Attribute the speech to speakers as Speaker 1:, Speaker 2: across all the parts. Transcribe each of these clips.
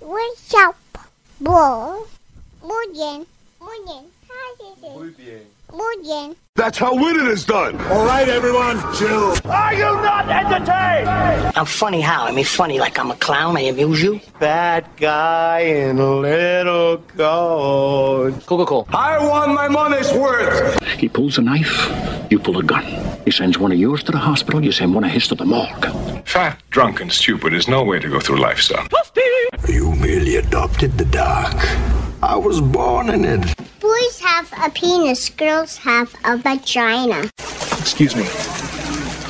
Speaker 1: 微笑我莫言莫言，他是谁？莫言
Speaker 2: That's how winning is done. All right, everyone, chill.
Speaker 3: Are you not entertained?
Speaker 4: I'm funny how? I mean, funny like I'm a clown, I amuse you.
Speaker 3: That guy in little gold.
Speaker 2: I want my money's worth.
Speaker 5: He pulls a knife, you pull a gun. He sends one of yours to the hospital, you send one of his to the morgue.
Speaker 6: Fat, drunk, and stupid is no way to go through life, son.
Speaker 7: You merely adopted the dark. I was born in it.
Speaker 1: Boys have a penis, girls have a vagina.
Speaker 6: Excuse me.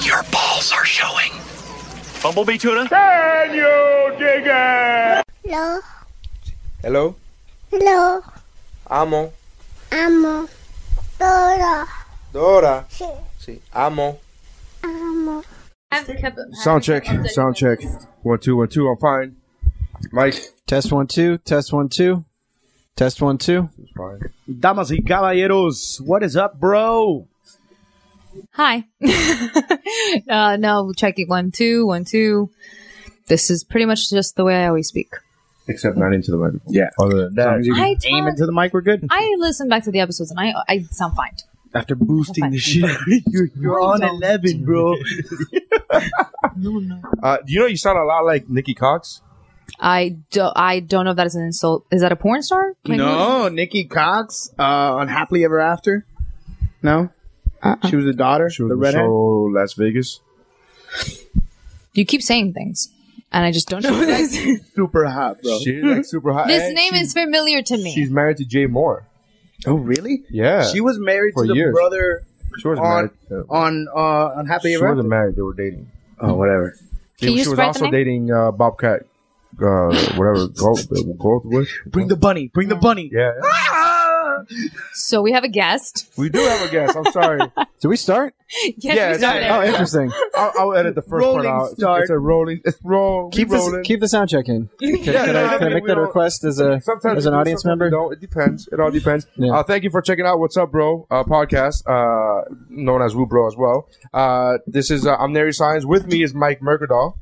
Speaker 5: Your balls are showing.
Speaker 3: Bumblebee tuna?
Speaker 1: Hello,
Speaker 8: Hello,
Speaker 1: hello,
Speaker 8: amo,
Speaker 1: amo, todo,
Speaker 8: Dora.
Speaker 1: sí,
Speaker 8: Sí, amo.
Speaker 1: amo.
Speaker 8: Sound check, sound check. One two, one two. I'm fine. Mike,
Speaker 9: Test one two. Test one two. Test one two.
Speaker 8: fine.
Speaker 3: Damas y caballeros, what is up, bro?
Speaker 10: Hi. uh, no, check it. One, two, one, two. This is pretty much just the way I always speak.
Speaker 8: Except not into the microphone. Yeah. Other than
Speaker 3: As long as you
Speaker 10: I
Speaker 3: can aim
Speaker 10: told-
Speaker 3: into the mic, we're good.
Speaker 10: I listen back to the episodes and I I sound fine.
Speaker 3: After boosting the shit out of you, you're, you're on 11, bro.
Speaker 8: uh, you know, you sound a lot like Nikki Cox.
Speaker 10: I don't I don't know if that is an insult. Is that a porn star? Like, what
Speaker 3: no, Oh, Nikki Cox, uh, on Happily Ever After. No?
Speaker 9: Uh-uh.
Speaker 3: She was the daughter, the red hair.
Speaker 8: show Las Vegas.
Speaker 10: is- You keep saying things, and I just don't know what it is.
Speaker 3: Super hot, bro.
Speaker 8: She's like super hot.
Speaker 10: this
Speaker 8: And
Speaker 10: name
Speaker 8: she's-
Speaker 10: is familiar to me.
Speaker 8: She's married to Jay Moore.
Speaker 3: oh, really?
Speaker 8: Yeah,
Speaker 3: She was married
Speaker 8: For
Speaker 3: to the
Speaker 8: years.
Speaker 3: brother
Speaker 8: she wasn't
Speaker 3: on
Speaker 8: married. to-
Speaker 3: on uh, on Happily
Speaker 8: she
Speaker 3: Ever After.
Speaker 8: wasn't married. They were dating.
Speaker 3: Oh, whatever.
Speaker 8: she
Speaker 10: Can you
Speaker 8: was
Speaker 10: spread the
Speaker 8: also
Speaker 10: name?
Speaker 8: dating uh, Bobcat, uh, whatever Gold, Gold Bush.
Speaker 3: Bring the bunny. Bring the bunny.
Speaker 8: Yeah,
Speaker 10: so we have a guest.
Speaker 8: we do have a guest. I'm sorry.
Speaker 9: Did we start?
Speaker 10: Yes,
Speaker 8: Yeah,
Speaker 10: we
Speaker 8: it's-
Speaker 10: start there.
Speaker 9: Oh, interesting.
Speaker 8: I'll, I'll edit the first
Speaker 3: Rolling
Speaker 8: one out.
Speaker 3: start.
Speaker 8: It's a rolling. It's roll.
Speaker 9: Keep
Speaker 8: we
Speaker 9: this.
Speaker 8: rolling.
Speaker 9: Keep the sound check in. Can, can
Speaker 8: yeah,
Speaker 9: I, can
Speaker 8: I
Speaker 9: I
Speaker 8: mean,
Speaker 9: make
Speaker 8: we
Speaker 9: that
Speaker 8: don't-
Speaker 9: request as a
Speaker 8: Sometimes
Speaker 9: as an
Speaker 8: we do,
Speaker 9: audience
Speaker 8: sometimes we
Speaker 9: member?
Speaker 8: don't. It depends. It all depends.
Speaker 9: Yeah.
Speaker 8: Uh, thank you for checking out What's Up, Bro uh, podcast, uh, known as Woo Bro as well. Uh, this is uh, I'm Nary Signs. With me is Mike Mercadal.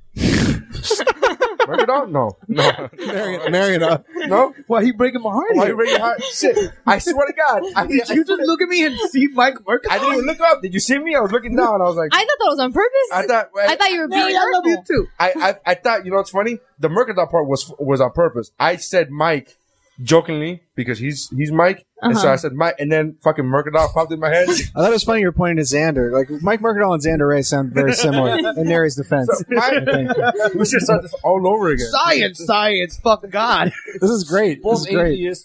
Speaker 8: Mercadal? No, no,
Speaker 9: Marion, Marion, uh,
Speaker 8: no.
Speaker 3: Why he breaking my heart
Speaker 8: Why
Speaker 3: here?
Speaker 8: you bringing hot shit? I swear to God, I,
Speaker 3: Did you just look at me and see Mike Merkel?
Speaker 8: I didn't even look up. Did you see me? I was looking down. I was like,
Speaker 10: I thought that was on purpose.
Speaker 8: I thought.
Speaker 10: I thought you were being.
Speaker 3: I love you
Speaker 10: hurtful.
Speaker 3: too.
Speaker 8: I, I I thought you know what's funny? The Mercadal part was was on purpose. I said Mike jokingly because he's he's Mike, and
Speaker 3: Uh-huh.
Speaker 8: so I said Mike, and then fucking Mercadal popped in my head.
Speaker 9: I thought it was funny you were pointing to Xander. Like Mike Mercadal and Xander Ray sound very similar in Mary's defense. I think.
Speaker 8: we should start this all over again.
Speaker 3: Science, science, fuck God.
Speaker 9: This is great. This is great.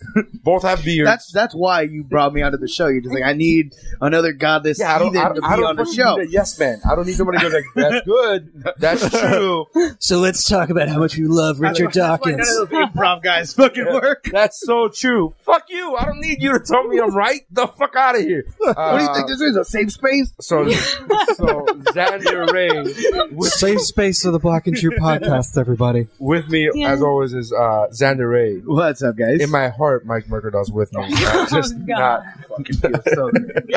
Speaker 8: Both have beards.
Speaker 3: That's that's why you brought me onto the show. You're just like, I need another godless
Speaker 8: yeah, I don't.
Speaker 3: heathen
Speaker 8: I
Speaker 3: to
Speaker 8: don't,
Speaker 3: be
Speaker 8: I don't
Speaker 3: on the
Speaker 8: fucking
Speaker 3: show.
Speaker 8: need a yes man. I don't need somebody to go like that's good, that's true,
Speaker 9: So let's talk about how much you love Richard
Speaker 3: None of those improv guys fucking work.
Speaker 8: that's so true. Fuck you. I don't need you to tell me I'm right. The fuck out of here. Uh,
Speaker 3: what do you think this is? A safe space?
Speaker 8: So, so Xander Ray with,
Speaker 9: Save space for the Block and True podcast, everybody.
Speaker 8: with me as always is uh, Xander Ray.
Speaker 3: What's up, guys?
Speaker 8: In my heart, Mike Mercadal's with me. I just not fucking feel so good.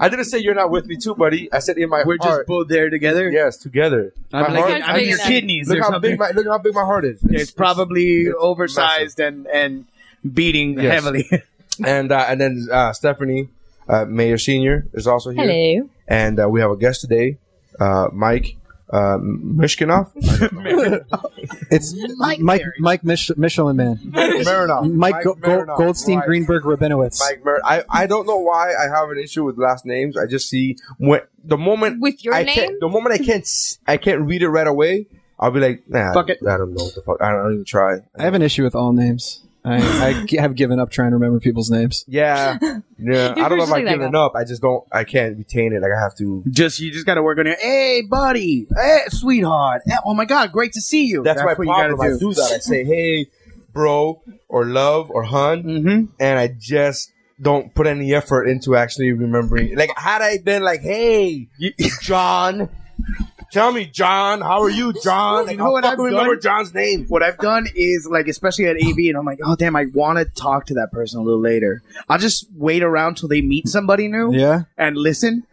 Speaker 8: I didn't say you're not with me too, buddy. I said in my
Speaker 3: We're just
Speaker 8: heart.
Speaker 3: both there together.
Speaker 8: yes, together.
Speaker 3: I'm
Speaker 8: My
Speaker 3: like,
Speaker 8: heart-
Speaker 10: Can't
Speaker 3: I'm
Speaker 10: say
Speaker 3: your
Speaker 10: that.
Speaker 3: kidneys
Speaker 8: look
Speaker 3: or
Speaker 8: how
Speaker 3: something.
Speaker 8: big my look how big my heart is.
Speaker 3: it's probably oversized and and beating
Speaker 8: Yes.
Speaker 3: heavily.
Speaker 8: and uh, and then uh, Stephanie uh, Mayor Senior is also here.
Speaker 10: Hello.
Speaker 8: And uh, we have a guest today, uh, Mike uh, Mishkinov.
Speaker 9: It's Mike Mike, Mike Mich- Michelin Man.
Speaker 8: Marinoff.
Speaker 9: Mike, Go- Go-
Speaker 8: Marinoff,
Speaker 9: Goldstein
Speaker 8: right.
Speaker 9: Greenberg Rabinowitz.
Speaker 8: Mike Mer- I, I don't know why I have an issue with last names. I just see when the moment
Speaker 10: With your
Speaker 8: I
Speaker 10: name?
Speaker 8: can't- the moment I can't s- I can't read it right away. I'll be like, nah,
Speaker 3: Fuck it.
Speaker 8: I don't know what the fuck. I don't even try.
Speaker 9: I have an issue with all names. I, I g- have given up trying to remember people's names.
Speaker 8: Yeah, yeah. I don't know if
Speaker 10: usually
Speaker 8: I've
Speaker 10: that
Speaker 8: given
Speaker 10: guy.
Speaker 8: up. I just don't. I can't retain it. Like I have to.
Speaker 3: Just you just got to work on it. Hey, buddy. Hey, sweetheart. Eh, Oh my God, great to see you.
Speaker 8: That's, my
Speaker 3: what you
Speaker 8: problem.
Speaker 3: got
Speaker 8: I
Speaker 3: to do.
Speaker 8: do that. I say, hey, bro, or love, or hun,
Speaker 3: Mm-hmm.
Speaker 8: and I just don't put any effort into actually remembering. Like, had I been like, hey, John, tell me, John, how are you, John? Like,
Speaker 3: You know
Speaker 8: I'll
Speaker 3: what
Speaker 8: fucking
Speaker 3: I've
Speaker 8: remember
Speaker 3: done?
Speaker 8: John's name.
Speaker 3: What I've done is like, especially at AV, and I'm like, oh damn, I want to talk to that person a little later. I'll just wait around till they meet somebody new
Speaker 9: Yeah,
Speaker 3: and listen.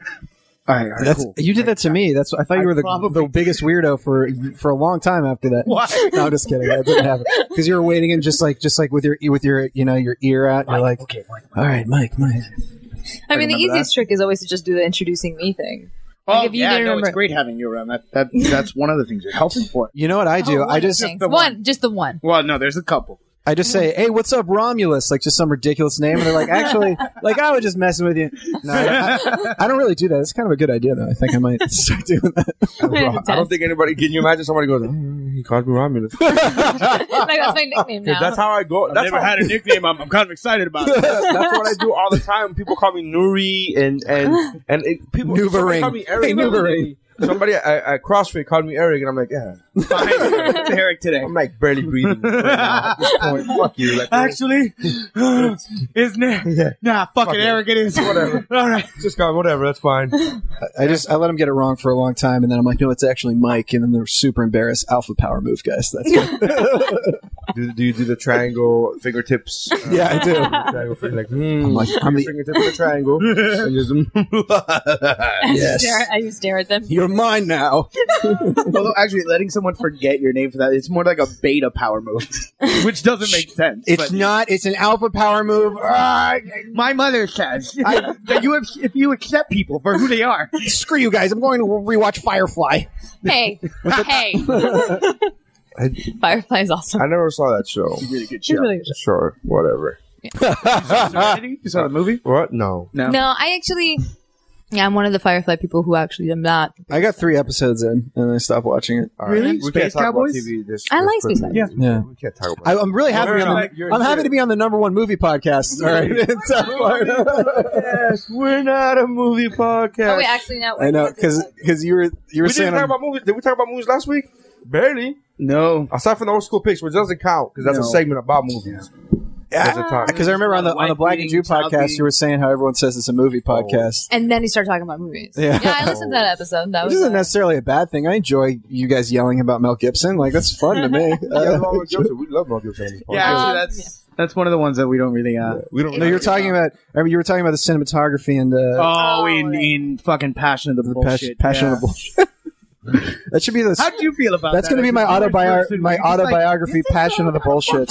Speaker 3: All right, all right,
Speaker 9: That's,
Speaker 3: cool.
Speaker 9: You did that to me. That's I thought you were the,
Speaker 3: probably
Speaker 9: the biggest weirdo for for a long time after that. Why? No, I'm just kidding. That didn't happen because you were waiting and just like just like with your with your you know your ear out. You're like, okay, all right, Mike,
Speaker 10: I
Speaker 9: Mike.
Speaker 10: mean, the
Speaker 3: remember
Speaker 10: easiest trick is always to just do the introducing me thing. Like, if you didn't remember-
Speaker 3: it's great having you around. That, that that's one of the things you're helping for.
Speaker 9: You know what I do?
Speaker 10: Oh,
Speaker 9: I
Speaker 10: one
Speaker 9: just
Speaker 10: thing. one, just the one.
Speaker 3: Well, no, there's a couple.
Speaker 9: I just say, hey, what's up, Romulus? Like just some ridiculous name, and they're like, actually, like I was just messing with you. No, I, I- I don't really do that. It's kind of a good idea though. I think I might start doing that.
Speaker 8: I don't think anybody. Can you imagine somebody goes? "Mm, he called me Romulus. 'Cause
Speaker 10: like, that's my nickname now.
Speaker 8: that's how I go.
Speaker 3: I've
Speaker 8: that's
Speaker 3: never
Speaker 8: how,
Speaker 3: had a nickname. I'm, I'm kind of excited about it.
Speaker 8: that's what I do all the time. People call me Nuri and and and it, people
Speaker 9: Nuva
Speaker 8: somebody
Speaker 9: Ring.
Speaker 8: Call me Eric.
Speaker 9: Hey, Nuva Ring.
Speaker 8: Somebody at, at CrossFit called me Eric, and I'm like, yeah,
Speaker 3: It's Eric today.
Speaker 8: I'm like barely breathing. Right now at this point. Fuck you. Like,
Speaker 3: Actually, isn't it? Nah, fucking
Speaker 8: it.
Speaker 3: Eric, it is. Whatever. All right.
Speaker 8: just got whatever. That's fine.
Speaker 9: I just I let them get it wrong for a long time, and then I'm like, no, it's actually Mike, and then they're super embarrassed. Alpha power move, guys. That's what-
Speaker 8: Do, do you do the triangle fingertips? Uh,
Speaker 9: yeah, I do.
Speaker 8: triangle finger, like, mm,
Speaker 9: I'm like, I'm the-
Speaker 8: fingertip of a triangle. and just, mm.
Speaker 10: I just
Speaker 9: Yes.
Speaker 10: stare, I just stare at them.
Speaker 9: You're mine now.
Speaker 3: Although, actually, letting someone forget your name for that, it's more like a beta power move, which doesn't make sense.
Speaker 9: It's
Speaker 3: but-
Speaker 9: not. It's an alpha power move.
Speaker 3: Ah, my mother says I, that you have, if you accept people for who they are.
Speaker 9: Screw you guys. I'm going to rewatch Firefly.
Speaker 10: Hey, hey. Firefly is awesome.
Speaker 8: I never saw that show.
Speaker 3: Really good
Speaker 10: It's
Speaker 3: show.
Speaker 10: really good.
Speaker 8: Sure, whatever.
Speaker 3: Serenity? You saw the movie?
Speaker 8: What? No.
Speaker 10: No, I actually, yeah, I'm one of the Firefly people who actually am not.
Speaker 9: I got three episodes in and I stopped watching it.
Speaker 8: All right.
Speaker 3: Really?
Speaker 8: We can't
Speaker 3: Space
Speaker 8: talk about
Speaker 3: Cowboys?
Speaker 8: TV this-
Speaker 10: I
Speaker 8: this
Speaker 10: like Space
Speaker 8: quickly.
Speaker 10: Cowboys.
Speaker 9: Yeah.
Speaker 8: We can't talk about
Speaker 9: I,
Speaker 8: it.
Speaker 9: I'm really happy.
Speaker 8: You're
Speaker 9: to be on
Speaker 8: like-
Speaker 9: the,
Speaker 8: you're
Speaker 9: I'm happy
Speaker 8: good.
Speaker 9: to be on the number one movie podcast. All right, in South Florida.
Speaker 8: Yes, we're not a movie podcast.
Speaker 10: Oh, wait, actually, no.
Speaker 9: I know because you were you were
Speaker 8: we didn't
Speaker 9: saying
Speaker 8: talk
Speaker 9: on-
Speaker 8: about movies. Did we talk about movies last week? Barely.
Speaker 3: No.
Speaker 8: Aside from the old school picks, which doesn't count because that's
Speaker 3: No.
Speaker 8: a segment about movies. Doesn't count.
Speaker 9: because I remember on the on the
Speaker 3: White
Speaker 9: Black and
Speaker 3: Beating,
Speaker 9: Jew
Speaker 3: Child
Speaker 9: podcast
Speaker 3: Beating.
Speaker 9: you were saying how everyone says it's a movie podcast.
Speaker 10: And then he started talking about movies.
Speaker 9: Yeah.
Speaker 10: I listened to that episode. That
Speaker 9: Which
Speaker 10: was
Speaker 9: isn't
Speaker 10: uh,
Speaker 9: necessarily a bad thing. I enjoy you guys yelling about Mel Gibson. Like that's fun to me.
Speaker 8: Yeah,
Speaker 9: Uh,
Speaker 8: Mel Gibson. we love Mel Gibson. on this podcast.
Speaker 3: Yeah, actually,
Speaker 10: Um,
Speaker 3: that's that's one of the ones that we don't really. Uh,
Speaker 8: we don't.
Speaker 9: no, you were talking about. I mean, you were talking about the cinematography and uh,
Speaker 3: oh,
Speaker 10: Oh,
Speaker 3: in
Speaker 10: yeah.
Speaker 3: in fucking passion of the,
Speaker 9: the pas-
Speaker 3: bullshit.
Speaker 9: passion of
Speaker 3: yeah.
Speaker 9: the bullshit. that should be the.
Speaker 3: How do you feel about
Speaker 9: That's
Speaker 3: that?
Speaker 9: going to be my
Speaker 3: As a first
Speaker 9: autobiography.
Speaker 3: person,
Speaker 9: My
Speaker 3: you're just like,
Speaker 9: autobiography, Passion of the Bullshit.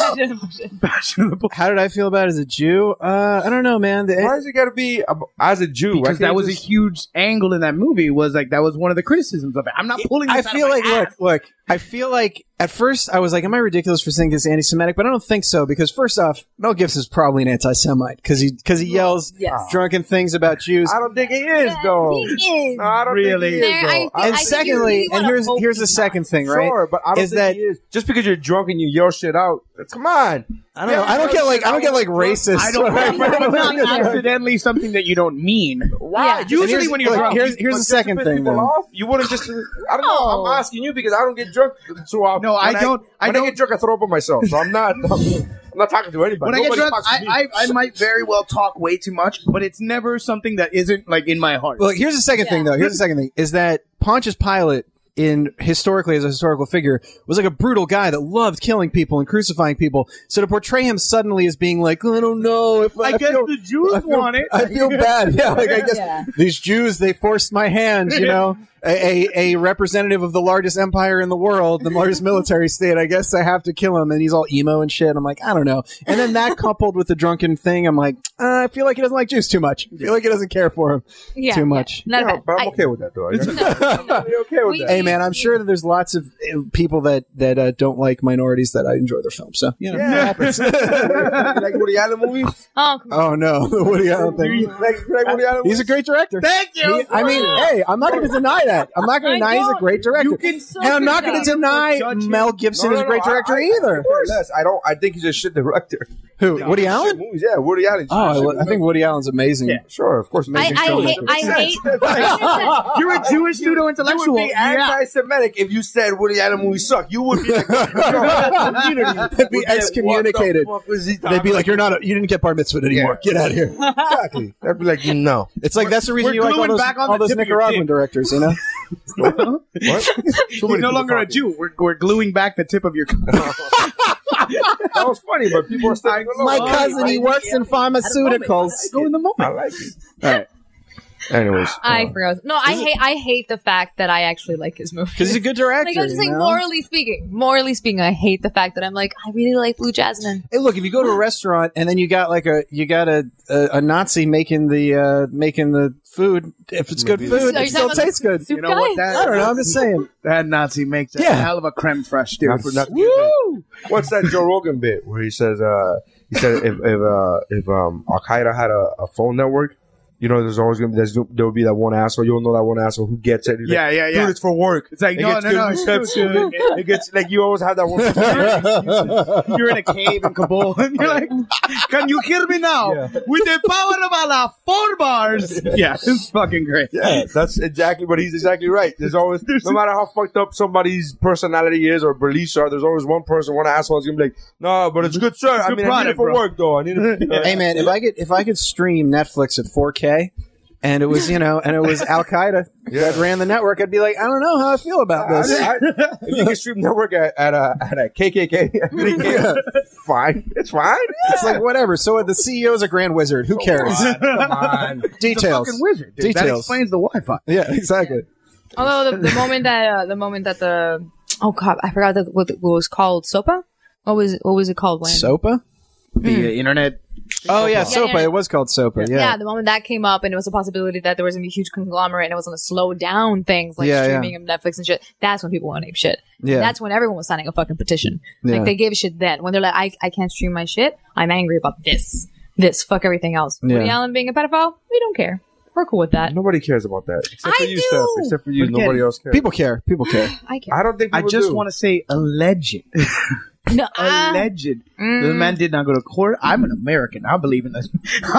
Speaker 3: passion of the bullshit.
Speaker 9: How did I feel about it as a Jew? Uh, I don't know, man. The-
Speaker 8: Why does it got to be ab- as a Jew? Why
Speaker 3: Because
Speaker 8: can't
Speaker 3: that
Speaker 8: you
Speaker 3: was a
Speaker 8: just-
Speaker 3: huge angle in that movie. Was like that was one of the criticisms of it. I'm not pulling. This
Speaker 9: I
Speaker 3: out of
Speaker 9: feel
Speaker 3: my
Speaker 9: like
Speaker 3: ass.
Speaker 9: look, look. I feel like at first I was like, "Am I ridiculous for saying this anti-Semitic?" But I don't think so because first off, Mel Gibson's probably an anti-Semite because he because he yells
Speaker 10: Yes.
Speaker 9: drunken things about Jews.
Speaker 8: I don't think it is though.
Speaker 10: He is.
Speaker 8: No, I don't
Speaker 3: Really?
Speaker 8: think he is,
Speaker 10: There, I
Speaker 8: though.
Speaker 10: think-
Speaker 9: and
Speaker 10: I
Speaker 9: secondly,
Speaker 10: really
Speaker 9: and
Speaker 10: wanna
Speaker 9: here's
Speaker 10: hope
Speaker 9: here's the
Speaker 10: he's
Speaker 9: second thing, right?
Speaker 8: Sure, but I don't
Speaker 9: Is
Speaker 8: think
Speaker 9: that-
Speaker 8: he is. Just because you're drunk and you yell shit out, come on.
Speaker 9: I don't know. I don't get like I don't get like racist.
Speaker 3: I don't. it's not accidentally something that you don't mean.
Speaker 8: Why?
Speaker 10: Yeah.
Speaker 8: Usually
Speaker 9: And here's-
Speaker 8: when you're
Speaker 9: look,
Speaker 8: drunk,
Speaker 9: here's- here's
Speaker 8: but
Speaker 9: the
Speaker 8: just
Speaker 9: second
Speaker 8: to piss
Speaker 9: thing,
Speaker 8: people
Speaker 9: then.
Speaker 8: off, you wouldn't just. I don't know.
Speaker 10: Oh.
Speaker 8: I'm asking you because I don't get drunk too often.
Speaker 3: No, I
Speaker 8: When
Speaker 3: don't- I
Speaker 8: when
Speaker 3: don't-
Speaker 8: get drunk. I throw up on myself, so I'm not. I'm not talking to anybody.
Speaker 3: When I get
Speaker 8: Nobody
Speaker 3: drunk,
Speaker 8: talks to me.
Speaker 3: I, I I might very well talk way too much, but it's never something that isn't like in my heart.
Speaker 9: Well, here's the second thing, though. Here's the second thing is that Pontius Pilate, in historically as a historical figure, was like a brutal guy that loved killing people and crucifying people. So to portray him suddenly as being like, I don't know if I,
Speaker 3: I guess
Speaker 9: feel,
Speaker 3: the Jews
Speaker 9: I feel,
Speaker 3: want it.
Speaker 9: I feel bad. Yeah, like I guess
Speaker 10: Yeah.
Speaker 9: these Jews they forced my hand. You know, a, a a representative of the largest empire in the world, the largest military state. I guess I have to kill him, and he's all emo and shit. I'm like, I don't know. And then that coupled with the drunken thing, I'm like, uh, I feel like he doesn't like Jews too much. I feel like he doesn't care for him
Speaker 10: Yeah,
Speaker 9: too much.
Speaker 10: Yeah, not
Speaker 8: Yeah,
Speaker 10: a bad-
Speaker 8: but I'm
Speaker 10: I-
Speaker 8: okay with that though. I guess.
Speaker 10: no, no.
Speaker 8: You're okay with
Speaker 10: We-
Speaker 8: that.
Speaker 9: Hey man, I'm sure that there's lots of uh, people that that uh, don't like minorities that I enjoy their films. So you know,
Speaker 8: Yeah.
Speaker 9: it happens.
Speaker 8: You like Woody Allen movies?
Speaker 10: Oh, come on.
Speaker 9: oh no, the Woody Allen
Speaker 8: Do you
Speaker 9: thing.
Speaker 8: like, you like Woody Allen
Speaker 9: He's
Speaker 8: movies?
Speaker 9: a great director.
Speaker 3: Thank you.
Speaker 9: He- I mean, hey, I'm not going to deny that. I'm not going
Speaker 10: I
Speaker 9: to deny he's a
Speaker 10: don't.
Speaker 9: great director,
Speaker 10: You can so
Speaker 9: and I'm not going
Speaker 10: judge
Speaker 9: to
Speaker 10: him.
Speaker 9: deny
Speaker 3: Judge him.
Speaker 9: Mel Gibson is a great
Speaker 8: I-
Speaker 9: director
Speaker 8: I- I,
Speaker 9: either.
Speaker 8: couldn't care less. I don't. I think he's a shit director.
Speaker 9: Who? Woody
Speaker 8: Shit
Speaker 9: Allen?
Speaker 8: movies, yeah, Woody Allen.
Speaker 9: Oh, I lo- I, think Woody Allen's amazing.
Speaker 3: Yeah.
Speaker 8: sure, of course.
Speaker 10: I, I hate. I hate.
Speaker 3: You're a Jewish pseudo
Speaker 8: You
Speaker 3: intellectual.
Speaker 8: would be anti-Semitic if you said Woody Allen movies suck. You would be like,
Speaker 9: They'd be excommunicated.
Speaker 8: What the fuck was he talking
Speaker 9: They'd be like, "You're not. A, you didn't get bar mitzvah anymore. Get out of here."
Speaker 8: exactly. They'd be like, no.
Speaker 9: It's like that's the reason
Speaker 3: we're
Speaker 9: you like all
Speaker 3: gluing
Speaker 9: those,
Speaker 3: back on
Speaker 9: all
Speaker 3: the
Speaker 9: those
Speaker 3: tip of your
Speaker 9: Nicaraguan
Speaker 3: dick.
Speaker 9: directors, you know.
Speaker 8: What? He's
Speaker 3: He's no longer a Jew. We're, we're gluing back the tip of your.
Speaker 8: That was funny, but people are still.
Speaker 9: My cousin, he works in pharmaceuticals.
Speaker 8: Go in the moment. I like it.
Speaker 9: All right.
Speaker 8: Anyways,
Speaker 10: I
Speaker 8: uh,
Speaker 10: forgot. No, I hate. I hate the fact that I actually like his movies.
Speaker 9: because he's a good director.
Speaker 10: Like I'm just
Speaker 9: you
Speaker 10: like
Speaker 9: know?
Speaker 10: morally speaking, morally speaking, I hate the fact that I'm like I really like Blue Jasmine.
Speaker 9: Hey, look, if you go to a restaurant and then you got like a you got a a, a Nazi making the uh, making the food, if it's good
Speaker 8: Maybe
Speaker 10: So
Speaker 9: food,
Speaker 10: you're
Speaker 9: it still
Speaker 10: talking about
Speaker 9: tastes
Speaker 10: the
Speaker 9: good.
Speaker 10: soup
Speaker 3: You know what?
Speaker 10: guy?
Speaker 3: That,
Speaker 9: I don't know. I'm just saying.
Speaker 3: That Nazi makes a
Speaker 9: Yeah.
Speaker 3: hell of a creme fraiche, dude.
Speaker 8: Not for nothing. what's that Joe Rogan bit where he says uh he said if if uh, if um Al Qaeda had a, a phone network, you know, there's always gonna be there's, there'll be that one asshole. You'll know that one asshole who gets it. He's like,
Speaker 3: Yeah, yeah, yeah.
Speaker 8: Dude, it's for work.
Speaker 3: It's like,
Speaker 8: It
Speaker 3: no,
Speaker 8: gets
Speaker 3: no,
Speaker 8: good
Speaker 3: no, it's good,
Speaker 8: reception.
Speaker 3: dude.
Speaker 8: It gets like you always have that one.
Speaker 3: You're in a cave in Kabul, and you're like, "Can you hear me now?
Speaker 8: Yeah.
Speaker 3: With the power of Allah, four bars." Yeah, it's fucking great.
Speaker 8: Yeah, that's exactly what he's exactly right. There's always, no matter how fucked up somebody's personality is or beliefs are, there's always one person, one asshole is gonna be like, no, but it's good, sir. I
Speaker 3: Good
Speaker 8: mean, I need
Speaker 3: product,
Speaker 8: it for
Speaker 3: bro."
Speaker 8: work, though. I need uh, it. For,
Speaker 9: Hey man, if I could if I could stream Netflix at 4K, and it was you know and it was Al Qaeda that ran the network, I'd be like, I don't know how I feel about
Speaker 8: I-
Speaker 9: this.
Speaker 8: I- if you can stream network at, at a at a KKK, fine, it's fine.
Speaker 9: It's like whatever. So the CEO's a grand wizard. Who cares?
Speaker 8: come on.
Speaker 9: Details.
Speaker 3: Fucking wizard. Dude. That
Speaker 9: Details.
Speaker 3: explains the Wi-Fi.
Speaker 9: yeah, exactly.
Speaker 10: Although the, the moment that uh, the moment that the oh god, I forgot the, what, it- what it was called Sopa. What was what was it called when?
Speaker 9: Sopa.
Speaker 3: The uh, internet.
Speaker 9: Oh yeah,
Speaker 10: Yeah, yeah,
Speaker 9: Sopa.
Speaker 10: yeah.
Speaker 9: It was called Sopa.
Speaker 10: yeah.
Speaker 9: Yeah.
Speaker 10: the moment that came up and it was a possibility that there was gonna be a huge conglomerate and it was gonna slow down things like
Speaker 9: Yeah, yeah.
Speaker 10: streaming and Netflix and shit. That's when people went ape shit.
Speaker 9: Yeah.
Speaker 10: That's when everyone was signing a fucking petition.
Speaker 9: Yeah.
Speaker 10: Like they gave a shit then. When they're like, I, I can't stream my shit, I'm angry about this. This, fuck everything else. Woody
Speaker 9: Yeah.
Speaker 10: Allen being a pedophile, we don't care. We're cool with that.
Speaker 8: Nobody cares about that except
Speaker 10: I
Speaker 8: for you,
Speaker 10: do.
Speaker 8: Steph. Except for you,
Speaker 3: But again,
Speaker 8: nobody else cares.
Speaker 9: People care. People care.
Speaker 10: I care.
Speaker 8: I don't think
Speaker 3: I
Speaker 8: people
Speaker 3: just
Speaker 8: do.
Speaker 3: want to say alleged.
Speaker 10: No, ah, Mm.
Speaker 3: alleged. The man did not go to court. I'm an American. I believe in this.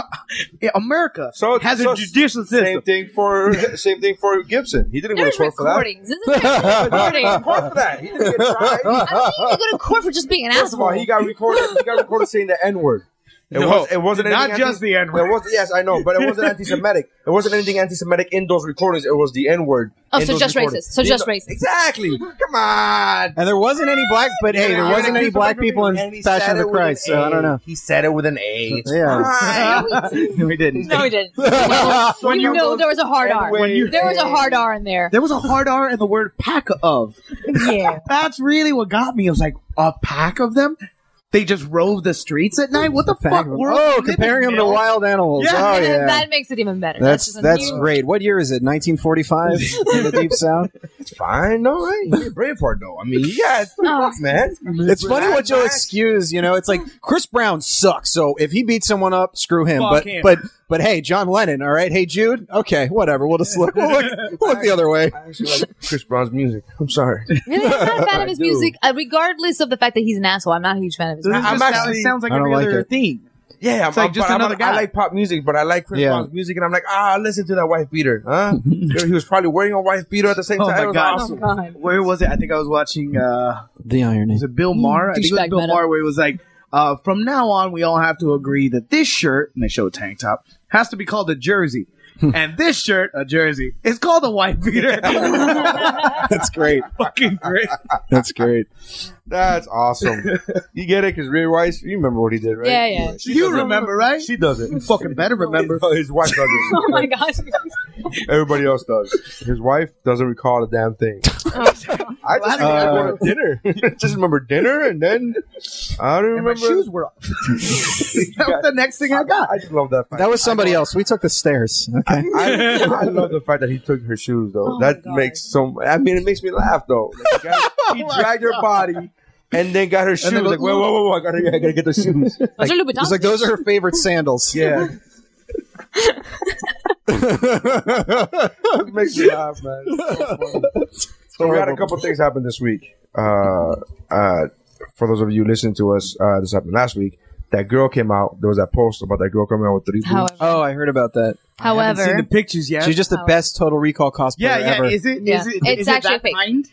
Speaker 3: Yeah, America
Speaker 8: So-
Speaker 3: has
Speaker 8: so-
Speaker 3: a judicial
Speaker 8: Same
Speaker 3: system.
Speaker 8: thing for same thing for Gibson. He didn't go to
Speaker 10: there's
Speaker 8: court for that.
Speaker 10: recordings. Isn't there recordings?
Speaker 8: Court for that. He didn't get tried.
Speaker 10: I don't think you go to court for just being an
Speaker 8: First of all,
Speaker 10: asshole.
Speaker 8: he got recorded. He got recorded saying the N word. It,
Speaker 3: No,
Speaker 8: was, it wasn't
Speaker 3: not
Speaker 8: anything
Speaker 3: just the N-word.
Speaker 8: It was yes, I know, but it wasn't anti-Semitic. It wasn't anything anti-Semitic in those recordings. It was the N word.
Speaker 10: Oh, so just racist. So just racist.
Speaker 8: Exactly. Come on.
Speaker 9: And there wasn't any black, but hey, there
Speaker 8: Yeah,
Speaker 9: wasn't
Speaker 8: and
Speaker 9: any
Speaker 8: he-
Speaker 9: black people in
Speaker 8: and he said
Speaker 9: Passion of
Speaker 8: it
Speaker 9: the
Speaker 8: with an
Speaker 9: Christ, so I don't
Speaker 8: A.
Speaker 9: know.
Speaker 8: He said it with an A. It's
Speaker 9: Yeah.
Speaker 8: fine.
Speaker 3: we didn't.
Speaker 10: no, he didn't. You know, you know there was a hard R.
Speaker 8: When you-
Speaker 10: There was a hard R in there.
Speaker 3: There was a hard R in the word pack of.
Speaker 10: Yeah.
Speaker 3: That's really what got me. I was like, a pack of them? They just rove the streets at night? What the fuck? world we
Speaker 9: Oh,
Speaker 3: live
Speaker 9: comparing
Speaker 3: in,
Speaker 9: them to
Speaker 3: man?
Speaker 9: wild animals.
Speaker 3: Yeah.
Speaker 9: Oh yeah.
Speaker 10: That makes it even better.
Speaker 9: That's
Speaker 10: just a
Speaker 9: that's
Speaker 10: new-
Speaker 9: great. What year is it? 1945 in the deep south.
Speaker 8: It's fine. No, I ain't brave for it though. I mean, yeah, it's pretty
Speaker 10: Oh.
Speaker 8: rough, man.
Speaker 9: It's funny what you'll
Speaker 8: Relax.
Speaker 9: excuse. You know, it's like Chris Brown sucks. So if he beats someone up, screw him.
Speaker 3: Fuck
Speaker 9: but
Speaker 3: him.
Speaker 9: but but hey, John Lennon. All right. Hey Jude. Okay, whatever. We'll just look. We'll look, we'll look the other way.
Speaker 8: I actually like Chris Brown's music. I'm sorry.
Speaker 10: Really, I'm not a fan of his
Speaker 8: do.
Speaker 10: music, uh, regardless of the fact that he's an asshole. I'm not a huge fan of his
Speaker 3: This
Speaker 10: music.
Speaker 3: is
Speaker 8: I'm
Speaker 3: just,
Speaker 8: actually-
Speaker 3: it sounds like
Speaker 9: I don't
Speaker 3: every
Speaker 9: like
Speaker 3: other
Speaker 9: it.
Speaker 3: thing.
Speaker 8: Yeah,
Speaker 3: It's
Speaker 8: I'm
Speaker 3: like just
Speaker 8: but I'm
Speaker 3: another
Speaker 8: a- i
Speaker 3: guy.
Speaker 8: like pop music, but I like Chris
Speaker 9: Yeah.
Speaker 8: Brown's music, and I'm like, ah, listen to that wife beater, huh? he was probably wearing a wife beater at the same
Speaker 3: Oh
Speaker 8: time.
Speaker 3: my
Speaker 8: It was
Speaker 3: God.
Speaker 8: awesome.
Speaker 10: God.
Speaker 3: Where was it? I think I was watching, uh,
Speaker 9: The irony.
Speaker 3: was it Bill Maher? I think it was
Speaker 10: Douchebag
Speaker 3: Bill
Speaker 10: meta.
Speaker 3: Maher where it was like, uh, from now on, we all have to agree that this shirt, and they show a tank top, has to be called a jersey. and this shirt, a jersey, is called a white beater.
Speaker 9: That's great.
Speaker 3: Fucking great.
Speaker 9: That's great.
Speaker 8: That's awesome. you get it because Ray Rice. You remember what he did, right?
Speaker 10: Yeah, yeah.
Speaker 8: She
Speaker 3: You
Speaker 8: does it.
Speaker 3: remember, right?
Speaker 8: She does it.
Speaker 3: You fucking better remember.
Speaker 8: Oh, His wife does it.
Speaker 10: Oh my gosh.
Speaker 8: Everybody else does. His wife doesn't recall a damn thing. I just remember dinner. just remember dinner, and then I don't
Speaker 3: And my
Speaker 8: remember.
Speaker 3: shoes were off. that was the next thing I got.
Speaker 8: I just love that. Fact.
Speaker 9: That was somebody else. We took the stairs. Okay.
Speaker 8: I, I love the fact that he took her shoes though.
Speaker 10: Oh my
Speaker 8: that
Speaker 10: God.
Speaker 8: makes so. I mean, it makes me laugh though. Like, he got- he dragged her body and then got her shoes.
Speaker 3: then go,
Speaker 8: like, whoa, whoa, whoa, whoa! I gotta, I gotta get the shoes.
Speaker 10: Those are Louboutins.
Speaker 9: It's like those are her favorite sandals.
Speaker 8: yeah. it makes me laugh, man. It's so funny. So we had a couple things happen this week. Uh, uh, for those of you listening to us, uh, this happened last week. That girl came out. There was that post about that girl coming out with three. boobs.
Speaker 10: However,
Speaker 9: Oh, I heard about that.
Speaker 10: however,
Speaker 3: seen the pictures yet.
Speaker 9: She's just the
Speaker 10: Oh.
Speaker 9: best Total Recall cosplayer
Speaker 3: yeah, yeah.
Speaker 9: ever.
Speaker 3: Is it?
Speaker 10: Yeah.
Speaker 3: Is it?
Speaker 10: It's
Speaker 3: is
Speaker 10: actually
Speaker 3: it that
Speaker 10: fake.
Speaker 3: kind?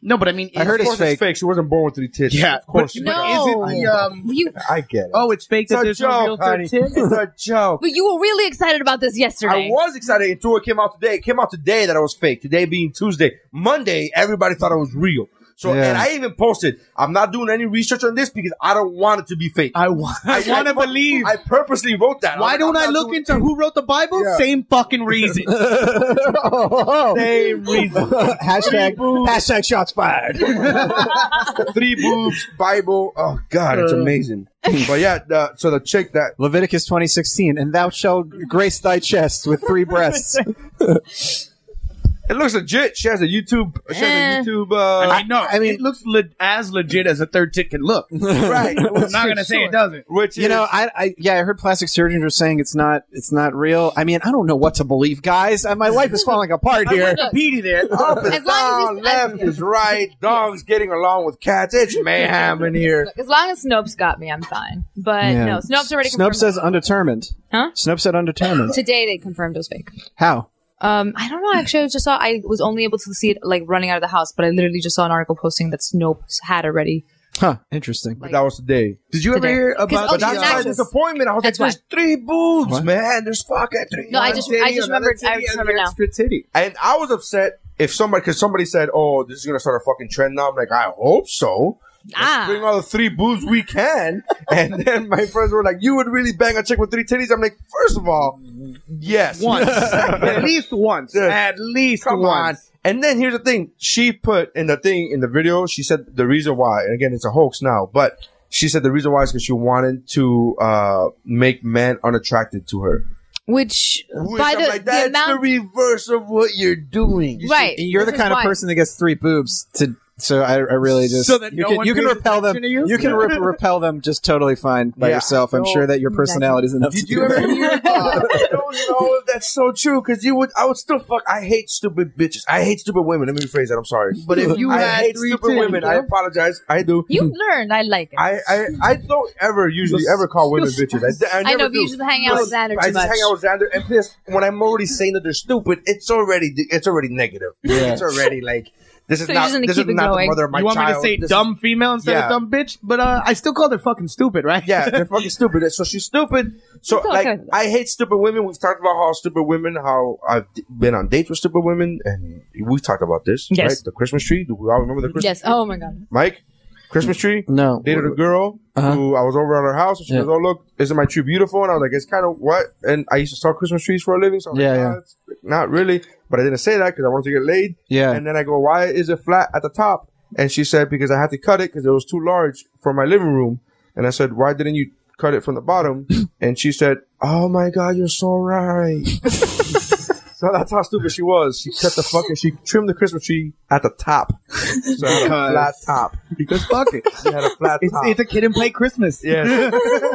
Speaker 3: No, but I mean,
Speaker 9: I
Speaker 3: is-
Speaker 9: heard
Speaker 8: Of
Speaker 9: it's
Speaker 8: course
Speaker 9: fake.
Speaker 8: It's fake. She wasn't born with three tits.
Speaker 3: Yeah,
Speaker 8: of course.
Speaker 3: But,
Speaker 8: she
Speaker 3: but
Speaker 10: No.
Speaker 3: is it the um?
Speaker 10: you,
Speaker 8: I get it.
Speaker 3: Oh, it's fake that
Speaker 8: it's
Speaker 3: there's
Speaker 8: a
Speaker 3: no real
Speaker 8: joke, honey.
Speaker 3: third
Speaker 8: It's
Speaker 3: tip.
Speaker 8: a joke.
Speaker 10: but you were really excited about this
Speaker 8: I
Speaker 10: yesterday.
Speaker 8: was excited until it came out today. It came out today that I was fake. Today being Tuesday. Monday, everybody thought I was real. So,
Speaker 9: Yeah.
Speaker 8: and I even posted, I'm not doing any research on this because I don't want it to be fake.
Speaker 3: I, wa- I want to
Speaker 8: pur-
Speaker 3: believe.
Speaker 8: I purposely wrote that.
Speaker 3: Why
Speaker 8: I'm-
Speaker 3: don't
Speaker 8: I'm
Speaker 3: I
Speaker 8: not
Speaker 3: look
Speaker 8: doing-
Speaker 3: into who wrote the Bible?
Speaker 8: Yeah.
Speaker 3: Same fucking reason. Same reason.
Speaker 9: hashtag hashtag shots fired.
Speaker 8: three boobs Bible? Oh God, it's amazing. but yeah, the, so the chick that
Speaker 9: Leviticus twenty sixteen, and thou shalt grace thy chest with three breasts.
Speaker 8: it looks legit. She has a YouTube. She
Speaker 10: Eh.
Speaker 8: has a YouTube. Uh,
Speaker 3: I know. I mean, it looks le- as legit as a third tit can look.
Speaker 8: right.
Speaker 3: I'm not gonna say it doesn't.
Speaker 8: Which
Speaker 9: you know, I, I yeah, I heard plastic surgeons are saying it's not it's not real. I mean, I don't know what to believe, guys. Uh, My life is falling apart here.
Speaker 10: uh,
Speaker 3: Petey there.
Speaker 8: up is
Speaker 10: As long
Speaker 8: down,
Speaker 10: as it's- I-
Speaker 8: left is right. Dogs getting along with cats. It's mayhem in here.
Speaker 10: As long as Snopes got me, I'm fine. But
Speaker 9: Yeah.
Speaker 10: no, Snopes already confirmed.
Speaker 9: Snopes says undetermined.
Speaker 10: Huh?
Speaker 9: Snopes said undetermined.
Speaker 10: Today they confirmed it was fake.
Speaker 9: How?
Speaker 10: Um, I don't know. Actually, I just saw. I was only able to see it like running out of the house, but I literally just saw an article posting that Snopes had already.
Speaker 9: Huh? Interesting.
Speaker 8: That was today.
Speaker 3: Did you ever
Speaker 10: Today.
Speaker 3: hear
Speaker 10: 'Cause,
Speaker 3: about
Speaker 10: oh,
Speaker 3: the,
Speaker 10: she's
Speaker 8: That's my
Speaker 10: not-
Speaker 3: uh,
Speaker 10: Nachos.
Speaker 8: disappointment. I was
Speaker 10: That's
Speaker 8: like, there's three boobs,
Speaker 9: What?
Speaker 8: man. There's fucking three.
Speaker 10: No, I
Speaker 8: one
Speaker 10: just-
Speaker 8: titty,
Speaker 10: I just
Speaker 8: another
Speaker 10: remembered- I
Speaker 8: titty,
Speaker 10: just
Speaker 8: another
Speaker 10: remembered now.
Speaker 8: extra titty. And I was upset if somebody, because somebody said, "Oh, this is gonna start a fucking trend now." I'm like, I hope so. bring
Speaker 10: Ah,
Speaker 8: all the three boobs we can. And then my friends were like, You would really bang a chick with three titties? I'm like, First of all, yes.
Speaker 3: once, at
Speaker 8: Second,
Speaker 3: least once,
Speaker 8: Yeah.
Speaker 3: at least
Speaker 8: Come on.
Speaker 3: once.
Speaker 8: And then here's the thing. She put in the thing in the video, she said the reason why, and again, it's a hoax now, but she said the reason why is because she wanted to uh, make men unattracted to her.
Speaker 10: which
Speaker 8: Which
Speaker 10: by
Speaker 8: I'm
Speaker 10: the,
Speaker 8: like,
Speaker 10: the
Speaker 8: that's the
Speaker 10: amount,
Speaker 8: reverse of what you're doing.
Speaker 10: right?
Speaker 9: And you're the
Speaker 10: this is
Speaker 9: kind of
Speaker 10: why.
Speaker 9: person that gets three boobs to. So I, I really just
Speaker 3: So that
Speaker 9: you,
Speaker 3: no
Speaker 9: can,
Speaker 3: one
Speaker 9: you can
Speaker 3: pays
Speaker 9: repel them.
Speaker 3: attention to you?
Speaker 9: You? can re- repel them just totally fine by
Speaker 8: Yeah.
Speaker 9: yourself. I'm sure that your personality is enough to
Speaker 8: Did
Speaker 9: do
Speaker 8: you
Speaker 9: that.
Speaker 8: ever hear? Uh, I don't know if that's so true because you would. I would still fuck. I hate stupid bitches. I hate stupid women. Let me rephrase that. I'm sorry.
Speaker 3: But if you
Speaker 8: I
Speaker 3: had
Speaker 8: hate
Speaker 3: three
Speaker 8: stupid
Speaker 3: titties,
Speaker 8: women. I
Speaker 3: huh?
Speaker 8: apologize. I do.
Speaker 10: You learned. I like it.
Speaker 8: I, I I don't ever usually ever call women bitches. I, I,
Speaker 10: I
Speaker 8: never
Speaker 10: know, but
Speaker 8: do.
Speaker 10: you just hang out with Xander
Speaker 8: I
Speaker 10: too
Speaker 8: just
Speaker 10: much.
Speaker 8: hang out with Xander, and plus, when I'm already saying that they're stupid, it's already it's already negative. It's already like this is
Speaker 10: So you're
Speaker 8: not
Speaker 10: just gonna
Speaker 8: this is
Speaker 10: keep it
Speaker 8: not the
Speaker 10: going.
Speaker 8: mother of my
Speaker 3: you want
Speaker 8: child.
Speaker 3: me to say
Speaker 8: This is-
Speaker 3: dumb female instead
Speaker 8: Yeah.
Speaker 3: of dumb bitch? But uh, I still call her fucking stupid, right?
Speaker 8: Yeah, they're fucking stupid. So she's stupid. So
Speaker 10: It's all
Speaker 8: like,
Speaker 10: good.
Speaker 8: I hate stupid women. We've talked about how stupid women, how I've d- been on dates with stupid women, and we've talked about this.
Speaker 10: Yes.
Speaker 8: right? The Christmas tree. Do we all remember the Christmas?
Speaker 10: yes. Oh my god.
Speaker 8: Mike, Christmas tree.
Speaker 9: No.
Speaker 8: Dated a girl
Speaker 9: Uh-huh.
Speaker 8: who I was over at her house, and she
Speaker 9: Yeah.
Speaker 8: goes, "Oh look, isn't my tree beautiful?" And I was like, "It's kind of what." And I used to sell Christmas trees for a living, so I was
Speaker 9: Yeah,
Speaker 8: like,
Speaker 9: yeah.
Speaker 8: "Ah, it's not really. But I didn't say that because I wanted to get laid.
Speaker 9: Yeah.
Speaker 8: And then I go, "Why is it flat at the top?" And she said, "Because I had to cut it because it was too large for my living room." And I said, "Why didn't you cut it from the bottom?" and she said, "Oh my God, you're so right." So that's how stupid she was. She cut the fucking. She trimmed the Christmas tree at the top, so it had a flat top.
Speaker 3: Because fuck it.
Speaker 8: She had a flat
Speaker 3: It's,
Speaker 8: top.
Speaker 3: it's a kid and play Christmas.
Speaker 8: Yes.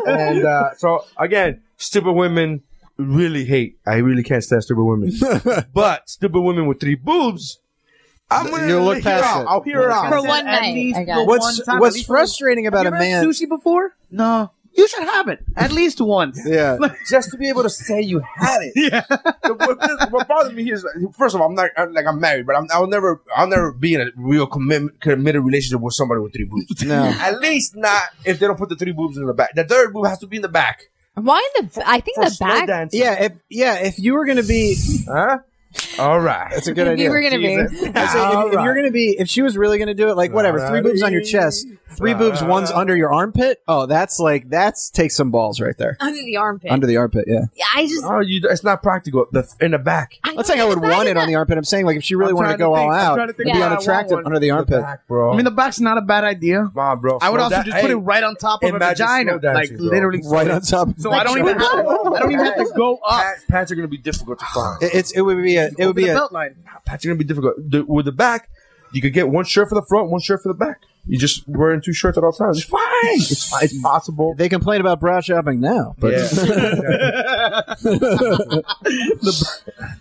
Speaker 8: and uh, so again, stupid women really hate. I really can't stand stupid women. but stupid women with three boobs, I'm gonna
Speaker 9: You'll look
Speaker 8: hear her
Speaker 9: past
Speaker 8: out.
Speaker 9: it.
Speaker 8: I'll hear her out.
Speaker 10: For one
Speaker 3: At
Speaker 10: night,
Speaker 3: least
Speaker 10: I got
Speaker 3: for
Speaker 10: it.
Speaker 9: What's
Speaker 3: one time, at
Speaker 9: what's
Speaker 3: least for-
Speaker 9: frustrating about
Speaker 3: You
Speaker 9: a
Speaker 3: ever had
Speaker 9: man?
Speaker 3: sushi before? No. You should have it at least once.
Speaker 9: Yeah.
Speaker 8: just to be able to say you had it.
Speaker 3: Yeah.
Speaker 8: The- what, this- what bothered me is, first of all, I'm not I'm, like I'm married, but I'm, I'll never, I'll never be in a real commitment, committed relationship with somebody with three boobs.
Speaker 9: No.
Speaker 8: At least not if they don't put the three boobs in the back. The third boob has to be in the back
Speaker 10: Why in the? I think
Speaker 8: for
Speaker 10: the
Speaker 8: slow
Speaker 10: back.
Speaker 8: dancing.
Speaker 9: Yeah, if yeah, if you were gonna be,
Speaker 8: Huh? All right.
Speaker 9: that's a good
Speaker 10: If
Speaker 9: idea.
Speaker 10: you were gonna be.
Speaker 9: I say, if, if you're gonna be, if she was really gonna do it, like whatever, three boobs on your chest, three boobs, one's under your armpit. Oh, that's like that's take some balls right there.
Speaker 10: Under the armpit.
Speaker 9: Under the armpit, yeah.
Speaker 10: Yeah, I just.
Speaker 8: Oh, you, it's not practical. The, in the back.
Speaker 10: I
Speaker 9: Let's say I would want it on the armpit. I'm saying like if she really
Speaker 8: I'm
Speaker 9: wanted to
Speaker 8: trying to
Speaker 9: go all
Speaker 8: think. I'm
Speaker 9: out,
Speaker 8: trying to
Speaker 9: it'd
Speaker 8: think
Speaker 9: be
Speaker 10: why I want
Speaker 9: unattracted
Speaker 8: one.
Speaker 9: under the
Speaker 8: The
Speaker 9: armpit.
Speaker 8: back, bro.
Speaker 3: I mean, the back's not a bad idea.
Speaker 8: Mom, bro.
Speaker 3: I would
Speaker 8: slow
Speaker 3: also
Speaker 8: da-
Speaker 3: just put
Speaker 8: hey,
Speaker 3: it right on top of a
Speaker 8: imagine
Speaker 3: vagina,
Speaker 8: slow dancing,
Speaker 3: like
Speaker 8: bro.
Speaker 3: literally.
Speaker 9: Right on top.
Speaker 3: So I don't even have to, I don't even have to go up.
Speaker 8: Pants- Pants are gonna be difficult to find.
Speaker 9: It- It's it would be a it would be
Speaker 3: the
Speaker 9: a
Speaker 3: belt line.
Speaker 8: Pat's gonna be difficult. The, with the back, you could get one shirt for the front, one shirt for the back. You just wearing two shirts at all times. It's fine. It's, fine. it's possible.
Speaker 9: they complain about bra shopping now, but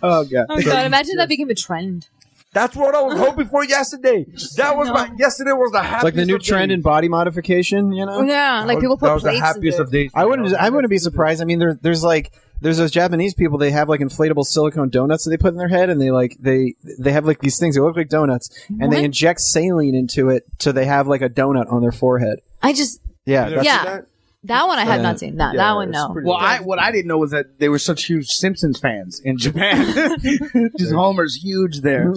Speaker 9: oh god,
Speaker 10: Oh god! Imagine that became a trend.
Speaker 8: That's what I was hoping for yesterday. That was my yesterday was the happiest.
Speaker 9: like the new
Speaker 8: of
Speaker 9: trend
Speaker 8: days.
Speaker 9: in body modification, you know?
Speaker 10: Yeah, like
Speaker 8: That
Speaker 10: people
Speaker 8: was-
Speaker 10: put
Speaker 8: that was the
Speaker 10: plates in
Speaker 8: happiest
Speaker 10: it.
Speaker 8: of days.
Speaker 9: I wouldn't. I wouldn't be surprised. I mean, there, there's like there's those Japanese people. They have like inflatable silicone donuts that they put in their head, and they like they they have like these things that look like donuts, and
Speaker 10: What?
Speaker 9: they inject saline into it, so they have like a donut on their forehead.
Speaker 10: I just
Speaker 9: Yeah, that's,
Speaker 10: yeah. That one I have
Speaker 9: Yeah.
Speaker 10: not seen. That
Speaker 8: Yeah,
Speaker 10: that one
Speaker 8: it's
Speaker 10: no.
Speaker 8: pretty-
Speaker 3: Well, I what I didn't know was that they were such huge Simpsons fans in Japan. Just Homer's huge there.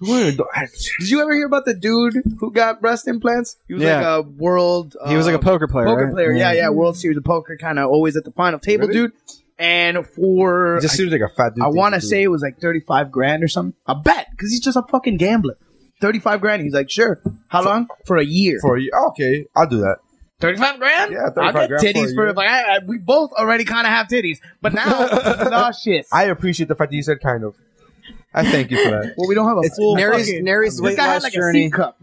Speaker 8: Weird.
Speaker 3: Did you ever hear about the dude who got breast implants? He was
Speaker 9: Yeah.
Speaker 3: like a world.
Speaker 9: He was like a
Speaker 3: um,
Speaker 9: poker player,
Speaker 3: Poker
Speaker 9: right?
Speaker 3: player, yeah, yeah. World Series of Poker, kind of always at the final table,
Speaker 8: Really?
Speaker 3: dude. And for
Speaker 8: Just seems like a fat dude.
Speaker 3: I
Speaker 8: thing
Speaker 3: want to
Speaker 8: do.
Speaker 3: say it was like 35 grand or something. I bet, because he's just a fucking gambler. 35 grand. He's like, sure. How long? For a year.
Speaker 8: for you. Okay, I'll do that.
Speaker 3: 35 grand?
Speaker 8: Yeah, 35
Speaker 3: I'll get
Speaker 8: grand for a
Speaker 3: titties for,
Speaker 8: year.
Speaker 3: like, I, I, we both already kind of have titties, but now, nah, shit.
Speaker 8: I appreciate the fact that you said kind of. I thank you for that.
Speaker 3: well, we don't have a full
Speaker 9: Neri's-
Speaker 3: fucking-
Speaker 9: Neri's
Speaker 3: this
Speaker 9: weight
Speaker 3: guy had
Speaker 9: loss
Speaker 3: like a
Speaker 9: journey.
Speaker 3: C cup.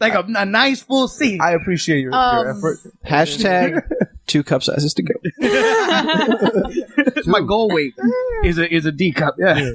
Speaker 3: Like a, a nice full C.
Speaker 8: I appreciate your,
Speaker 10: Um,
Speaker 8: your effort.
Speaker 9: Hashtag two cup sizes to go.
Speaker 3: my goal weight is a, is a D cup. Yeah.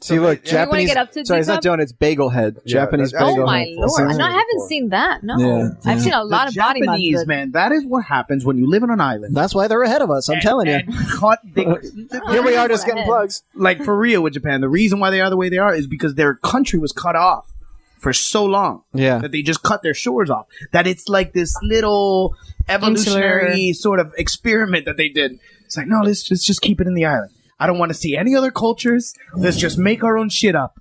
Speaker 9: See,
Speaker 10: wanna
Speaker 9: look, Japanese.
Speaker 10: get up to
Speaker 9: sorry, it's
Speaker 10: D-cup?
Speaker 9: not doing. It's bagel head.
Speaker 8: Yeah,
Speaker 9: Japanese
Speaker 8: that's-
Speaker 9: bagel.
Speaker 10: Oh my
Speaker 9: head.
Speaker 10: lord!
Speaker 9: Sounds-
Speaker 10: No, I haven't seen that. No,
Speaker 9: Yeah,
Speaker 10: I've
Speaker 9: yeah.
Speaker 10: seen a lot
Speaker 3: The
Speaker 10: of body mods,
Speaker 3: Japanese,
Speaker 10: but-
Speaker 3: man. That is what happens when you live on an island.
Speaker 9: That's why they're ahead of us. I'm telling you.
Speaker 3: And cut- they-
Speaker 9: Here we are, just getting
Speaker 10: Ahead.
Speaker 9: plugs.
Speaker 3: like for real with Japan, the reason why they are the way they are is because their country was cut off for so long
Speaker 9: Yeah.
Speaker 3: that they just cut their shores off. That it's like this little evolutionary sort of experiment that they did. It's like, no, let's just, just keep it in the island. I don't want to see any other cultures. Let's just make our own shit up.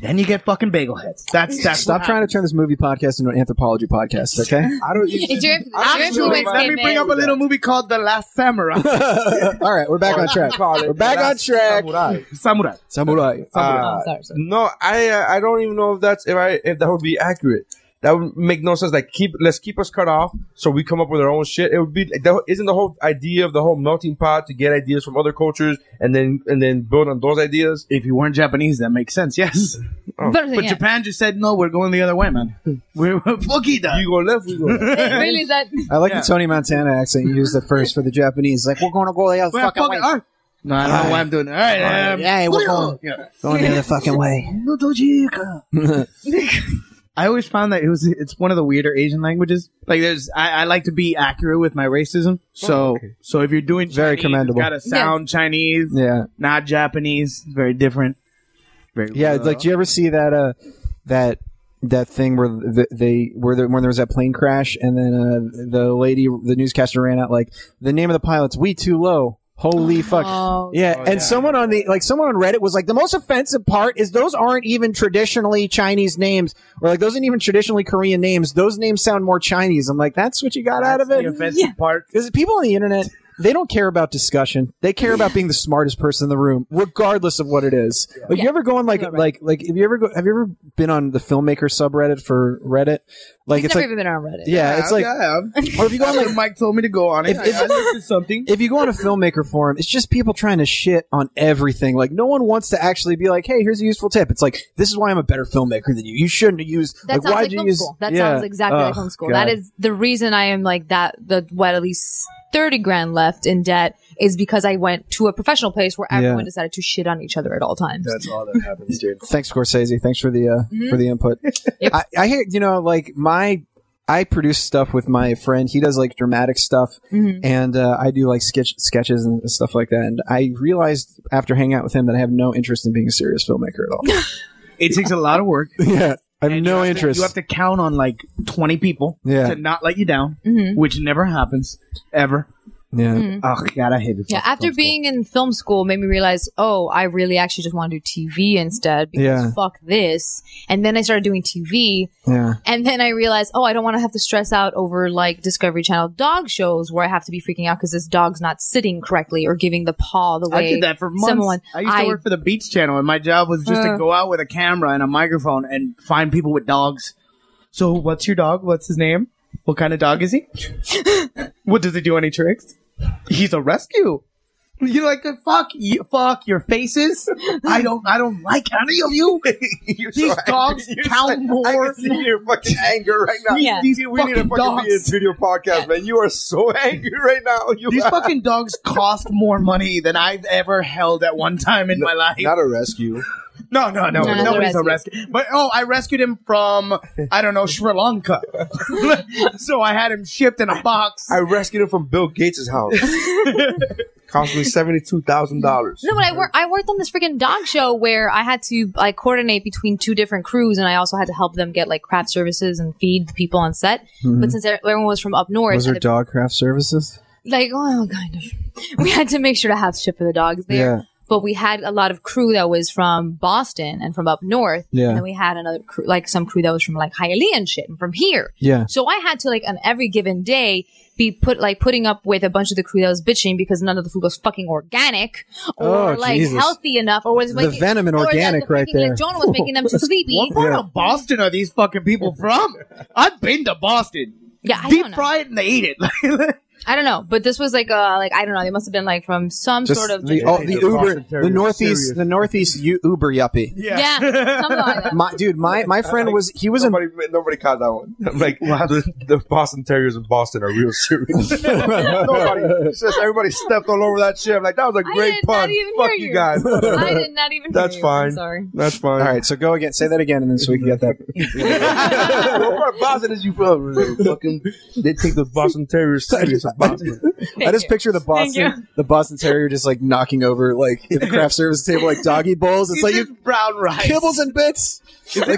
Speaker 3: Then you get fucking bagel heads. That's that's
Speaker 9: Stop
Speaker 3: what
Speaker 9: trying to turn this movie podcast into an anthropology podcast, okay?
Speaker 8: I don't.
Speaker 10: It's your, it's your
Speaker 3: happens. Actually,
Speaker 10: influence,
Speaker 3: let me
Speaker 10: came
Speaker 3: bring
Speaker 10: in.
Speaker 9: Uh,
Speaker 3: up a little movie called The Last Samurai.
Speaker 9: All right, we're back on track. We're back on track.
Speaker 8: Samurai.
Speaker 3: Samurai.
Speaker 9: Samurai.
Speaker 8: Uh,
Speaker 10: Oh, sorry, sorry.
Speaker 8: no, I uh, I don't even know if that's if I if that would be accurate. That would make no sense. Like keep let's keep us cut off so we come up with our own shit. It would be like, that isn't the whole idea of the whole melting pot to get ideas from other cultures and then and then build on those ideas.
Speaker 3: If you weren't Japanese, that makes sense. Yes,
Speaker 10: But,
Speaker 3: but
Speaker 10: yeah.
Speaker 3: Japan just said no. We're going the other way, man. We're fuck you,
Speaker 8: You go left, we go. Right.
Speaker 10: It really is that
Speaker 9: I like
Speaker 3: Yeah.
Speaker 9: the Tony Montana accent you used at first for the Japanese. Like, we're going to go the other
Speaker 3: Well,
Speaker 9: fucking
Speaker 3: fuck
Speaker 9: way.
Speaker 3: it, all right. No, I don't know why I'm doing it. All right, um,
Speaker 9: Yeah, we're going,
Speaker 3: yeah.
Speaker 9: going the other fucking way.
Speaker 3: No doji ka. I always found that it was it's one of the weirder Asian languages. Like there's I, I like to be accurate with my racism. So so if you're doing
Speaker 9: Very
Speaker 3: Chinese,
Speaker 9: commendable.
Speaker 3: it's gotta sound Chinese,
Speaker 9: Yeah.
Speaker 3: not Japanese. Very different. Very
Speaker 9: Yeah, like, do you ever see that, uh, that, that thing where th- they where the, when there was that plane crash and then uh, the lady the newscaster ran out like the name of the pilots we too low holy fuck
Speaker 10: Oh.
Speaker 9: yeah and someone on the like someone on Reddit was like the most offensive part is those aren't even traditionally Chinese names or like those aren't even traditionally Korean names those names sound more Chinese I'm like that's what you got out of
Speaker 3: the
Speaker 9: it
Speaker 3: offensive part.
Speaker 9: Because people on the internet, they don't care about discussion. They care about being the smartest person in the room, regardless of what it is. Like you ever go on like like like have you ever go have you ever been on the filmmaker subreddit for Reddit? Like
Speaker 10: He's
Speaker 9: it's
Speaker 10: never
Speaker 9: like
Speaker 10: even been on Reddit.
Speaker 9: yeah, it's like
Speaker 3: yeah,
Speaker 9: or if you go on like
Speaker 3: Mike told me to go on it.
Speaker 9: If- if-
Speaker 3: I, I looked at something.
Speaker 9: if you go on a filmmaker forum, it's just people trying to shit on everything. Like no one wants to actually be like, "Hey, here's a useful tip." It's like this is why I'm a better filmmaker than you. You shouldn't use
Speaker 10: That
Speaker 9: like
Speaker 10: sounds
Speaker 9: why
Speaker 10: like
Speaker 9: would you
Speaker 10: home
Speaker 9: use
Speaker 10: school. That
Speaker 9: Yeah.
Speaker 10: sounds exactly like
Speaker 9: Ugh,
Speaker 10: home school.
Speaker 9: God.
Speaker 10: That is the reason I am like that. The what at least thirty grand left in debt is because I went to a professional place where everyone decided to shit on each other at all times.
Speaker 3: all that happens, dude.
Speaker 9: thanks Scorsese. Thanks for the uh,
Speaker 3: Mm-hmm.
Speaker 9: for the input. I, I hear you know like my I produce stuff with my friend. He does like dramatic stuff,
Speaker 3: Mm-hmm.
Speaker 9: and uh, I do like sketch sketches and stuff like that. And I realized after hanging out with him that I have no interest in being a serious filmmaker at all.
Speaker 3: It takes a lot of work.
Speaker 9: yeah, I have
Speaker 3: And you
Speaker 9: no
Speaker 3: to-
Speaker 9: interest.
Speaker 3: you have to count on like 20 people
Speaker 9: Yeah.
Speaker 3: to not let you down,
Speaker 10: Mm-hmm.
Speaker 3: which never happens ever.
Speaker 9: yeah,
Speaker 3: Oh god, I hate it.
Speaker 10: Yeah, after being in film school made me realize, oh, I really actually just want to do TV instead because
Speaker 9: Yeah.
Speaker 10: fuck this. And then I started doing TV
Speaker 9: yeah.
Speaker 10: and then I realized, oh, I don't want to have to stress out over like Discovery Channel dog shows where I have to be freaking out because this dog's not sitting correctly or giving the paw the way
Speaker 3: I did that for months.
Speaker 10: someone
Speaker 3: I used to work for the Beats Channel, and my job was just to
Speaker 10: Uh.
Speaker 3: go out with a camera and a microphone and find people with dogs. So, what's your dog? What's his name? What kind of dog is he? what does he do? Any tricks? He's a rescue. You're like fuck, you, fuck your faces. I don't, I don't like any of you.
Speaker 8: You're
Speaker 3: These
Speaker 8: angry.
Speaker 3: dogs
Speaker 8: You're
Speaker 3: count
Speaker 8: I can
Speaker 3: more
Speaker 8: see your fucking anger right now.
Speaker 10: Yeah.
Speaker 3: These
Speaker 8: We need to
Speaker 3: fucking
Speaker 8: fucking
Speaker 3: dogs.
Speaker 8: be a studio podcast, man. You are so angry right now. You
Speaker 3: These fucking dogs cost more money than I've ever held at one time in my life.
Speaker 8: not a rescue.
Speaker 3: No, no, no.
Speaker 10: No, no,
Speaker 3: Nobody's
Speaker 10: the
Speaker 3: a rescue. But oh, I rescued him from I don't know Sri Lanka. so I had him shipped in a box.
Speaker 8: I rescued him from Bill Gates' house. Cost me seventy two thousand dollars.
Speaker 10: No, but I work. I worked on this freaking dog show where I had to like coordinate between two different crews, and I also had to help them get like craft services and feed the people on set.
Speaker 3: Mm-hmm.
Speaker 10: But since everyone was from up north,
Speaker 9: Was there
Speaker 10: and the-
Speaker 9: dog craft services?
Speaker 10: like oh, kind of, we had to make sure to have shit for the dogs there. But we had a lot of crew that was from Boston and from up north.
Speaker 9: Yeah.
Speaker 10: And then we had another crew, like some crew that was from like Hialeah and shit and from here.
Speaker 9: Yeah.
Speaker 10: So I had to like on every given day be put like putting up with a bunch of the crew that was bitching because none of the food was fucking organic or
Speaker 9: Oh,
Speaker 10: like
Speaker 9: Jesus.
Speaker 10: healthy enough or was
Speaker 9: The
Speaker 10: making-
Speaker 9: venom and
Speaker 10: or that
Speaker 9: organic
Speaker 10: the
Speaker 9: right
Speaker 10: freaking- like,
Speaker 9: there.
Speaker 10: Jonah was making them too sleepy.
Speaker 3: What part of Boston are these fucking people from? I've been to Boston.
Speaker 10: Yeah, I
Speaker 3: Deep
Speaker 10: don't know.
Speaker 3: fry it and they eat it.
Speaker 10: I don't know, but this was like uh like I don't know. They must have been like from some
Speaker 9: Just
Speaker 10: sort of
Speaker 9: the, oh, the
Speaker 8: Yeah,
Speaker 9: Uber,
Speaker 8: Boston Terrier
Speaker 9: the
Speaker 8: is
Speaker 9: northeast,
Speaker 8: serious.
Speaker 9: the northeast U- Uber yuppie.
Speaker 10: yeah, something like that.
Speaker 9: My dude, my my friend was he was in
Speaker 8: Nobody, nobody caught that one. I'm like the, the Boston Terriers in Boston are real serious. nobody, it's just everybody stepped all over that shit. I'm like, that was a
Speaker 10: I
Speaker 8: great
Speaker 10: did not
Speaker 8: pun.
Speaker 10: even
Speaker 8: Fuck
Speaker 10: hear
Speaker 8: you
Speaker 10: you.
Speaker 8: guys.
Speaker 10: I did not even. hear
Speaker 8: That's
Speaker 10: you. I'm
Speaker 8: fine.
Speaker 10: sorry.
Speaker 8: That's fine.
Speaker 9: All right, so go again. Say that again, and then so we can get that.
Speaker 8: what part of Boston is you from? Fucking, they take the Boston Terriers serious in Boston.
Speaker 9: I just picture the
Speaker 10: Thank
Speaker 9: Boston, the Boston Terrier, just like knocking over like at the craft service table, like doggy bowls. It's like
Speaker 3: like
Speaker 9: you
Speaker 3: brown rice.
Speaker 9: kibbles and bits.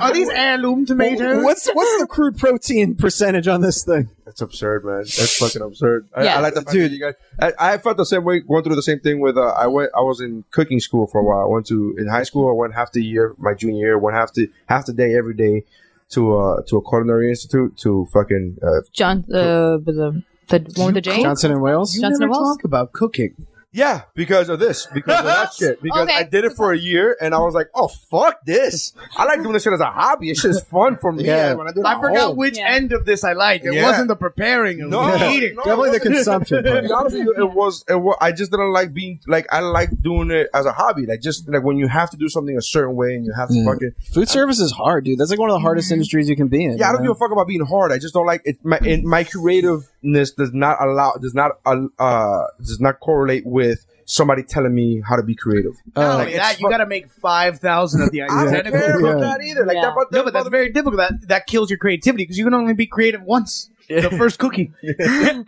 Speaker 3: are these heirloom tomatoes?
Speaker 9: What's what's the crude protein percentage on this thing?
Speaker 8: That's absurd, man. That's fucking absurd. I,
Speaker 10: Yeah.
Speaker 8: I like the fact dude. you guys, I, I felt the same way going through the same thing with. Uh, I went. I was in cooking school for a while. I went to in high school. I went half the year, my junior year. Went half the half the day every day to uh to a culinary institute to fucking uh,
Speaker 10: John, uh, the the one with the J.
Speaker 9: Johnson and Wales.
Speaker 10: Johnson and Wales?
Speaker 3: about cooking.
Speaker 8: yeah because of this because of that shit because
Speaker 10: Okay.
Speaker 8: I did it for a year and I was like oh fuck this I like doing this shit as a hobby. It's just fun for me.
Speaker 9: Yeah.
Speaker 8: when I, do it
Speaker 3: I
Speaker 8: at
Speaker 3: forgot
Speaker 8: home.
Speaker 3: which
Speaker 10: Yeah.
Speaker 3: end of this I liked. It
Speaker 8: Yeah.
Speaker 3: wasn't the preparing. It was
Speaker 8: No,
Speaker 3: the eating.
Speaker 8: no,
Speaker 9: Definitely the consumption.
Speaker 8: To
Speaker 9: part.
Speaker 8: be honest with you, it was, it was. I just didn't like being like I like doing it as a hobby. Like just like when you have to do something a certain way and you have to fucking.
Speaker 9: Food service is hard, dude. That's like one of the hardest
Speaker 10: Mm-hmm.
Speaker 9: industries you can be in.
Speaker 8: Yeah, I don't
Speaker 9: you
Speaker 8: give a fuck about being hard. I just don't like it. My and my creativeness does not allow does not uh, uh does not correlate with somebody telling me how to be creative.
Speaker 3: Not
Speaker 9: know?
Speaker 3: only that, you got to make five thousand of the
Speaker 8: I don't
Speaker 3: identical.
Speaker 8: care about
Speaker 9: Yeah.
Speaker 8: that either. Like
Speaker 10: Yeah.
Speaker 8: that,
Speaker 3: No, but that's very difficult. That that kills your creativity because you can only be creative once. The first cookie.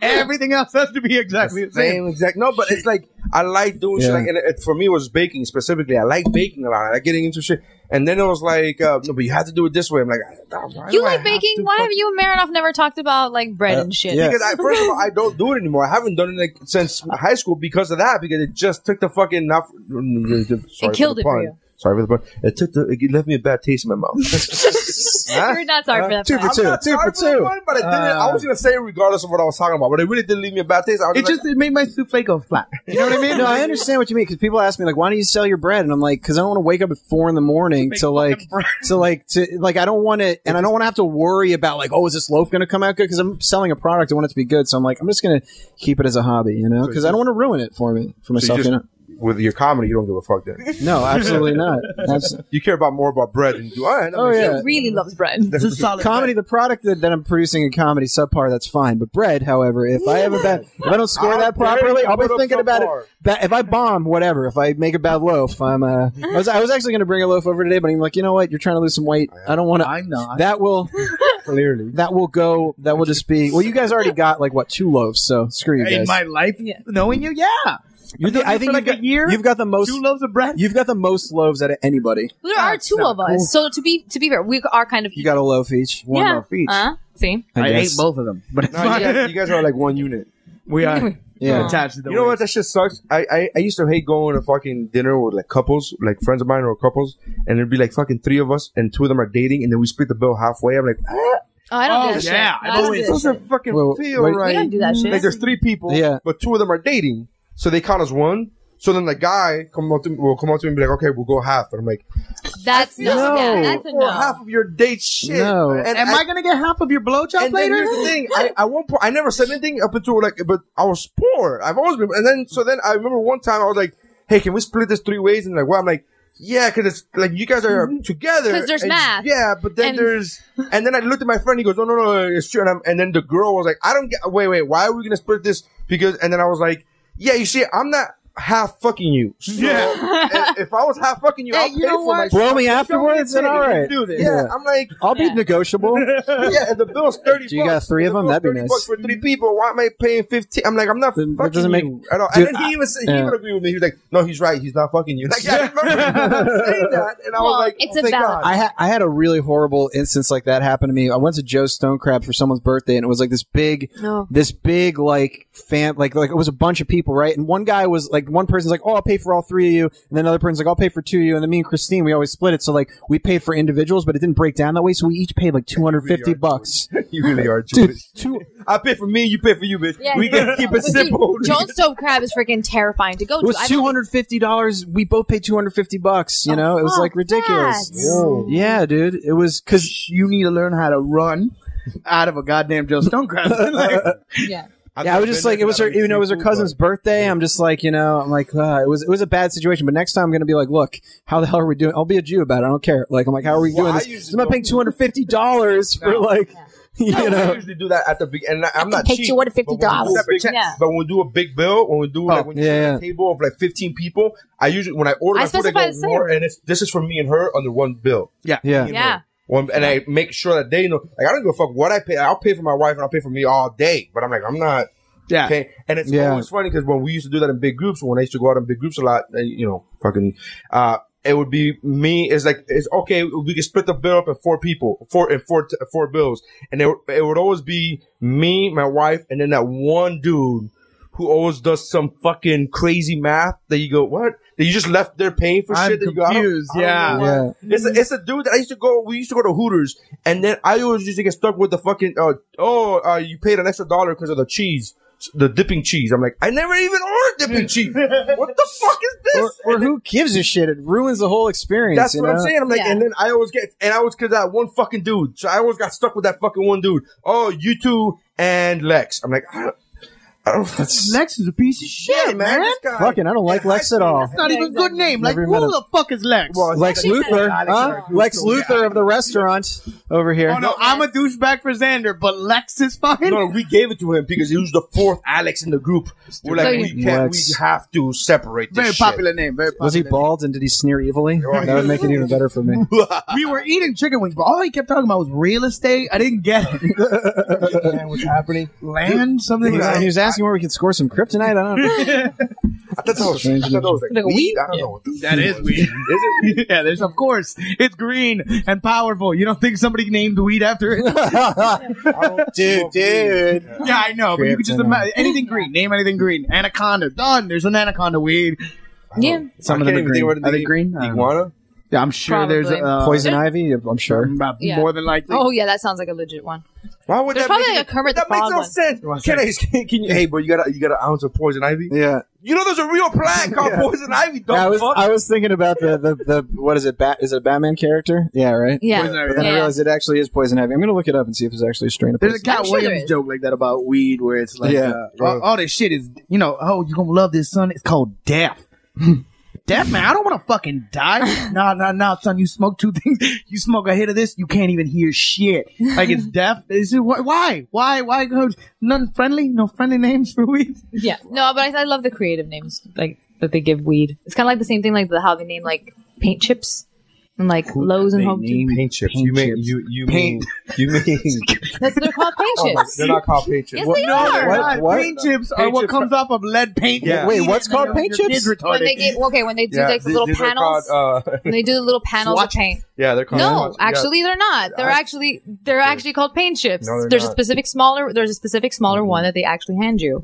Speaker 3: Everything else has to be exactly the same.
Speaker 8: same exact. No, but it's like I like doing shit.
Speaker 9: Yeah.
Speaker 8: Like, and it, for me, it was baking specifically. I like baking a lot. I like getting into shit. And then it was like, uh, no, but you have to do it this way. I'm like, "Ah, why
Speaker 10: You
Speaker 8: do I
Speaker 10: like
Speaker 8: have
Speaker 10: baking?
Speaker 8: to
Speaker 10: Why have
Speaker 8: fuck-"
Speaker 10: you and Marinoff never talked about like
Speaker 9: Uh,
Speaker 10: bread and shit?
Speaker 9: yeah.
Speaker 8: Because I, first of all, I don't do it anymore. I haven't done it like, since high school because of that. Because it just took the fucking not. Sorry for
Speaker 10: killed
Speaker 8: the
Speaker 10: it for
Speaker 8: pun.
Speaker 10: you.
Speaker 8: Sorry for the pun. It took the. It left me a bad taste in my mouth. Huh?
Speaker 10: You're not sorry for that.
Speaker 9: Two for
Speaker 10: Brian.
Speaker 9: two.
Speaker 8: Not
Speaker 9: Two
Speaker 8: sorry
Speaker 9: for
Speaker 8: the
Speaker 9: two.
Speaker 8: pun, but I didn't. I was gonna say it regardless of what I was talking about, but it really did leave me a bad taste. I was
Speaker 3: It
Speaker 8: like,
Speaker 3: just it made my souffle go flat.
Speaker 9: You know what I mean? No, I understand what you mean because people ask me like, "Why don't you sell your bread?" And I'm like, "Cause I don't want to wake up at four in the morning to like,
Speaker 3: bread.
Speaker 9: to like, to like, I don't want to, and I don't want to have to worry about like, oh, is this loaf going to come out good? Because I'm selling a product, I want it to be good. So I'm like, I'm just going to keep it as a hobby, you know? Because I don't want to ruin it for me for
Speaker 8: So
Speaker 9: myself.
Speaker 8: you
Speaker 9: you
Speaker 8: just-
Speaker 9: know?
Speaker 8: with your comedy, you don't give a fuck. Then
Speaker 9: No, absolutely not. Abs-
Speaker 8: you care about more about bread than you do. All right, that
Speaker 9: oh
Speaker 8: makes
Speaker 9: yeah,
Speaker 10: Really loves bread.
Speaker 3: It's a solid
Speaker 9: comedy. The product that, that I'm producing in comedy subpar. That's fine, but bread, however, if I have a bad, if I don't score
Speaker 8: How
Speaker 9: that
Speaker 8: dare
Speaker 9: properly,
Speaker 8: you
Speaker 9: I'll be
Speaker 8: put up
Speaker 9: thinking about it.
Speaker 8: subpar.
Speaker 9: Ba- if I bomb, whatever. If I make a bad loaf, I'm. Uh, I was I was actually going to bring a loaf over today, but I'm like, you know what? You're trying to lose some weight. I don't want to.
Speaker 3: I'm not.
Speaker 9: That will
Speaker 8: clearly.
Speaker 9: that will go. That will just be. Well, you guys already got like what two loaves, so screw you
Speaker 3: in
Speaker 9: guys.
Speaker 3: my life,
Speaker 10: Yeah.
Speaker 3: knowing you, yeah.
Speaker 9: You're the- I think
Speaker 3: for like
Speaker 9: you've got,
Speaker 3: a year,
Speaker 9: You've got the most.
Speaker 3: Two loaves of bread.
Speaker 9: You've got the most loaves out of anybody.
Speaker 10: There are two of us, so to be to be fair, we are kind of
Speaker 9: You got a loaf each. One
Speaker 10: yeah.
Speaker 9: loaf each.
Speaker 10: Uh, see,
Speaker 3: I, ate
Speaker 9: guess.
Speaker 3: both of them, but it's
Speaker 8: No, you
Speaker 3: fine.
Speaker 8: guys, you guys are like one unit.
Speaker 3: we are
Speaker 9: Yeah.
Speaker 3: attached to the.
Speaker 8: You know what? That shit sucks. I, I, I used to hate going to fucking dinner with like couples, like friends of mine or couples, and there'd be like fucking three of us, and two of them are dating, and then we split the bill halfway. I'm like, ah,
Speaker 10: oh, I don't
Speaker 3: Oh,
Speaker 10: do that
Speaker 3: yeah, I've
Speaker 10: shit. I don't do
Speaker 3: always-
Speaker 10: that
Speaker 8: this
Speaker 10: shit.
Speaker 8: doesn't fucking
Speaker 9: Well,
Speaker 8: feel
Speaker 9: wait- We
Speaker 8: right.
Speaker 10: don't do that shit.
Speaker 8: Like there's three people,
Speaker 9: Yeah.
Speaker 8: but two of them are dating, so they count as one. So then the guy come up to me, will come up to me and be like, okay, we'll go half, and I'm like,
Speaker 10: That's no.
Speaker 9: No.
Speaker 10: Yeah, that's a
Speaker 8: for
Speaker 10: no.
Speaker 8: half of your date shit.
Speaker 9: No.
Speaker 8: and
Speaker 3: Am I, gonna get half of your blowjob
Speaker 8: and then
Speaker 3: later?
Speaker 8: here's the thing. I, I won't. I never said anything up until like, but I was poor. I've always been. And then so then I remember one time I was like, "Hey, can we split this three ways?" And like, well, I'm like, "Yeah," because it's like you guys are together.
Speaker 10: 'Cause there's
Speaker 8: and-
Speaker 10: math.
Speaker 8: Yeah, but then
Speaker 10: And-
Speaker 8: there's. And then I looked at my friend. He goes, "No, no, no, it's true." And, I'm, and then the girl was like, "I don't get. Wait, wait. Why are we gonna split this?" Because and then I was like, "Yeah, you see, I'm not." Half fucking you. So
Speaker 3: Yeah.
Speaker 8: If, if I was half fucking you,
Speaker 3: Hey,
Speaker 8: I'll
Speaker 3: you
Speaker 8: pay
Speaker 3: know
Speaker 8: for
Speaker 3: what?
Speaker 8: my-
Speaker 9: Blow me
Speaker 8: Show
Speaker 9: afterwards,
Speaker 8: the
Speaker 9: and all
Speaker 8: thing, we
Speaker 9: right.
Speaker 8: can do this.
Speaker 9: Yeah.
Speaker 8: Yeah, I'm like,
Speaker 9: I'll be
Speaker 10: Yeah.
Speaker 9: negotiable.
Speaker 8: yeah, and the bill's thirty.
Speaker 9: Do you
Speaker 8: bucks.
Speaker 9: got three of them?
Speaker 8: The bill's
Speaker 9: That'd
Speaker 8: 30
Speaker 9: be nice.
Speaker 8: bucks for three people. Why am I paying fifteen? I'm like, I'm not
Speaker 9: Then that
Speaker 8: fucking
Speaker 9: doesn't make-
Speaker 8: you at all.
Speaker 9: Dude,
Speaker 8: and then he even said, he
Speaker 9: yeah.
Speaker 8: would agree with me. He was like, No, he's right. He's not fucking you. Like, yeah, I remember saying that, and I
Speaker 10: Well,
Speaker 8: was like,
Speaker 10: it's
Speaker 8: oh,
Speaker 10: a
Speaker 8: thank
Speaker 10: balance.
Speaker 8: God.
Speaker 9: I, ha- I had a really horrible instance like that happen to me. I went to Joe's Stone Crab for someone's birthday, and it was like this big,
Speaker 10: No.
Speaker 9: this big like fan, like like it was a bunch of people, right? And one guy was like like one person's like, "Oh, I'll pay for all three of you," and then another person's like, "I'll pay for two of you," and then me and Christine we always split it. So like we paid for individuals, but it didn't break down that way. So we each paid like two hundred fifty bucks.
Speaker 8: You really are
Speaker 9: Dude,
Speaker 8: Jewish.
Speaker 9: two
Speaker 8: I pay for me, you pay for you, bitch.
Speaker 10: Yeah,
Speaker 8: we
Speaker 10: yeah.
Speaker 8: gotta keep it
Speaker 10: But dude,
Speaker 8: simple.
Speaker 10: Jones stove crab is freaking terrifying to go
Speaker 9: It
Speaker 10: to.
Speaker 9: was
Speaker 10: I
Speaker 9: two
Speaker 10: don't-
Speaker 9: hundred fifty dollars. We both paid two hundred fifty bucks. You know, it was
Speaker 10: fuck
Speaker 9: like ridiculous.
Speaker 10: that. Yo.
Speaker 9: Yeah, dude, it was because
Speaker 3: you need to learn how to run out of a goddamn Joe Stone crab. Like,
Speaker 10: Yeah.
Speaker 9: yeah, I was just like, it was her. You know, it was her cousin's birthday. I'm just like, you know, I'm like, uh, it was it was a bad situation. But next time, I'm gonna be like, look, how the hell are we doing? I'll be a Jew about it. I don't care. Like, I'm like, how are we
Speaker 8: Well,
Speaker 9: doing
Speaker 8: I
Speaker 9: this?
Speaker 8: usually
Speaker 9: I'm not paying two hundred fifty dollars for like, you
Speaker 8: I
Speaker 9: know.
Speaker 8: usually do that at the big, and I- I'm not
Speaker 1: take
Speaker 8: cheap.
Speaker 1: you with the
Speaker 8: but when we
Speaker 1: $50.
Speaker 8: do separate checks-
Speaker 10: Yeah.
Speaker 8: But when we do a big bill, when we do like when you
Speaker 9: Oh, yeah,
Speaker 8: sit at
Speaker 9: yeah.
Speaker 8: a table of like 15 people, I usually when I order
Speaker 10: I
Speaker 8: my food, I
Speaker 10: specify
Speaker 8: go
Speaker 10: the same.
Speaker 8: more, and it's this is for me and her under one bill.
Speaker 9: Yeah,
Speaker 10: Yeah.
Speaker 8: One, and I make sure that they know. Like I don't give a fuck what I pay. I'll pay for my wife and I'll pay for me all day. But I'm like I'm not
Speaker 3: yeah.
Speaker 8: Okay, and it's
Speaker 9: Yeah.
Speaker 8: always funny because when we used to do that in big groups, when I used to go out in big groups a lot, uh, you know, fucking, uh, it would be me. It's like it's okay. We can split the bill up in four people, four and four, t- four bills, and it, would- it would always be me, my wife, and then that one dude who always does some fucking crazy math that you go, what? That you just left there paying for
Speaker 3: I'm
Speaker 8: shit. That you go, "I don't-
Speaker 3: confused,
Speaker 8: I don't
Speaker 3: yeah.
Speaker 8: know why."
Speaker 9: yeah.
Speaker 8: It's a, it's a dude that I used to go. We used to go to Hooters, and then I always used to get stuck with the fucking uh, oh uh, you paid an extra dollar because of the cheese, the dipping cheese. I'm like, I never even ordered dipping cheese. What the fuck is
Speaker 9: Or,
Speaker 8: this?
Speaker 9: or who gives a shit? It ruins the whole experience.
Speaker 8: That's
Speaker 9: you
Speaker 8: what I'm
Speaker 9: know?
Speaker 8: saying. I'm like,
Speaker 10: Yeah.
Speaker 8: and then I always get, and I was because that one fucking dude. So I always got stuck with that fucking one dude. Oh, you two and Lex. I'm like, I don't, I don't. That's
Speaker 3: Lex is a piece of shit,
Speaker 8: yeah,
Speaker 3: man.
Speaker 8: this guy-
Speaker 9: Fucking, I don't like Lex at all.
Speaker 3: It's not even a good name. Like,
Speaker 9: Never
Speaker 3: who
Speaker 9: met him.
Speaker 3: the fuck is Lex?
Speaker 8: Well,
Speaker 9: Lex Luthor, huh? Lex Luthor of the restaurant over here.
Speaker 3: oh, no, I'm a douchebag for Xander, but Lex is fine.
Speaker 8: No, no, we gave it to him because he was the fourth Alex in the group. We're like,
Speaker 10: So you-
Speaker 8: we can't, we
Speaker 9: Lex.
Speaker 8: have to separate this
Speaker 3: very
Speaker 8: shit.
Speaker 3: popular name. Very popular.
Speaker 9: Was he
Speaker 3: name.
Speaker 9: bald and did he sneer evilly?
Speaker 8: Oh,
Speaker 9: That would make it even better for me.
Speaker 3: We were eating chicken wings, but all he kept talking about was real estate. I didn't get it.
Speaker 9: What's happening?
Speaker 3: Land, something.
Speaker 9: He was, he was asking where we could score some kryptonite. I don't know.
Speaker 8: I thought that was, I thought that was like,
Speaker 10: Like a
Speaker 8: weed.
Speaker 10: weed?
Speaker 8: I don't know what the
Speaker 3: That is weed. yeah, there's of course. It's green and powerful. You don't think somebody named weed after it?
Speaker 9: dude, dude.
Speaker 3: yeah, I know, but you could just
Speaker 9: Kryptonite.
Speaker 3: imagine anything green. Name anything green. Anaconda. Done. There's an anaconda weed.
Speaker 10: Yeah.
Speaker 3: Some of them are green. Are they green? I don't know.
Speaker 8: Iguana?
Speaker 3: Yeah, I'm sure there's
Speaker 10: Probably.
Speaker 3: uh,
Speaker 9: Poison ivy, I'm sure.
Speaker 3: uh,
Speaker 10: Yeah.
Speaker 3: More than likely.
Speaker 10: Oh yeah, that sounds like a legit one.
Speaker 8: Why would that
Speaker 10: There's probably
Speaker 8: make
Speaker 10: like a Kermit the
Speaker 8: That makes
Speaker 10: Frog
Speaker 8: no
Speaker 10: one.
Speaker 8: sense. Can I? Can, you? Hey, bro, you got a, you got an ounce of poison ivy.
Speaker 9: Yeah,
Speaker 8: You know, there's a real plant called poison ivy. Don't
Speaker 9: Yeah, I was
Speaker 8: fuck.
Speaker 9: I was thinking about the, the, the what is it? Bat is it a Batman character? Yeah, right.
Speaker 10: Yeah.
Speaker 3: Poison ivy.
Speaker 9: But then I
Speaker 10: Yeah.
Speaker 9: realized it actually is poison ivy. I'm gonna look it up and see if it's actually a strain of
Speaker 3: There's a
Speaker 9: poison.
Speaker 3: Cat
Speaker 10: I'm sure there
Speaker 3: Williams
Speaker 10: is.
Speaker 3: joke like that about weed, where it's like,
Speaker 9: Yeah,
Speaker 3: uh, all, all this shit is, you know, oh, you gonna love this, son. It's called death. death, man. I don't want to fucking die. nah, nah, nah, son. You smoke two things. You smoke a hit of this, you can't even hear shit. Like it's death. Is it wh- why? Why? Why go? None friendly. No friendly names for weed.
Speaker 10: Yeah. No, but I, I love the creative names like that they give weed. It's kind of like the same thing like the how they name like paint chips and like Lowe's and Home Depot.
Speaker 8: paint chips. you mean you you
Speaker 3: Paint.
Speaker 8: mean you mean?
Speaker 10: That's what they're called
Speaker 8: Oh
Speaker 10: paint chips.
Speaker 8: they're not called paint chips.
Speaker 10: Yes, they are.
Speaker 9: what?
Speaker 3: Why? Paint chips are
Speaker 8: Paint
Speaker 3: what
Speaker 8: chips
Speaker 3: comes off of lead paint.
Speaker 8: Yeah.
Speaker 9: Wait, what's called paint chips?
Speaker 10: When they get okay, when they do like the
Speaker 8: these-
Speaker 10: little
Speaker 8: these are
Speaker 10: panels,
Speaker 8: called, uh,
Speaker 10: when they do the little panels
Speaker 3: Swatches.
Speaker 10: of paint.
Speaker 8: yeah, they're called.
Speaker 10: No,
Speaker 8: swatches. Yeah.
Speaker 10: actually they're not. They're actually they're actually called paint chips.
Speaker 8: No, they're
Speaker 10: there's a
Speaker 8: not. Mm-hmm.
Speaker 10: specific smaller there's a specific smaller one that they actually hand you.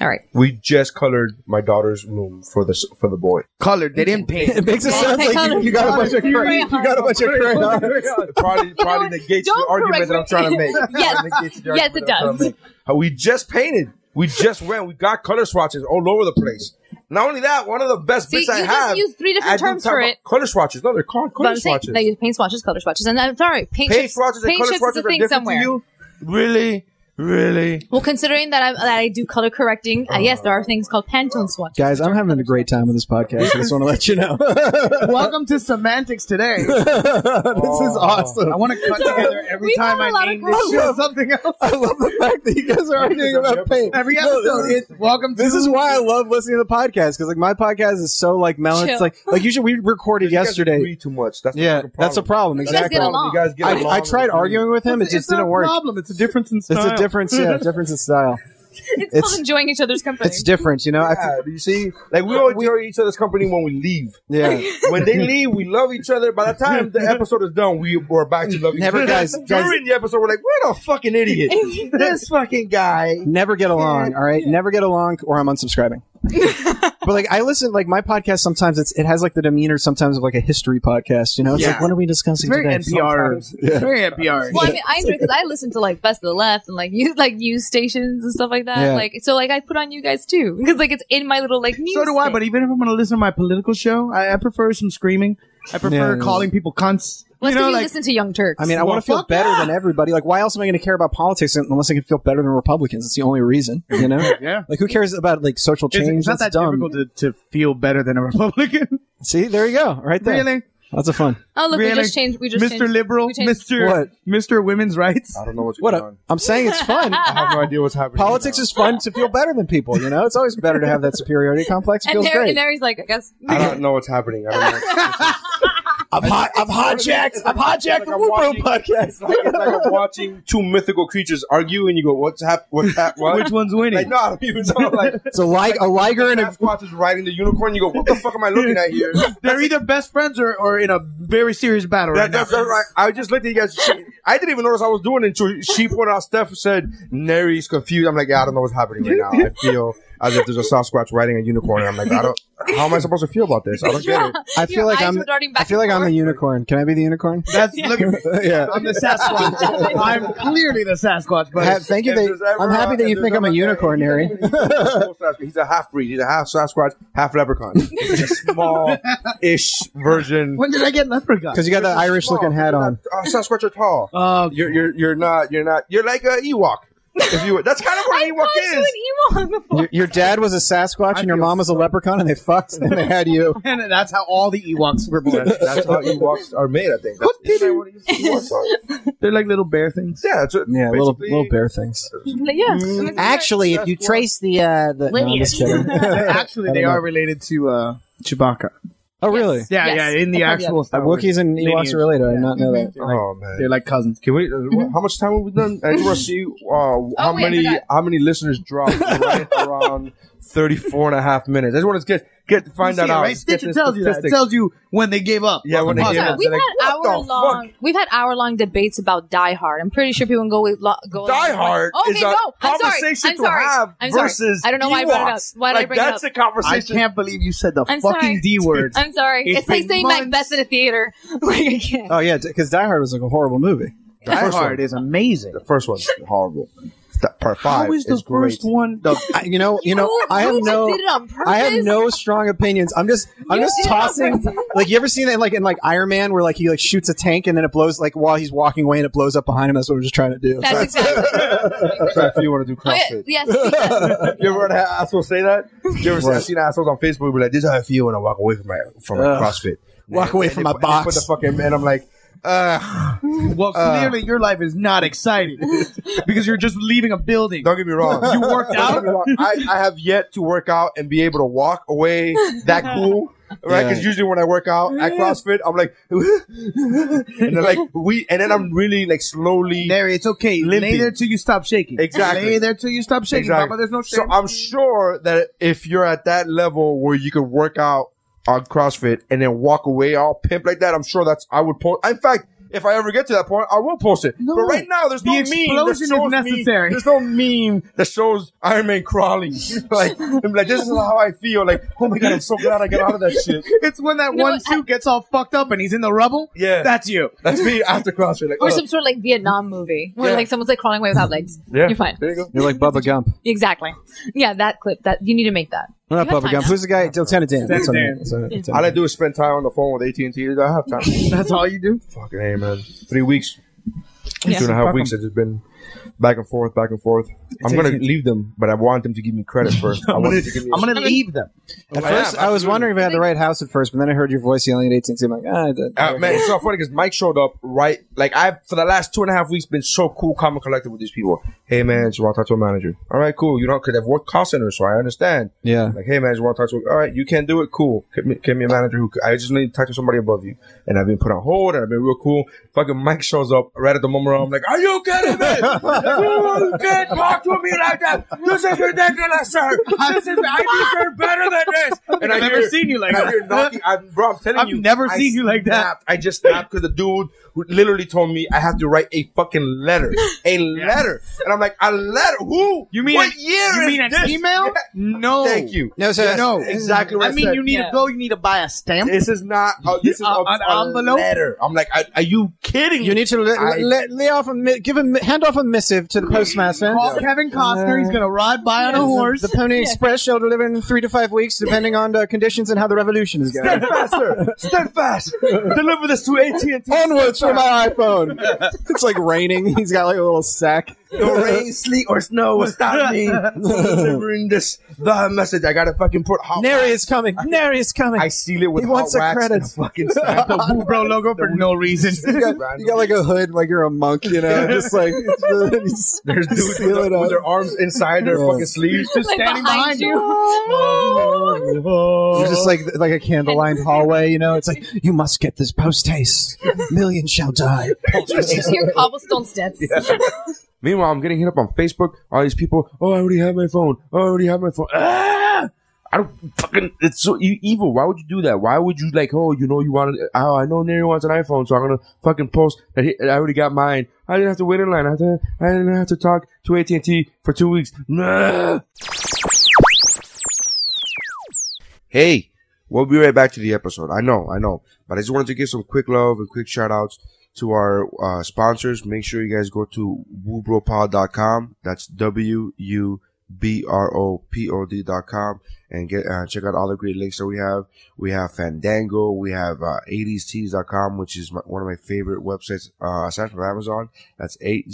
Speaker 10: All right.
Speaker 8: we just colored my daughter's room for this for the boy.
Speaker 3: colored. They didn't
Speaker 9: It
Speaker 3: paint.
Speaker 9: makes it sound
Speaker 10: They
Speaker 9: like you,
Speaker 10: colour-
Speaker 9: you got a bunch of cray- you
Speaker 10: crayons.
Speaker 9: got a bunch of crayons.
Speaker 8: probably probably negates the
Speaker 10: don't
Speaker 8: argument
Speaker 10: correct
Speaker 8: that I'm
Speaker 10: me.
Speaker 8: trying to make.
Speaker 10: Yes.
Speaker 8: negates the
Speaker 10: Yes,
Speaker 8: argument
Speaker 10: it
Speaker 8: that I'm trying
Speaker 10: does.
Speaker 8: to make. Uh, We just painted. We just went. We got color swatches all over the place. Not only that, one of the best
Speaker 10: See,
Speaker 8: bits I
Speaker 10: you just
Speaker 8: have.
Speaker 10: used three different
Speaker 8: I didn't
Speaker 10: terms
Speaker 8: talk
Speaker 10: for
Speaker 8: about
Speaker 10: it.
Speaker 8: Color swatches. No, they're called
Speaker 10: But
Speaker 8: color
Speaker 10: I'm saying
Speaker 8: swatches.
Speaker 10: they use paint swatches, color swatches, and I'm sorry, paint,
Speaker 8: paint
Speaker 10: chips.
Speaker 8: swatches and
Speaker 10: paint
Speaker 8: color
Speaker 10: chips
Speaker 8: swatches
Speaker 10: is
Speaker 8: are
Speaker 10: a thing
Speaker 8: different
Speaker 10: somewhere.
Speaker 8: to you. Really, really.
Speaker 10: Well, considering that, I, that I do color correcting, uh, yes, there are things called Pantone swatches.
Speaker 9: Guys, I'm having a great time with this podcast. I just want to let you know.
Speaker 3: Welcome to semantics today.
Speaker 9: this is awesome.
Speaker 3: I want to cut together every
Speaker 10: We've
Speaker 3: time
Speaker 10: had a
Speaker 3: I
Speaker 10: lot of
Speaker 3: name this shit
Speaker 9: crossover.
Speaker 3: something else.
Speaker 9: I love the fact that you guys are arguing about paint.
Speaker 3: Every
Speaker 9: No,
Speaker 3: episode
Speaker 9: this is-
Speaker 3: is welcome to.
Speaker 9: This is why I love listening to the podcast because like my podcast is so like mellow. It's
Speaker 10: Chill.
Speaker 9: like like usually we recorded
Speaker 8: You guys
Speaker 9: yesterday.
Speaker 8: agree too much. That's the
Speaker 9: Yeah,
Speaker 8: fucking
Speaker 9: that's a problem.
Speaker 10: guys
Speaker 9: Exactly.
Speaker 10: get along.
Speaker 8: You guys get
Speaker 9: I,
Speaker 8: along
Speaker 9: I tried
Speaker 8: and agree.
Speaker 9: arguing with him. It just
Speaker 3: not
Speaker 9: didn't
Speaker 3: a
Speaker 9: work.
Speaker 3: problem. It's a difference in
Speaker 9: It's
Speaker 3: style.
Speaker 9: a difference. Yeah, difference in style.
Speaker 10: It's,
Speaker 9: It's-
Speaker 10: called enjoying each other's company.
Speaker 9: It's different. You know. I
Speaker 8: Yeah,
Speaker 9: f-
Speaker 8: do you see, like we always enjoy each other's company when we leave.
Speaker 9: yeah.
Speaker 8: When they leave, we love each other. By the time the episode is done, we are back to love each
Speaker 9: Never,
Speaker 8: other.
Speaker 9: guys, guys-
Speaker 8: During the episode, we're like, what a fucking idiot. this fucking guy.
Speaker 9: Never get along. All right. Never get along, or I'm unsubscribing. but like I listen, like my podcast sometimes it's it has like the demeanor sometimes of like a history podcast. You know, it's
Speaker 3: Yeah.
Speaker 9: like what are we discussing
Speaker 3: very
Speaker 9: today?
Speaker 3: NPR.
Speaker 9: Yeah.
Speaker 3: Very NPR.
Speaker 10: Well, I mean, I enjoy because I listen to like Best of the Left and like you like news stations and stuff like that.
Speaker 9: Yeah.
Speaker 10: Like so, like I put on you guys too because like it's in my little like news.
Speaker 3: so do I.
Speaker 10: thing.
Speaker 3: But even if I'm going to listen to my political show, I, I prefer some screaming. I prefer
Speaker 9: Yeah.
Speaker 3: calling people cunts.
Speaker 10: Let's
Speaker 3: you know,
Speaker 10: you
Speaker 3: like
Speaker 10: listen to Young Turks.
Speaker 9: I mean, I
Speaker 3: Well,
Speaker 9: want to feel
Speaker 3: fuck
Speaker 9: better
Speaker 3: yeah.
Speaker 9: than everybody. Like, why else am I going to care about politics unless I can feel better than Republicans? It's the only reason, you know.
Speaker 3: Yeah.
Speaker 9: Like, who cares about like social
Speaker 3: it's,
Speaker 9: change?
Speaker 3: it's not that
Speaker 9: That's dumb.
Speaker 3: difficult to, to feel better than a Republican.
Speaker 9: See, there you go, right there.
Speaker 3: really,
Speaker 9: Lots of fun.
Speaker 10: oh look, we
Speaker 3: really?
Speaker 10: just changed. We just
Speaker 3: Mr.
Speaker 10: Changed,
Speaker 3: Liberal,
Speaker 10: we changed-
Speaker 3: Mr.
Speaker 9: What?
Speaker 3: Mr. Women's Rights.
Speaker 8: I don't know what's
Speaker 9: What
Speaker 8: going
Speaker 9: a,
Speaker 8: on.
Speaker 9: I'm saying, it's fun.
Speaker 8: I have no idea what's happening.
Speaker 9: Politics is fun to feel better than people. You know, it's always better to have that superiority complex. It
Speaker 10: and
Speaker 9: feels
Speaker 10: there,
Speaker 9: great.
Speaker 10: and there he's like, I guess.
Speaker 8: I don't know what's happening. I don't know.
Speaker 9: I'm, hi- I'm hijacked. I'm hijacked.
Speaker 8: It's like
Speaker 9: the
Speaker 8: I'm
Speaker 9: Woodrow
Speaker 8: watching-
Speaker 9: podcast.
Speaker 8: It's like, it's like I'm watching two mythical creatures argue, and you go, "What's hap? What's hap? What?"
Speaker 3: Which one's winning?
Speaker 8: Like, no, I don't even know. Like,
Speaker 9: It's a, li- a liger and a
Speaker 8: Sasquatch is riding the unicorn. You go, "What the fuck am I looking at here?"
Speaker 3: They're either best friends or, or in a very serious battle
Speaker 8: That,
Speaker 3: right
Speaker 8: that's,
Speaker 3: now.
Speaker 8: that's right. I just looked at you guys. She- I didn't even notice I was doing it until she pointed out. Steph said, "Nery's confused." I'm like, "Yeah, I don't know what's happening right now. I feel as if there's a Sasquatch riding a unicorn." And I'm like, "I don't. How am I supposed to feel about this? I don't get it."
Speaker 9: I feel
Speaker 10: Your
Speaker 9: like
Speaker 10: eyes
Speaker 9: I'm.
Speaker 10: were darting
Speaker 9: I
Speaker 10: back
Speaker 9: feel like
Speaker 10: and
Speaker 9: I'm the
Speaker 10: forth.
Speaker 9: unicorn. Can I be the unicorn?
Speaker 3: That's look at me.
Speaker 9: yeah.
Speaker 3: I'm the Sasquatch. I'm clearly the Sasquatch, but
Speaker 9: Ha- thank you.
Speaker 8: If there's
Speaker 9: That,
Speaker 8: ever
Speaker 9: I'm happy
Speaker 8: a-
Speaker 9: that
Speaker 8: if
Speaker 9: you
Speaker 8: there's
Speaker 9: think I'm a
Speaker 8: ever
Speaker 9: unicorn, Neri.
Speaker 8: He's a full Sasquatch. He's a half breed. He's a half Sasquatch, half leprechaun. He's a small-ish version.
Speaker 3: when did I get leprechaun?
Speaker 9: Because you got that Irish looking
Speaker 8: Small.
Speaker 9: hat
Speaker 8: You're
Speaker 9: on.
Speaker 8: not- Uh, Sasquatch are tall.
Speaker 3: Oh,
Speaker 8: You're you're you're not you're not you're like a Ewok. If you that's kind of what
Speaker 10: I
Speaker 8: an Ewok
Speaker 10: called
Speaker 8: is.
Speaker 10: you an emo before.
Speaker 9: Your, your dad was a Sasquatch and your
Speaker 3: feel
Speaker 9: mom was a leprechaun, and they fucked and they had you.
Speaker 3: and that's how all the Ewoks were born.
Speaker 8: That's, that's how Ewoks are made. I think. That's, isn't that what Ewoks are?
Speaker 3: They're like little bear things.
Speaker 8: Yeah, that's what,
Speaker 9: Yeah, little
Speaker 8: basically-
Speaker 9: little bear things.
Speaker 10: yeah. I mean, it's
Speaker 9: Actually, if you trace the uh, the no, I'm just
Speaker 10: Lineage.
Speaker 9: kidding.
Speaker 3: Actually, they are related to uh, Chewbacca.
Speaker 9: oh, really?
Speaker 3: Yeah,
Speaker 10: Yes.
Speaker 3: yeah. In the
Speaker 10: Yeah.
Speaker 3: actual
Speaker 9: Uh,
Speaker 3: Star Wars
Speaker 9: Wookiees and Ewoks
Speaker 3: lineage.
Speaker 9: are related. I did not know that.
Speaker 3: They're like,
Speaker 8: Oh man.
Speaker 3: they're like Mm-hmm. cousins.
Speaker 8: Can we? Uh, how much time have we done? I just want to see uh, how
Speaker 10: Oh, wait, I
Speaker 8: many
Speaker 10: forgot.
Speaker 8: how many listeners drop right around 34 and a half minutes. I just want to get get find that
Speaker 3: You see it,
Speaker 8: out.
Speaker 3: right?
Speaker 8: Get
Speaker 3: Stitch
Speaker 8: the
Speaker 3: it tells you that. It
Speaker 8: statistics.
Speaker 3: tells you when they gave up.
Speaker 8: Yeah, when they
Speaker 3: Fuck
Speaker 8: gave
Speaker 10: Yeah,
Speaker 8: up.
Speaker 3: that.
Speaker 10: we've
Speaker 8: like,
Speaker 10: had
Speaker 8: what the
Speaker 10: hour long. We've had hour long debates about Die Hard. I'm pretty sure people can go with lo- go.
Speaker 8: Die
Speaker 10: along-
Speaker 8: Hard
Speaker 10: Okay,
Speaker 8: is a
Speaker 10: no, I'm sorry.
Speaker 8: conversation
Speaker 10: I'm
Speaker 8: to
Speaker 10: sorry.
Speaker 8: have
Speaker 10: I'm sorry.
Speaker 8: versus
Speaker 10: I don't know why I brought it up.
Speaker 8: Ewoks.
Speaker 10: Why did I
Speaker 8: like,
Speaker 10: bring it
Speaker 8: that's
Speaker 10: up?
Speaker 8: a
Speaker 3: I
Speaker 8: conversation.
Speaker 3: can't believe you said the
Speaker 10: I'm
Speaker 3: fucking
Speaker 10: sorry.
Speaker 3: D word.
Speaker 10: I'm sorry.
Speaker 3: It's
Speaker 10: It's, like
Speaker 3: been
Speaker 10: saying
Speaker 3: months.
Speaker 10: Macbeth in a theater. like I can't.
Speaker 8: Uh,
Speaker 9: Oh yeah, because Die Hard was like a horrible movie.
Speaker 8: The
Speaker 3: Die
Speaker 8: first
Speaker 3: Hard
Speaker 8: one-
Speaker 3: is amazing.
Speaker 8: the first one's horrible. That part five
Speaker 3: How is the
Speaker 8: great.
Speaker 3: first one? The
Speaker 9: I, you know, you know,
Speaker 10: You-
Speaker 9: I have
Speaker 10: you just
Speaker 9: no,
Speaker 10: did it on
Speaker 9: I have
Speaker 10: purpose.
Speaker 9: no strong opinions. I'm just, I'm
Speaker 10: You
Speaker 9: just
Speaker 10: did it on
Speaker 9: tossing.
Speaker 10: purpose.
Speaker 9: Like you ever seen that, like in like Iron Man, where like he like shoots a tank and then it blows like while he's walking away and it blows up behind him. That's what we're just trying to do.
Speaker 10: That's exactly.
Speaker 8: So Uh, if you want to do
Speaker 10: Oh,
Speaker 8: CrossFit,
Speaker 10: yeah, yes, because-
Speaker 8: you ever heard an asshole say that? You ever seen- seen assholes on Facebook be like, "This is how I feel when I walk away from my from my
Speaker 9: Ugh.
Speaker 8: CrossFit."
Speaker 9: Walk away from my
Speaker 8: and they put
Speaker 9: box.
Speaker 8: the fucking, and I'm like, uh,
Speaker 3: well, clearly your life is not exciting because you're just leaving a building.
Speaker 8: don't get me wrong.
Speaker 3: You worked
Speaker 8: Don't get
Speaker 3: out.
Speaker 8: me wrong. I, I have yet to work out and be able to walk away that cool. Right, because
Speaker 9: Yeah.
Speaker 8: usually when I work out at CrossFit, I'm like, and then like we, and then I'm really like slowly
Speaker 3: Larry, it's okay. Lay
Speaker 8: Limping.
Speaker 3: there till you stop shaking.
Speaker 8: Exactly.
Speaker 3: Lay there till you stop shaking,
Speaker 8: Exactly.
Speaker 3: Papa. There's no
Speaker 8: So
Speaker 3: shame.
Speaker 8: I'm sure that if you're at that level where you could work out on CrossFit and then walk away all pimp like that, I'm sure that's I would post. In fact, if I ever get to that point, I will post it.
Speaker 3: No.
Speaker 8: But right now, there's
Speaker 3: The
Speaker 8: no meme that
Speaker 3: explosion is
Speaker 8: shows me-
Speaker 3: necessary.
Speaker 8: there's no meme that shows Iron Man crawling. like, I'm like, this is how I feel. Like, oh my god, I'm so glad I got out of that shit.
Speaker 3: it's when that
Speaker 10: know
Speaker 3: one
Speaker 10: what?
Speaker 3: suit gets all fucked up and he's in the rubble.
Speaker 8: Yeah.
Speaker 3: That's you.
Speaker 8: That's me after CrossFit. Like,
Speaker 10: or
Speaker 8: oh,
Speaker 10: some sort of like Vietnam movie where
Speaker 8: Yeah.
Speaker 10: like someone's like crawling away without legs.
Speaker 8: yeah,
Speaker 10: You're fine.
Speaker 8: There you go.
Speaker 9: You're like Bubba Gump.
Speaker 10: Exactly. Yeah, that clip. That you need to make that.
Speaker 9: No, not
Speaker 10: You have
Speaker 9: Bubba
Speaker 10: time
Speaker 9: Gump.
Speaker 10: now.
Speaker 9: Who's the guy? Lieutenant Dan. That's what I mean.
Speaker 3: Dan.
Speaker 9: That's what I- that's what I
Speaker 8: All I
Speaker 9: mean.
Speaker 8: do is spend time on the phone with AT and T. I have time.
Speaker 3: That's all you do.
Speaker 8: Fucking a man. Three weeks.
Speaker 10: Yeah.
Speaker 8: two and a half weeks. It's just been back and forth, back and forth. I'm gonna leave them, but I want them to give me credit first. I
Speaker 3: I'm
Speaker 8: want
Speaker 3: gonna,
Speaker 8: them to give me
Speaker 3: I'm gonna leave them.
Speaker 9: At
Speaker 8: I am,
Speaker 9: first, I was
Speaker 8: absolutely.
Speaker 9: wondering if I had the right house at first, but then I heard your voice yelling at 18. I'm like, ah,
Speaker 8: Uh,
Speaker 9: that-
Speaker 8: man, it's so funny because Mike showed up right. Like I've for the last two and a half weeks been so cool, calm, and collected with these people. Hey man, just want to talk to a manager. All right, cool. You know, because I've worked call centers, so I understand.
Speaker 9: yeah.
Speaker 8: Like, hey man, just want to talk to. All right, you can't do it. Cool. Give me, give me a manager who. c- I just need to talk to somebody above you. And I've been put on hold, and I've been real cool. Fucking Mike shows up right at the moment. Where I'm like, are you kidding me? you can't talk to me like that. This is ridiculous, sir. This is. I deserve better than this. And
Speaker 3: I've
Speaker 8: I
Speaker 3: never
Speaker 8: hear-
Speaker 3: seen you like
Speaker 8: and I hear
Speaker 3: that.
Speaker 8: knocking. I'm, bro, I'm telling
Speaker 3: I've
Speaker 8: you,
Speaker 3: never
Speaker 8: I
Speaker 3: seen you like that.
Speaker 8: snapped. I just snapped because the dude who literally told me I have to write a fucking letter, a letter, and I'm like, a letter? Who?
Speaker 3: You mean
Speaker 8: what
Speaker 3: an-
Speaker 8: year?
Speaker 3: you
Speaker 8: is
Speaker 3: mean an
Speaker 8: this?
Speaker 3: email?
Speaker 8: Yeah.
Speaker 3: No.
Speaker 8: Thank you.
Speaker 9: No, so
Speaker 8: Yes,
Speaker 9: no.
Speaker 8: exactly. What I,
Speaker 3: I mean,
Speaker 8: said.
Speaker 3: you need
Speaker 10: Yeah.
Speaker 3: to go. You need to buy a stamp.
Speaker 8: This is not. Uh, this is
Speaker 3: Uh,
Speaker 8: a,
Speaker 3: an
Speaker 8: a
Speaker 3: envelope?
Speaker 8: letter. I'm like, are, are you kidding?
Speaker 9: You
Speaker 8: me?
Speaker 9: need to le-
Speaker 8: I-
Speaker 9: le- lay off a mi- give him hand off a missive to the postmaster.
Speaker 3: Call Kevin Costner. He's gonna ride by on a horse.
Speaker 9: The Pony Express shall deliver in three to five weeks, depending on the conditions and how the revolution is going.
Speaker 8: steadfast, sir. Steadfast. Deliver this to AT and T.
Speaker 9: Onwards for my iPhone. it's like raining. He's got like a little sack.
Speaker 8: No rain, sleet, or snow will stop me from delivering this the message. I gotta fucking put hot.
Speaker 9: Nary is coming. Nary is coming.
Speaker 8: I seal it with
Speaker 9: He
Speaker 8: hot
Speaker 9: wants a
Speaker 8: wax
Speaker 9: credit.
Speaker 8: and a fucking stamp.
Speaker 3: the Boo Bro logo for no reason.
Speaker 9: you, got, you got like a hood, like you're a monk, you know, just like just
Speaker 8: There's dudes with,
Speaker 9: seal
Speaker 8: their-
Speaker 9: it
Speaker 8: with
Speaker 9: up.
Speaker 8: their arms inside their
Speaker 9: Yeah.
Speaker 8: fucking sleeves. Just
Speaker 10: Like
Speaker 3: standing behind you.
Speaker 8: Oh.
Speaker 9: You're just like like a candle lined hallway, you know. It's like you must get this post haste. Million shall die.
Speaker 10: Just hear cobblestone steps.
Speaker 8: Meanwhile, I'm getting hit up on Facebook. All these people. Oh, I already have my phone. Oh, I already have my phone. Ah! I don't fucking. It's so e- evil. Why would you do that? Why would you like? Oh, you know you want. Oh, I know Neri wants an iPhone, so I'm gonna fucking post that he, I already got mine. I didn't have to wait in line. I, had to, I didn't have to talk to AT and T for two weeks. Nah. Hey, we'll be right back to the episode. I know, I know, but I just wanted to give some quick love and quick shout outs to our uh, sponsors. Make sure you guys go to woobropod.com. That's W U B R O P O D.com and get uh, check out all the great links that we have. We have Fandango, we have uh, 80stees.com, which is my, one of my favorite websites uh, aside from Amazon. That's E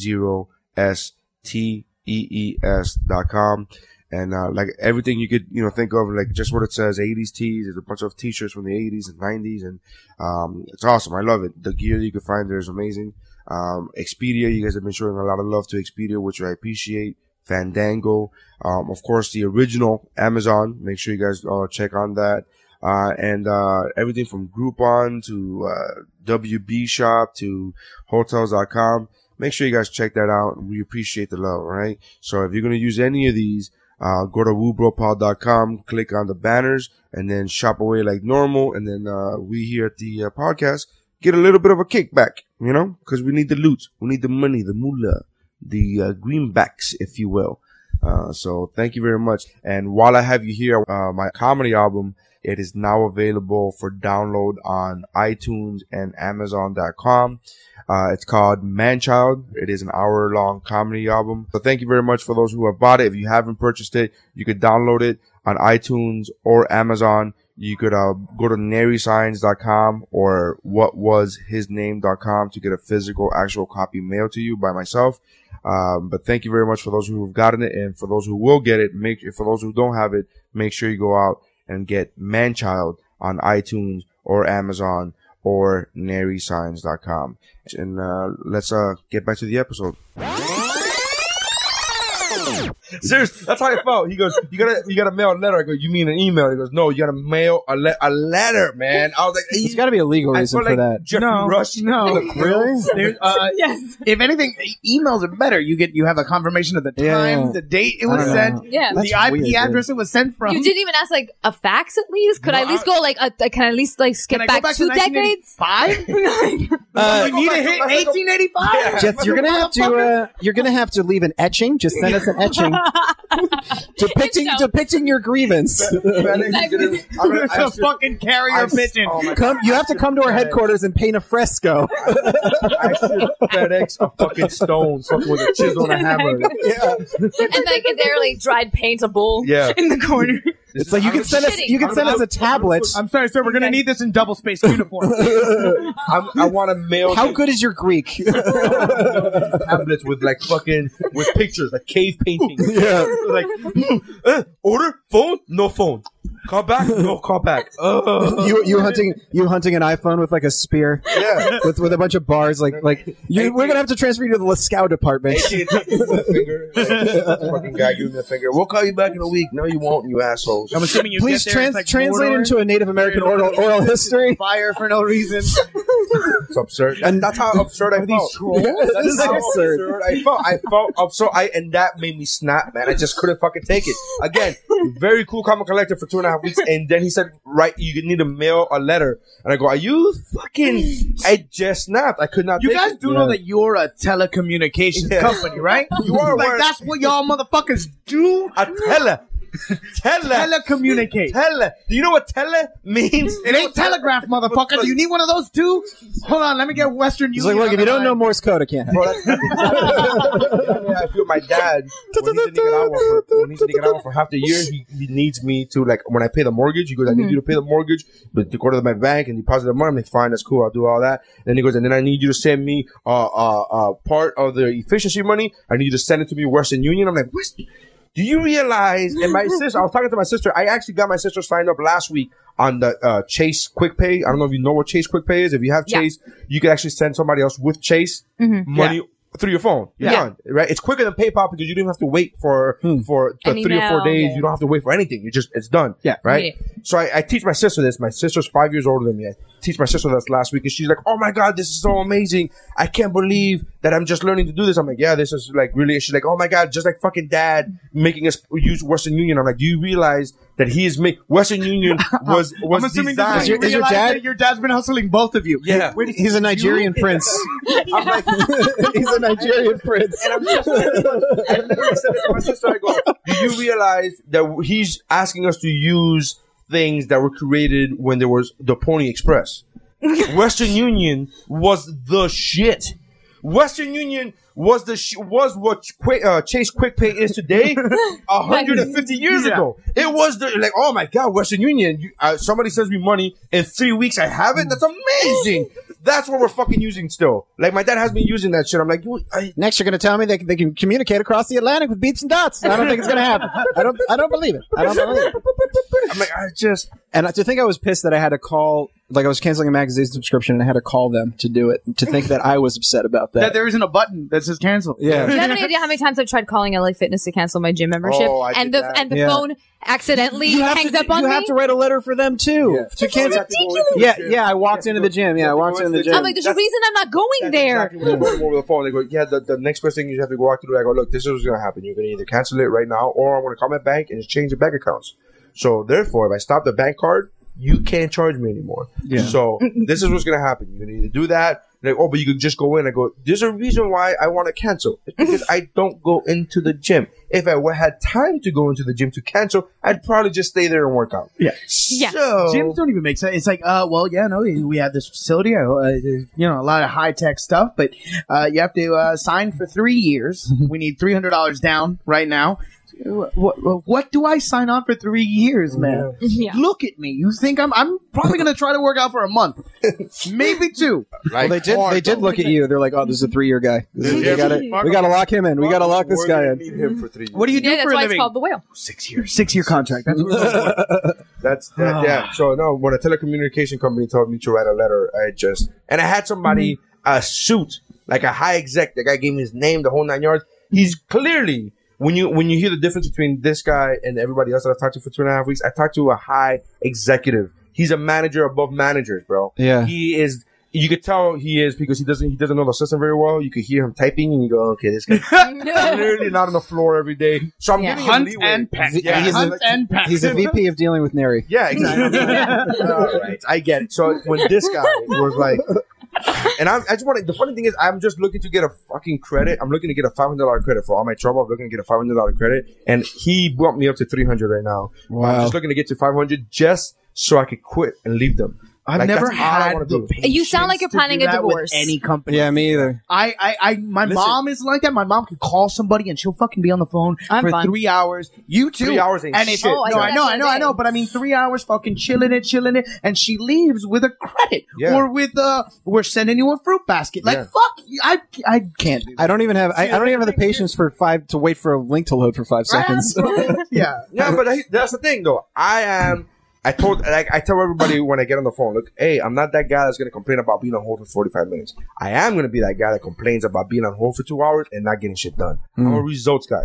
Speaker 8: 80stees.com. And uh, like everything you could, you know, think of, like just what it says, 80s tees. There's a bunch of t-shirts from the 80s and 90s, and um, it's awesome. I love it. The gear you can find there is amazing. Um, Expedia, you guys have been showing a lot of love to Expedia, which I appreciate. Fandango, um, of course, the original Amazon. Make sure you guys uh, check on that. Uh, and uh, everything from Groupon to uh, WB Shop to Hotels.com. Make sure you guys check that out. We appreciate the love, all right? So if you're going to use any of these, uh, go to woobropod.com, click on the banners, and then shop away like normal. And then uh, we here at the uh, podcast get a little bit of a kickback, you know, because we need the loot, we need the money, the moolah, the uh, greenbacks, if you will. Uh, so thank you very much. And while I have you here, uh, my comedy album, it is now available for download on iTunes and Amazon.com. Uh, it's called Manchild. It is an hour long comedy album. So thank you very much for those who have bought it. If you haven't purchased it, you could download it on iTunes or Amazon. You could uh, go to narysigns.com or whatwashisname.com to get a physical, actual copy mailed to you by myself. Um, but thank you very much for those who have gotten it, and for those who will get it, make for those who don't have it, make sure you go out and get Manchild on iTunes or Amazon or narysigns.com. And uh, let's uh, get back to the episode. Seriously, that's how I felt. He goes, "You gotta, you gotta mail a letter." I go, "You mean an email?" He goes, "No, you gotta mail a, le- a letter, man." I was like,
Speaker 9: There's got to be a legal
Speaker 8: I
Speaker 9: reason
Speaker 8: felt
Speaker 9: for
Speaker 8: like
Speaker 9: that.
Speaker 8: Jeffrey
Speaker 3: No,
Speaker 8: Rush.
Speaker 3: no.
Speaker 8: in the film.
Speaker 9: Really?
Speaker 3: There- uh,
Speaker 10: yes.
Speaker 3: if anything, e- emails are better. You get you have a confirmation of the time,
Speaker 9: Yeah.
Speaker 3: the date it
Speaker 9: I
Speaker 3: was
Speaker 9: don't
Speaker 3: sent,
Speaker 9: know.
Speaker 10: Yeah.
Speaker 3: the
Speaker 9: That's
Speaker 3: IP
Speaker 9: weird, dude.
Speaker 3: address it was sent from.
Speaker 10: You didn't even ask like a fax at least. Could I at
Speaker 3: No,
Speaker 10: least go like a, can I at least like skip
Speaker 3: Can I go
Speaker 10: back,
Speaker 3: back
Speaker 10: two
Speaker 3: to
Speaker 10: decades?
Speaker 3: 1985? we need to hit 1885.
Speaker 9: Jeff, you're gonna have to uh, you're gonna have to leave an etching. Just send us an etching depicting
Speaker 10: No.
Speaker 9: depicting your grievance.
Speaker 10: Exactly.
Speaker 8: I'm gonna-
Speaker 3: It's
Speaker 8: I
Speaker 3: a
Speaker 8: should-
Speaker 3: fucking carrier
Speaker 8: I-
Speaker 3: pigeon.
Speaker 8: oh my
Speaker 9: Come, you have to come to our headquarters and paint a fresco.
Speaker 8: I should FedEx a fucking stone fucking with a chisel and a hammer.
Speaker 9: yeah.
Speaker 10: and like they're like dried paint a bowl
Speaker 8: Yeah.
Speaker 10: in the corner.
Speaker 9: It's like you can send us you can send us a tablet.
Speaker 3: I'm sorry, sir. We're gonna need this in double space uniform.
Speaker 8: I'm, I want to mail
Speaker 9: How good is your Greek?
Speaker 8: tablets with like fucking with pictures, like cave paintings.
Speaker 9: yeah.
Speaker 8: like uh, order phone, no phone. Call back, no call back. Uh,
Speaker 9: You you hunting you hunting an iPhone with like a spear.
Speaker 8: yeah.
Speaker 9: With, with a bunch of bars, like like you, we're gonna have to transfer you to the Lascaux department.
Speaker 8: AT&T, give me the finger. Like, fucking guy, give me the finger. We'll call you back in a week. No, you won't, you assholes.
Speaker 3: I'm assuming you
Speaker 9: Please
Speaker 3: get there, it's
Speaker 9: trans-
Speaker 3: like
Speaker 9: translate
Speaker 3: Mordor.
Speaker 9: into a Native American oral, oral history.
Speaker 3: fire for no reason.
Speaker 8: It's absurd. And that's how absurd I felt.
Speaker 9: That is
Speaker 8: That's how
Speaker 9: absurd.
Speaker 8: absurd I felt. I felt absurd. I and that made me snap, man. I just couldn't fucking take it. Again, very cool comic collector for two and a half weeks, and then he said, "Right, you need to mail a letter." And I go, "Are you fucking?" I just snapped. I could not.
Speaker 3: You
Speaker 8: take
Speaker 3: guys
Speaker 8: it.
Speaker 3: do know that you're a telecommunications
Speaker 8: Yeah.
Speaker 3: company, right?
Speaker 8: You are
Speaker 3: like
Speaker 8: aware-
Speaker 3: that's what y'all motherfuckers do.
Speaker 8: a tele, tele,
Speaker 3: Telecommunicate.
Speaker 8: tele. Do you know what tele means?
Speaker 3: It ain't telegraph, motherfucker. Do you need one of those too? Hold on, let me get Western
Speaker 9: He's
Speaker 3: Union.
Speaker 9: like, look,
Speaker 3: on the
Speaker 9: if you don't know
Speaker 3: line."
Speaker 9: Morse code, I can't help.
Speaker 8: Bro, that's- I feel my dad when he's in Nicaragua for, when he's in Nicaragua for half the year, he, he needs me to like when I pay the mortgage. He goes, I need you to pay the mortgage, but to go to my bank and deposit the money. I'm like, fine, that's cool, I'll do all that. And then he goes, and then I need you to send me uh, uh, uh, part of the efficiency money. I need you to send it to me Western Union. I'm like, Western. Do you realize? And my sister, I was talking to my sister. I actually got my sister signed up last week on the uh, Chase Quick Pay. I don't know if you know what Chase Quick Pay is. If you have
Speaker 10: Yeah. Mm-hmm.
Speaker 8: Chase, you can actually send somebody else with Chase money through your phone. You're
Speaker 3: Yeah.
Speaker 8: done, right? It's quicker than PayPal because you don't have to wait for for the
Speaker 10: An
Speaker 8: three or four
Speaker 10: email,
Speaker 8: days.
Speaker 10: yeah.
Speaker 8: You don't have to wait for anything. You just it's done.
Speaker 3: Yeah.
Speaker 8: right.
Speaker 10: Yeah.
Speaker 8: So I, I teach my sister this. My sister's five years older than me. I teach my sister this last week, and she's like, "Oh my god, this is so amazing! I can't believe that I'm just learning to do this." I'm like, "Yeah, this is like really." She's like, "Oh my god, just like fucking dad making us use Western Union." I'm like, "Do you realize that he is make Western Union was was
Speaker 3: I'm assuming this
Speaker 8: designed?"
Speaker 3: is, your,
Speaker 9: Is your
Speaker 3: dad?
Speaker 9: dad-
Speaker 3: your dad's been hustling both of you.
Speaker 8: Yeah.
Speaker 3: Wait,
Speaker 9: He's a Nigerian prince.
Speaker 8: I'm like,
Speaker 9: He's a Nigerian prince.
Speaker 8: And literally said it to my sister. I go, "Do you realize that he's asking us to use things that were created when there was the Pony Express? Western Union was the shit. Western Union was the sh- was what Qu- uh, Chase Quick Pay is today, a hundred and fifty years
Speaker 3: Yeah.
Speaker 8: ago. It was the like, oh my god, Western Union. You, uh, somebody sends me money in three weeks, I have it. That's amazing. That's what we're fucking using still. Like my dad has been using that shit. I'm like, you- I,
Speaker 9: Next, you're going to tell me they, they can communicate across the Atlantic with beeps and dots. I don't think it's going to happen. I don't. I don't believe it. I don't believe it.
Speaker 8: I'm like, I just
Speaker 9: And to think I was pissed that I had to call, like I was canceling a magazine subscription and I had to call them to do it. To think that I was upset about
Speaker 3: that
Speaker 9: that.
Speaker 3: there isn't a button that says cancel.
Speaker 9: yeah.
Speaker 10: You have any idea how many times I've tried calling LA Fitness to cancel my gym membership,
Speaker 8: Oh, I
Speaker 10: and
Speaker 8: did
Speaker 10: the
Speaker 8: that.
Speaker 10: and the
Speaker 9: Yeah.
Speaker 10: phone accidentally hangs
Speaker 9: to,
Speaker 10: up on
Speaker 9: you
Speaker 10: me.
Speaker 9: have to write a letter for them too to cancel. Yeah, yeah. I walked into the gym. Yeah, I walked into the gym.
Speaker 10: I'm like, there's a reason I'm not going
Speaker 8: That's
Speaker 10: there.
Speaker 8: exactly what I went over the phone. They go, yeah. The, the next person you have to go out to do. I go, look, this is what's gonna happen. You're gonna either cancel it right now, or I'm gonna call my bank and change the bank accounts. So therefore, if I stop the bank card, you can't charge me anymore.
Speaker 3: Yeah.
Speaker 8: So this is what's gonna happen. You're gonna either do that. Like, oh, but you can just go in. I go, there's a reason why I want to cancel. It's because I don't go into the gym. If I wa- had time to go into the gym to cancel, I'd probably just stay there and work out.
Speaker 3: Yeah.
Speaker 10: Yeah.
Speaker 8: So,
Speaker 3: Gyms don't even make sense. It's like, uh, well, yeah, no, we have this facility, uh, uh, you know, a lot of high tech stuff, but uh, you have to uh, sign for three years. we need three hundred dollars down right now. What, what, what do I sign on for three years, man?
Speaker 10: Yeah.
Speaker 3: Look at me. You think I'm? I'm probably gonna try to work out for a month, maybe two.
Speaker 9: Well, they did. They did look at you. They're like, "Oh, this is a three-year guy. This is-
Speaker 8: Yeah.
Speaker 9: they gotta, we gotta lock him in. We gotta lock this guy
Speaker 8: We're gonna
Speaker 9: in."
Speaker 8: need him for three years.
Speaker 3: What do you do
Speaker 10: Yeah,
Speaker 3: for
Speaker 10: that's
Speaker 3: a
Speaker 10: why it's
Speaker 3: living?
Speaker 10: called the whale.
Speaker 3: six year, six year contract. That's what
Speaker 8: That's that,
Speaker 3: Ah.
Speaker 8: yeah. So no, when a telecommunication company told me to write a letter, I just and I had somebody
Speaker 3: Mm-hmm.
Speaker 8: a suit like a high exec. The guy gave me his name, the whole nine yards. He's clearly when you when you hear the difference between this guy and everybody else that I've talked to for two and a half weeks. I talked to a high executive. He's a manager above managers, bro.
Speaker 9: Yeah.
Speaker 8: he is. You could tell he is because he doesn't he doesn't know the system very well. You could hear him typing, and you go, "Okay, this guy's clearly not on the floor every day." So I'm
Speaker 10: Yeah.
Speaker 8: giving him
Speaker 3: Hunt
Speaker 8: leeway.
Speaker 3: and peck.
Speaker 9: He's a-
Speaker 3: Hunt and peck.
Speaker 9: He's a VP of dealing with Neri.
Speaker 8: Yeah, exactly. All right, I get it. So when this guy was like, and I'm, I just want to, the funny thing is, I'm just looking to get a fucking credit. I'm looking to get a five hundred dollar credit for all my trouble. I'm looking to get a five hundred dollar credit, and he bumped me up to three hundred right now. I'm
Speaker 9: Wow.
Speaker 8: just looking to get to five hundred just so I could quit and leave them.
Speaker 3: I've
Speaker 8: Like,
Speaker 3: never
Speaker 8: that's all I
Speaker 3: had
Speaker 8: wanna
Speaker 3: the
Speaker 8: do.
Speaker 3: patience
Speaker 10: You sound like you're
Speaker 3: to do
Speaker 10: planning a
Speaker 3: that with
Speaker 10: divorce.
Speaker 3: Any company.
Speaker 9: Yeah, me either.
Speaker 3: I, I, I my
Speaker 8: Listen.
Speaker 3: mom is like that. My mom could call somebody and she'll fucking be on the phone
Speaker 10: I'm
Speaker 3: for
Speaker 10: fine.
Speaker 3: three hours. You too.
Speaker 8: Three hours ain't
Speaker 3: and it's,
Speaker 8: shit.
Speaker 3: No,
Speaker 8: Oh, I
Speaker 10: did
Speaker 3: I
Speaker 10: that
Speaker 3: know,
Speaker 10: the
Speaker 3: I know,
Speaker 10: other
Speaker 3: I know.
Speaker 10: day.
Speaker 3: But I mean, three hours fucking chilling it, chilling it, and she leaves with a credit
Speaker 8: Yeah.
Speaker 3: or with uh, we're sending you a fruit basket. Like
Speaker 8: Yeah.
Speaker 3: fuck, I, I can't do that.
Speaker 9: I don't even have. I, I don't even have the patience for five to wait for a link to load for five seconds.
Speaker 3: yeah.
Speaker 8: Yeah, but I, that's the thing though. I am I told like I tell everybody when I get on the phone, look, hey, I'm not that guy that's gonna complain about being on hold for 45 minutes. I am gonna be that guy that complains about being on hold for two hours and not getting shit done. I'm a results guy.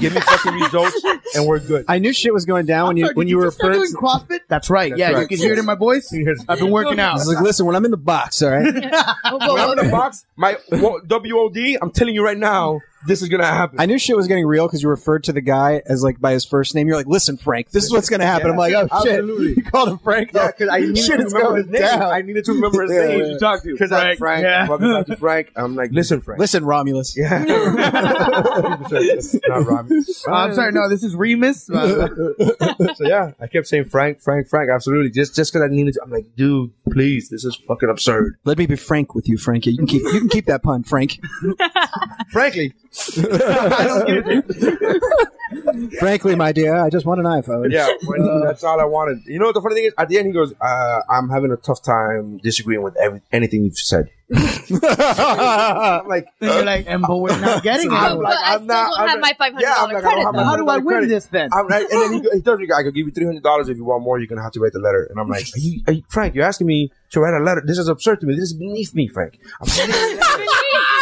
Speaker 8: Give me fucking results and we're good.
Speaker 9: I knew shit was going down when you when you, were first.
Speaker 3: CrossFit? That's right. yeah,
Speaker 8: right.
Speaker 3: you can hear it in my voice. I've been working
Speaker 9: I
Speaker 3: out.
Speaker 9: was like, listen, when I'm in the box, all right.
Speaker 8: When I'm in the box, my wo- WOD, I'm telling you right now, this is gonna happen.
Speaker 9: I knew shit was getting real because you referred to the guy as like by his first name. You're like, listen, Frank, this is what's gonna happen.
Speaker 8: Yeah,
Speaker 9: I'm like, oh shit,
Speaker 8: absolutely.
Speaker 9: you called him Frank.
Speaker 8: Yeah, because I needed
Speaker 9: shit
Speaker 8: to
Speaker 9: is
Speaker 8: remember
Speaker 9: going
Speaker 8: his name. I
Speaker 9: down.
Speaker 8: needed to remember his
Speaker 9: Yeah,
Speaker 8: name
Speaker 9: yeah.
Speaker 8: to talk to. Because I'm
Speaker 3: Frank,
Speaker 8: Frank.
Speaker 3: yeah.
Speaker 8: Welcome back to Frank. I'm like, listen, Frank.
Speaker 9: Listen, Romulus.
Speaker 8: Yeah. Not Rami.
Speaker 3: Uh, I'm sorry. No, this is Remus. Uh,
Speaker 8: So yeah, I kept saying Frank, Frank, Frank. Absolutely. Just just because I needed to. I'm like, dude, please. This is fucking absurd.
Speaker 9: Let me be frank with you, Frankie. You can keep you can keep that pun, Frank.
Speaker 8: Frankly,
Speaker 9: Frankly, my dear, I just want an iPhone.
Speaker 8: yeah, when- that's all I wanted. You know what the funny thing is? At the end, he goes, uh, "I'm having a tough time disagreeing with every, anything you've said." I'm like,
Speaker 3: and you're like, and but we're not getting
Speaker 8: I'm
Speaker 3: it.
Speaker 10: Oh, but
Speaker 8: like,
Speaker 10: I
Speaker 8: I'm
Speaker 10: still
Speaker 8: not-
Speaker 10: don't
Speaker 8: I'm
Speaker 10: have
Speaker 8: like-
Speaker 10: my $500
Speaker 8: yeah, I'm like, I don't
Speaker 10: credit,
Speaker 8: have my
Speaker 10: though.
Speaker 3: How do I win
Speaker 8: credit.
Speaker 3: this then?
Speaker 8: I'm like, and then he, go- he tells me, I could give you three hundred dollars if you want more. You can have to write the letter. And I'm like, are you, are you, Frank, you're asking me to write a letter. This is absurd to me. This is beneath me, Frank. I'm writing a letter.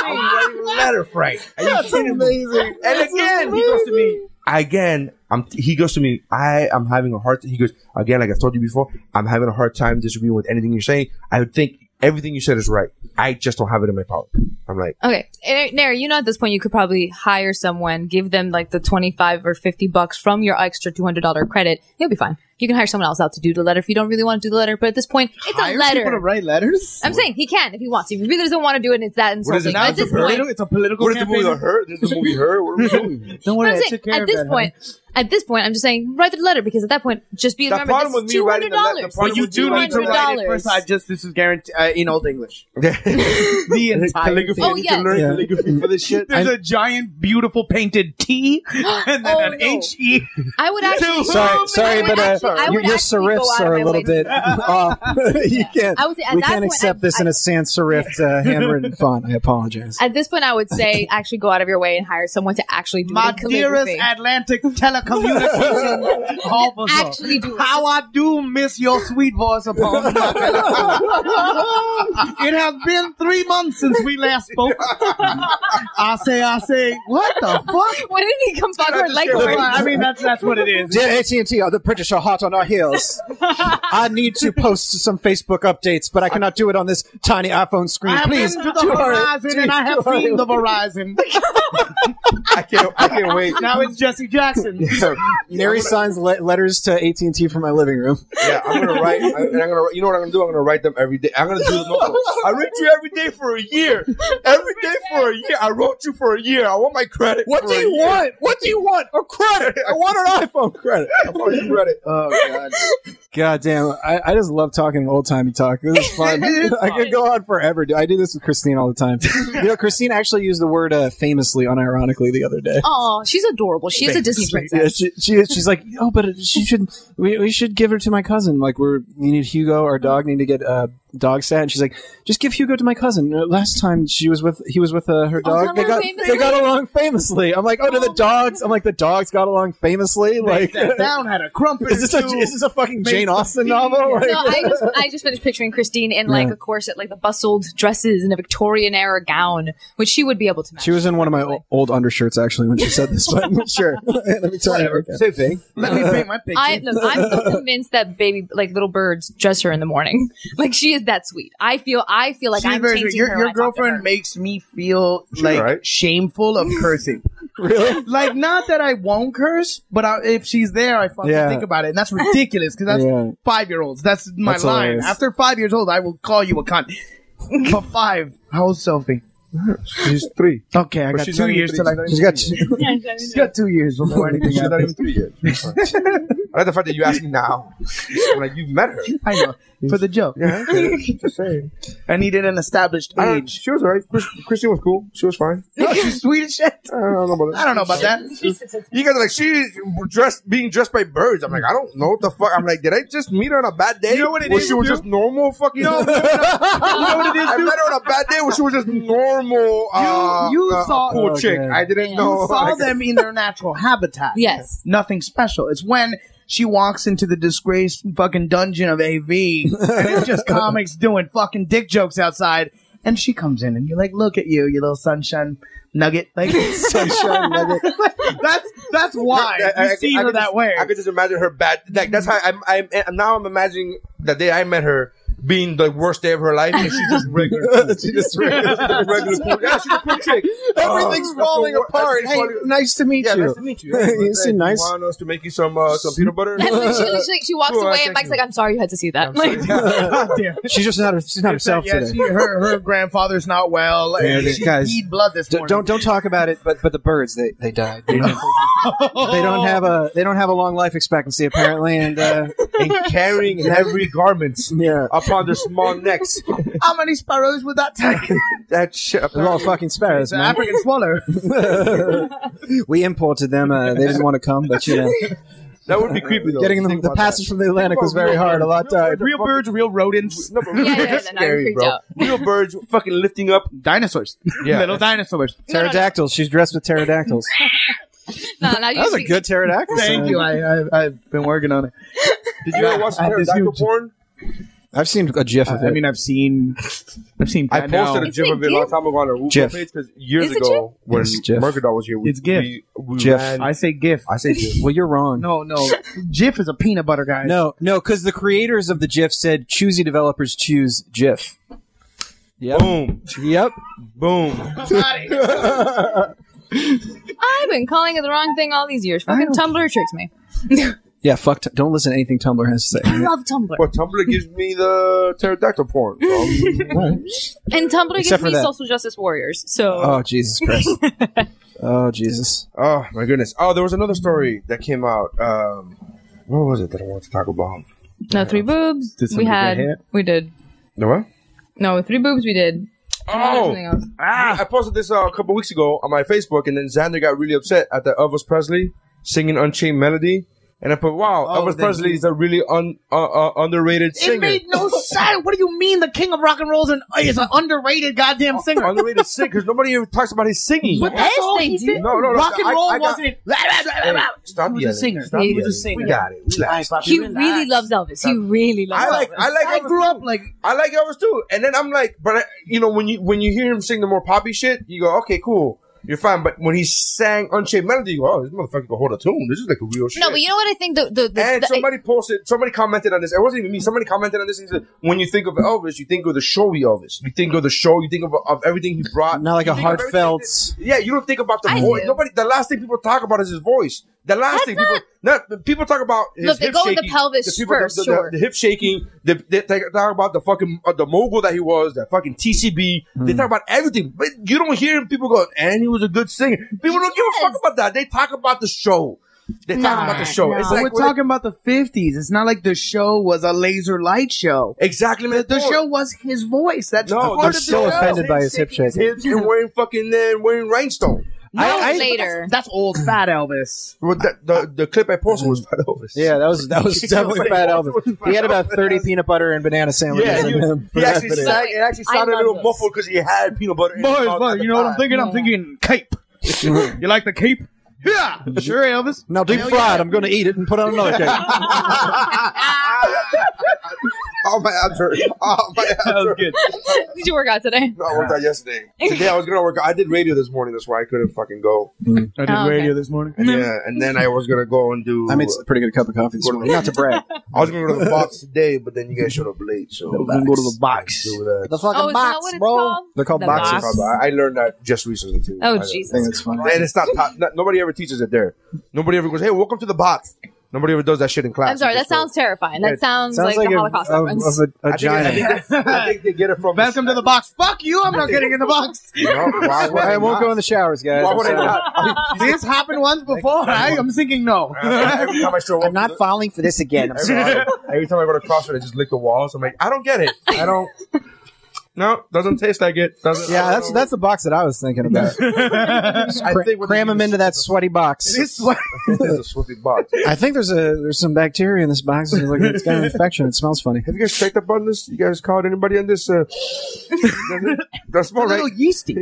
Speaker 8: I'm writing a letter, Frank. Are you kidding me?
Speaker 9: amazing.
Speaker 8: And again, he goes to me. Again, I'm, he goes to me. I am having a hard. He goes again, like I told you before. I'm having a hard time disagreeing with anything you're saying. I would think everything you said is right. I just don't have it in my power. I'm like,
Speaker 10: Okay, Eh, Nary, you know at this point you could probably hire someone, give them like the twenty five or fifty bucks from your extra two hundred dollar credit. You'll be fine. You can hire someone else out to do the letter if you don't really want to do the letter. But at this point, it's a
Speaker 3: People to
Speaker 10: letter.
Speaker 3: write letters.
Speaker 10: I'm saying he can if he wants. If he really doesn't want to do it, it's that
Speaker 8: What is it
Speaker 10: insulting.
Speaker 8: now?
Speaker 10: At
Speaker 3: It's a,
Speaker 10: this
Speaker 8: Superman?
Speaker 10: point,
Speaker 3: politi- it's a political
Speaker 8: what is the movie?
Speaker 3: campaign.
Speaker 8: Her? This is the movie. Her? What are we doing?
Speaker 3: Don't
Speaker 10: But
Speaker 3: worry,
Speaker 10: I'm
Speaker 3: I
Speaker 10: saying,
Speaker 3: took care
Speaker 10: at
Speaker 3: of
Speaker 10: this
Speaker 3: that,
Speaker 10: point, at this point, I'm just saying write the letter because at that point, just be
Speaker 8: The
Speaker 10: remember
Speaker 8: problem
Speaker 10: this
Speaker 8: with me
Speaker 10: two
Speaker 8: writing
Speaker 10: hundred
Speaker 8: the le- the
Speaker 10: dollars.
Speaker 8: problem
Speaker 3: honey. You
Speaker 8: with you
Speaker 3: do need to
Speaker 8: writing
Speaker 3: write it
Speaker 10: $200.
Speaker 3: first. I just this is guaranteed uh, in Old English.
Speaker 8: the
Speaker 3: entire
Speaker 8: calligraphy.
Speaker 10: thing.
Speaker 8: I need
Speaker 10: Oh,
Speaker 8: to learn
Speaker 9: yes.
Speaker 8: calligraphy for this shit.
Speaker 3: There's a giant, beautiful painted T and then
Speaker 10: Oh,
Speaker 3: an
Speaker 10: no.
Speaker 3: H E.
Speaker 10: I would actually. I
Speaker 9: Sorry,
Speaker 10: would
Speaker 9: sorry, but uh,
Speaker 10: actually- I
Speaker 9: your,
Speaker 10: would
Speaker 9: your
Speaker 10: actually go out
Speaker 9: serifs
Speaker 10: of
Speaker 9: are
Speaker 10: my
Speaker 9: a little
Speaker 10: way to-
Speaker 9: bit off. you can't.
Speaker 10: I would say at
Speaker 9: we
Speaker 10: that
Speaker 9: can't
Speaker 10: point,
Speaker 9: accept
Speaker 10: I-
Speaker 9: this in a sans serif uh, handwritten font. I apologize.
Speaker 10: At this point, I would say actually go out of your way and hire someone to actually do
Speaker 3: My
Speaker 10: the
Speaker 3: dearest
Speaker 10: calligraphy.
Speaker 3: Atlantic telecommunication officer.
Speaker 10: Actually do it.
Speaker 3: How I do miss your sweet voice upon my telephone. It has been three months since we last spoke. I say, I say, what the fuck?
Speaker 10: Why didn't he come back with like?
Speaker 3: Well, I mean, that's that's what it is.
Speaker 9: Dear AT&T, uh, the British are hot on our heels. I need to post some Facebook updates, but I cannot do it on this tiny iPhone screen.
Speaker 3: I have
Speaker 9: Please,
Speaker 3: been to the
Speaker 9: do our-
Speaker 3: horizon
Speaker 9: do
Speaker 3: and I have
Speaker 9: our-
Speaker 3: seen the horizon.
Speaker 8: I can't. I can't wait.
Speaker 3: Now it's Jesse Jackson.
Speaker 8: So,
Speaker 9: Neri signs le- letters to AT&T from my living room.
Speaker 8: yeah, I'm gonna write, I, and I'm gonna. write- You know what I'm gonna do? I'm gonna write them every day. I'm gonna do them. All. I wrote you every day for a year. Every day for a year. I wrote you for a year. I want my credit.
Speaker 9: What
Speaker 8: for
Speaker 9: do
Speaker 8: a
Speaker 9: you
Speaker 8: year.
Speaker 9: want? What do you want? A credit. I want an iPhone credit.
Speaker 8: I want your credit.
Speaker 9: Oh, God. God damn. I, I just love talking old timey talk. This is fun. I could go on forever. dude. I do this with Christine all the time. You know, Christine actually used the word uh, famously, unironically, the other day.
Speaker 10: Oh, she's adorable. She's a Disney princess.
Speaker 9: Yeah, she, she is- she's like, oh, but it- she should we, we should give her to my cousin. Like we're we need Hugo, our dog, need to get uh, dog sat, and she's like, just give Hugo to my cousin. Uh, Last time she was with he was with uh,
Speaker 3: Oh,
Speaker 9: her dog,
Speaker 10: got
Speaker 9: they
Speaker 10: along
Speaker 9: got
Speaker 10: famously?
Speaker 9: they got along famously. I'm like, oh, do the dogs? I'm like, the dogs got along famously. Like,
Speaker 3: Sat down, had a crumpet.
Speaker 9: is this a
Speaker 3: or two.
Speaker 9: is this a fucking Jane
Speaker 3: the
Speaker 9: Austen novel? Like,
Speaker 10: No, I just I just finished picturing Christine in like a corset, like the bustled dresses and a Victorian era gown, which she would be able to match.
Speaker 9: she was in one of my o- old undershirts actually when she said this, but sure. Let me tell you.
Speaker 8: Same thing.
Speaker 3: Let me paint my picture.
Speaker 10: I look, I'm so convinced that baby like little birds dress her in the morning. Like she is that sweet. I feel I feel like
Speaker 3: She's
Speaker 10: I'm
Speaker 3: very
Speaker 10: tainting
Speaker 3: sweet. your,
Speaker 10: her.
Speaker 3: your
Speaker 10: when I talk to her.
Speaker 3: girlfriend makes me feel like
Speaker 8: right.
Speaker 3: shameful of cursing.
Speaker 9: Really?
Speaker 3: like not that I won't curse, but I, if she's there, I fucking
Speaker 9: Yeah.
Speaker 3: think about it, and that's ridiculous because that's
Speaker 9: Yeah.
Speaker 3: five year olds. That's my
Speaker 9: That's
Speaker 3: line.
Speaker 9: hilarious.
Speaker 3: After five years old, I will call you a cunt. but five, how old's Sophie?
Speaker 8: She's three.
Speaker 3: Okay, I got
Speaker 8: she's
Speaker 3: two
Speaker 8: not even
Speaker 3: years
Speaker 8: three.
Speaker 3: till I.
Speaker 8: She's not
Speaker 9: She's got two-
Speaker 3: She's got two years before anything
Speaker 8: She's not
Speaker 3: happens.
Speaker 8: even three yet. She's fine. I like the fact that you asked me now. I'm like you've met her.
Speaker 3: I know for the joke.
Speaker 8: Yeah. okay. Just saying.
Speaker 3: I needed an established
Speaker 8: I don't-
Speaker 3: age.
Speaker 8: she was alright. Chris, Christine was cool. She was fine.
Speaker 3: No, she's sweet as shit.
Speaker 8: I don't know about that.
Speaker 3: I don't know about that.
Speaker 8: You guys are like she's dressed, being dressed by birds. I'm like, I don't know what the fuck. I'm like, did I just meet her on a bad day?
Speaker 3: You know what it
Speaker 8: When
Speaker 3: is,
Speaker 8: she was
Speaker 3: dude?
Speaker 8: just normal, fucking.
Speaker 3: You know what it is,
Speaker 8: I
Speaker 3: dude?
Speaker 8: met her on a bad day when she was just normal. uh,
Speaker 3: you
Speaker 8: uh,
Speaker 3: saw-
Speaker 8: cool
Speaker 9: Okay.
Speaker 8: chick. I didn't know.
Speaker 3: You saw
Speaker 8: like,
Speaker 3: them in their natural habitat.
Speaker 10: Yes.
Speaker 3: Nothing special. It's when She walks into the disgraced fucking dungeon of AV, and it's just comics doing fucking dick jokes outside. And she comes in, and you're like, "Look at you, you little sunshine nugget!" Like sunshine nugget. that's that's why
Speaker 8: I- I-
Speaker 3: you
Speaker 8: I-
Speaker 3: see
Speaker 8: I
Speaker 3: her
Speaker 8: could
Speaker 3: that
Speaker 8: just-
Speaker 3: way.
Speaker 8: I could just imagine her bad. Like that's how I'm. I'm and now I'm imagining the day I met her being the worst day of her life, and she's just regular. she just regular, regular pool. Yeah, she's a pool chick.
Speaker 9: Everything's
Speaker 8: Oh,
Speaker 9: falling
Speaker 8: that's the wor-
Speaker 9: apart.
Speaker 8: that's
Speaker 9: Hey,
Speaker 8: the funny-
Speaker 9: nice to meet
Speaker 8: Yeah,
Speaker 9: you.
Speaker 8: nice to meet you. Hey,
Speaker 9: You seem
Speaker 8: hey,
Speaker 9: nice.
Speaker 8: You want us to make you some uh, some peanut butter?
Speaker 10: And then she, she, she walks
Speaker 8: Cool,
Speaker 10: away,
Speaker 8: I
Speaker 10: and Mike's
Speaker 8: think-
Speaker 10: like, "I'm sorry you had to see that." Like,
Speaker 3: God damn.
Speaker 9: She's just not. She's not herself
Speaker 3: yeah,
Speaker 9: today.
Speaker 3: she, her her grandfather's not well.
Speaker 9: Yeah,
Speaker 3: and
Speaker 9: these
Speaker 3: she
Speaker 9: guys-
Speaker 3: need blood this
Speaker 9: D-
Speaker 3: morning.
Speaker 9: don't don't talk about it. But but the birds they they died. They don't, they don't have a they don't have a long life expectancy apparently. And uh,
Speaker 8: and carrying heavy garments
Speaker 9: yeah,
Speaker 8: upon their small necks.
Speaker 3: How many sparrows would that take?
Speaker 8: That shit.
Speaker 9: they're all fucking
Speaker 3: It's
Speaker 9: sparrows,
Speaker 3: an
Speaker 9: man.
Speaker 3: African swallow.
Speaker 9: We imported them. Uh, they didn't want to come, but you know,
Speaker 8: That would be creepy though.
Speaker 9: getting them
Speaker 8: Think
Speaker 9: the
Speaker 8: about that.
Speaker 9: passage from the Atlantic was very
Speaker 8: Real
Speaker 9: hard. A lot
Speaker 8: birds,
Speaker 9: uh,
Speaker 8: real
Speaker 9: died.
Speaker 3: real birds, real rodents,
Speaker 8: No, but
Speaker 10: Yeah, yeah, yeah,
Speaker 8: that's
Speaker 10: no, no, I'm freaked out.
Speaker 8: Real birds fucking lifting up.
Speaker 3: dinosaurs,
Speaker 8: Yeah.
Speaker 3: little dinosaurs.
Speaker 10: no, no, no.
Speaker 9: Pterodactyls. She's dressed with pterodactyls.
Speaker 10: no, no, you
Speaker 9: That was a
Speaker 10: see-
Speaker 9: good pterodactyl.
Speaker 3: Thank
Speaker 9: sound.
Speaker 3: you. I, I, I've been working on it.
Speaker 8: Did you ever watch
Speaker 3: I have this
Speaker 8: pterodactyl
Speaker 3: huge-
Speaker 8: porn?
Speaker 9: I've seen a GIF of it.
Speaker 3: I mean, I've seen, I've seen.
Speaker 8: I posted a
Speaker 10: It's
Speaker 8: GIF
Speaker 10: a
Speaker 8: of it a long
Speaker 10: GIF?
Speaker 8: time ago on our Google
Speaker 9: GIF.
Speaker 8: page because years
Speaker 10: Is it
Speaker 8: ago when
Speaker 9: It's GIF.
Speaker 8: Mercadal was here, we,
Speaker 3: It's GIF.
Speaker 8: We, we
Speaker 9: GIF.
Speaker 8: ran-
Speaker 3: I
Speaker 8: I,
Speaker 3: say GIF.
Speaker 8: say GIF.
Speaker 9: well, you're wrong.
Speaker 3: No, no. GIF is a peanut butter guy.
Speaker 9: No, no, because the creators of the GIF said choosy developers choose GIF. Yep.
Speaker 8: Boom,
Speaker 9: Yep.
Speaker 8: boom.
Speaker 10: I've been calling it the wrong thing all these years. Fucking Tumblr tricks me.
Speaker 9: Yeah. Fuck. T- don't listen to anything Tumblr has to
Speaker 10: I
Speaker 9: say.
Speaker 10: love Tumblr,
Speaker 8: But Tumblr gives me the pterodactyl porn. bro.
Speaker 10: and Tumblr gives
Speaker 9: Except for
Speaker 10: me
Speaker 9: that.
Speaker 10: social justice warriors. So
Speaker 9: oh Jesus Christ. oh Jesus.
Speaker 8: oh my goodness. Oh, there was another story that came out. Um, what was it that I wanted to talk about?
Speaker 10: no, three boobs.
Speaker 3: Did somebody
Speaker 10: We
Speaker 3: get
Speaker 10: had,
Speaker 3: hit?
Speaker 10: we did.
Speaker 8: The what?
Speaker 10: No, three boobs. We did. And
Speaker 8: Oh,
Speaker 10: something else.
Speaker 8: I posted this uh, a couple weeks ago on my Facebook, and then Xander got really upset at the Elvis Presley singing Unchained Melody. And I put, wow,
Speaker 3: Oh,
Speaker 8: Elvis
Speaker 3: then-
Speaker 8: Presley is a really un, uh, uh, underrated
Speaker 3: It
Speaker 8: singer.
Speaker 3: made no sense. What do you mean? The king of rock and roll is an is an underrated goddamn singer.
Speaker 8: underrated singer, because nobody ever talks about his singing.
Speaker 3: But that's all
Speaker 10: they
Speaker 3: he
Speaker 10: do.
Speaker 3: did.
Speaker 8: No, no, no,
Speaker 3: rock and
Speaker 8: I-
Speaker 3: roll
Speaker 8: I got-
Speaker 3: wasn't.
Speaker 8: Hey, stop
Speaker 3: he was a
Speaker 8: yelling.
Speaker 3: singer.
Speaker 8: Stop
Speaker 3: He was
Speaker 8: yelling.
Speaker 3: a
Speaker 8: We
Speaker 3: singer.
Speaker 8: got it. Relax.
Speaker 10: He really loves Elvis. He really loves
Speaker 8: I like,
Speaker 10: Elvis.
Speaker 8: I like,
Speaker 3: I
Speaker 8: Elvis
Speaker 3: grew up
Speaker 8: too.
Speaker 3: like
Speaker 8: I like Elvis too. And then I'm like, but I, you know, when you when you hear him sing the more poppy shit, you go, okay, cool, you're fine. But when he sang Unchained Melody, you go, oh, this motherfucker can hold a tune. This is like a real shit.
Speaker 10: no, but you know what I think the the, the,
Speaker 8: and
Speaker 10: the-
Speaker 8: somebody posted, somebody commented on this. It wasn't even me. Somebody commented on this and said, when you think of Elvis, you think of the showy Elvis. You think of the show. You think of, of everything he brought.
Speaker 9: Not like
Speaker 8: You
Speaker 9: a
Speaker 8: think of everything
Speaker 9: heartfelt.
Speaker 8: that- yeah, you don't think about the
Speaker 10: I
Speaker 8: voice.
Speaker 10: do.
Speaker 8: Nobody. The last thing people talk about is his voice. The last
Speaker 10: That's
Speaker 8: thing people not people talk about. His
Speaker 10: Look, they
Speaker 8: hip
Speaker 10: go with
Speaker 8: shaking,
Speaker 10: the pelvis
Speaker 8: people-
Speaker 10: first,
Speaker 8: The, the-
Speaker 10: sure.
Speaker 8: the hip shaking. The, they they talk about the fucking uh, the mogul that he was. The fucking TCB.
Speaker 9: Hmm.
Speaker 8: They talk about everything, but you don't hear people go. And he was a good singer. People don't give a fuck
Speaker 10: Yes.
Speaker 8: about that. They talk about the show. They talk about the show. It's
Speaker 3: But
Speaker 8: like
Speaker 3: Uh, we're talking about the 50s. It's not like the show was a laser light show.
Speaker 8: Exactly, man.
Speaker 3: The show was his voice. That's
Speaker 8: No,
Speaker 3: part
Speaker 8: they're
Speaker 3: of the
Speaker 9: so
Speaker 3: show.
Speaker 9: offended by his hip shaking.
Speaker 8: Hips and wearing fucking uh, wearing rhinestone.
Speaker 10: no,
Speaker 9: I- I-
Speaker 10: later.
Speaker 3: That's old fat Elvis.
Speaker 8: Well, the, the the clip I posted was Fat Elvis.
Speaker 9: Yeah, that was that was definitely Fat Elvis. He had about thirty peanut butter and banana sandwiches
Speaker 8: Yeah, he,
Speaker 9: in
Speaker 8: was,
Speaker 9: him. for
Speaker 8: he
Speaker 9: that
Speaker 8: actually
Speaker 9: video.
Speaker 8: sang, it actually
Speaker 10: I
Speaker 8: sounded a
Speaker 10: love
Speaker 8: little
Speaker 10: this.
Speaker 8: muffled because he had peanut butter. in his
Speaker 3: Boys,
Speaker 8: mouth
Speaker 3: boys,
Speaker 8: at
Speaker 3: you
Speaker 8: the
Speaker 3: know what I'm
Speaker 8: time.
Speaker 3: thinking? I'm thinking cape. you like the cape? Yeah. Sure, Elvis.
Speaker 9: Now deep
Speaker 3: Hell
Speaker 9: fried. I'm going to eat it and put on another cake.
Speaker 10: Ah,
Speaker 8: Oh my advert! Oh my
Speaker 3: That was
Speaker 8: advert!
Speaker 3: good.
Speaker 10: Did you work out today?
Speaker 8: No, I worked out yesterday. Today I was gonna work. out. I did radio this morning. That's why I couldn't fucking go.
Speaker 3: I did
Speaker 10: Oh, okay.
Speaker 3: radio this morning.
Speaker 8: Yeah, and then I was gonna go and do. uh,
Speaker 9: I made a pretty good cup of coffee this morning. Not to brag.
Speaker 8: I was gonna go to the box today, but then you guys showed up late, so I'm gonna go to the box. Do that.
Speaker 9: The fucking
Speaker 10: Oh, is that
Speaker 9: box,
Speaker 10: what it's
Speaker 9: bro.
Speaker 10: called?
Speaker 9: They're called
Speaker 10: The
Speaker 9: boxes.
Speaker 10: box.
Speaker 8: I I learned that just recently too. I
Speaker 10: Oh
Speaker 8: learned-
Speaker 9: I think
Speaker 10: Jesus!
Speaker 9: it's funny.
Speaker 8: and it's not, taught- not- nobody ever teaches it there. Nobody ever goes, "Hey, welcome to the box." Nobody ever does that shit in class.
Speaker 10: I'm sorry.
Speaker 8: They
Speaker 10: That
Speaker 8: just go-
Speaker 10: sounds terrifying. That sounds,
Speaker 9: Sounds
Speaker 10: like,
Speaker 9: like
Speaker 10: a
Speaker 9: a,
Speaker 10: Holocaust
Speaker 9: of,
Speaker 10: reference.
Speaker 9: of a,
Speaker 8: I
Speaker 9: a
Speaker 8: think,
Speaker 9: giant.
Speaker 8: I, think, I think they get it from.
Speaker 3: Welcome to the box. Fuck you. I'm not getting in the box.
Speaker 8: You know, why would
Speaker 9: I won't
Speaker 8: not?
Speaker 9: go in the showers, guys.
Speaker 8: Why
Speaker 9: I'm
Speaker 8: would I
Speaker 9: sorry.
Speaker 8: not?
Speaker 3: this happened once before. I, I'm thinking no.
Speaker 8: Every time I show up,
Speaker 9: I'm not falling for this again. I'm
Speaker 8: Every time I go to CrossFit, I just lick the walls. I'm like, I don't get it. I don't. No, doesn't taste like it. Doesn't,
Speaker 9: Yeah, that's that's the box that I was thinking about.
Speaker 8: I
Speaker 9: Cra-
Speaker 8: think what
Speaker 9: cram
Speaker 8: they
Speaker 9: them
Speaker 8: do
Speaker 9: into that sweaty box.
Speaker 8: is- It's a sweaty box. Have
Speaker 9: I think there's a there's some bacteria in this box. It's like it's got an infection. It smells funny.
Speaker 8: you guys checked up on this? You guys called anybody on this? Uh, that's more right.
Speaker 3: Little yeasty.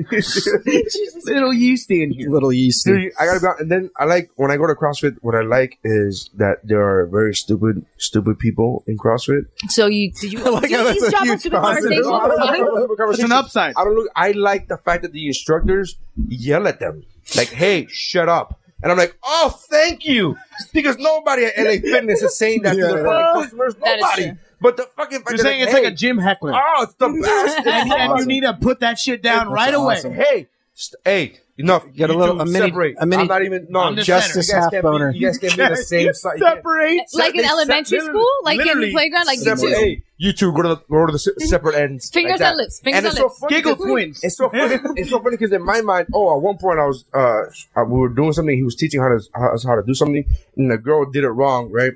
Speaker 3: little yeasty in here.
Speaker 9: Little yeasty.
Speaker 8: Dude, I gotta go out. And then I like when I go to CrossFit. What I like is that there are very stupid, stupid people in CrossFit.
Speaker 10: So you did you, did you eavesdrop on stupid conversations?
Speaker 8: I don't- I don't-
Speaker 3: It's an upside.
Speaker 8: I don't look. I like the fact that the instructors yell at them, like, "Hey, shut up." And I'm like, oh, thank you, because nobody at LA Fitness is saying that to their fucking customers.
Speaker 10: That is
Speaker 8: Nobody.
Speaker 10: true.
Speaker 8: But the fucking fact
Speaker 3: You're
Speaker 8: that
Speaker 3: saying it's
Speaker 8: hey,
Speaker 3: like a gym heckler.
Speaker 8: Oh, it's the best. It's
Speaker 3: and, and you
Speaker 8: awesome.
Speaker 3: need to put that shit down right away.
Speaker 8: Hey, st- hey, enough.
Speaker 9: Get a
Speaker 8: You
Speaker 9: little-
Speaker 8: two
Speaker 9: a mini-
Speaker 8: separate.
Speaker 9: a mini-
Speaker 8: I'm not even. No,
Speaker 3: I'm the
Speaker 9: Justice
Speaker 8: You guys
Speaker 9: half
Speaker 8: can't
Speaker 9: boner.
Speaker 8: Be, you guys can't be the same side. You can't-
Speaker 3: Separate.
Speaker 10: Like in
Speaker 8: they se-
Speaker 10: elementary
Speaker 8: literally-
Speaker 10: school, like in
Speaker 8: literally
Speaker 10: the playground, like you
Speaker 8: separate,
Speaker 10: two.
Speaker 8: Hey, you two go to the, go to the se- separate ends.
Speaker 10: Fingers
Speaker 8: like that.
Speaker 10: on lips, fingers
Speaker 8: and
Speaker 10: on
Speaker 8: it's so
Speaker 10: lips.
Speaker 8: funny 'cause-
Speaker 3: Giggle twins.
Speaker 8: It's so funny. it's so funny because in my mind, oh, at one point I was, uh, uh, we were doing something. He was teaching how to how, us how to do something, and the girl did it wrong, right?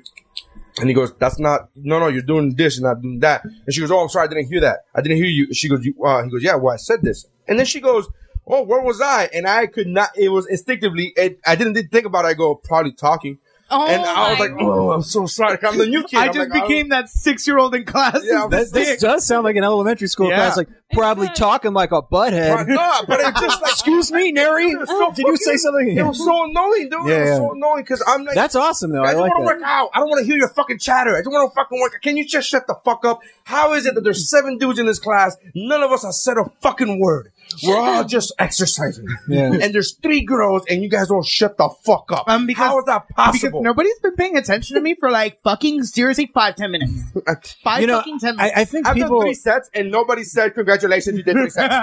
Speaker 8: And he goes, "That's not no, no. You're doing this, you're not doing that." And she goes, "Oh, I'm sorry, I didn't hear that. I didn't hear you." She goes, you, uh, "He goes, yeah, well, I said this." And then she goes, "Oh, where was I?" And I could not. It was instinctively. It, I didn't think about. it. I go probably talking,
Speaker 10: Oh
Speaker 8: and I was
Speaker 10: my
Speaker 8: like, "Oh, I'm so sorry. I'm the new kid."
Speaker 3: I
Speaker 8: I'm
Speaker 3: just
Speaker 8: like, "Oh."
Speaker 3: became that six year old in class.
Speaker 8: Yeah, I'm
Speaker 9: This, this does sound like an elementary school
Speaker 3: Yeah.
Speaker 9: class. Like probably talking like a
Speaker 8: But
Speaker 9: butthead.
Speaker 8: no, but it just like
Speaker 9: Excuse me, Neri.
Speaker 8: so
Speaker 9: Did you say
Speaker 8: fucking-
Speaker 9: something?
Speaker 8: It was so annoying, dude.
Speaker 9: Yeah,
Speaker 8: it was
Speaker 9: yeah.
Speaker 8: so annoying because I'm like,
Speaker 9: That's awesome though.
Speaker 8: I
Speaker 9: I
Speaker 8: just
Speaker 9: like
Speaker 8: want to work
Speaker 9: that.
Speaker 8: out. I don't want to hear your fucking chatter. I just want to fucking work. Can you just shut the fuck up? How is it that there's seven dudes in this class? None of us have said a fucking word. We're all just exercising.
Speaker 9: Yeah.
Speaker 8: And there's three girls, and you guys don't shut the fuck up.
Speaker 3: Um, because-
Speaker 8: How is that
Speaker 3: Because
Speaker 8: possible?
Speaker 3: nobody's been paying attention to me for like fucking seriously five ten minutes. Five
Speaker 9: You know,
Speaker 3: fucking ten
Speaker 9: I,
Speaker 3: minutes.
Speaker 9: I think
Speaker 8: I've done
Speaker 9: people.
Speaker 8: three sets, and nobody said congratulations. You did three sets.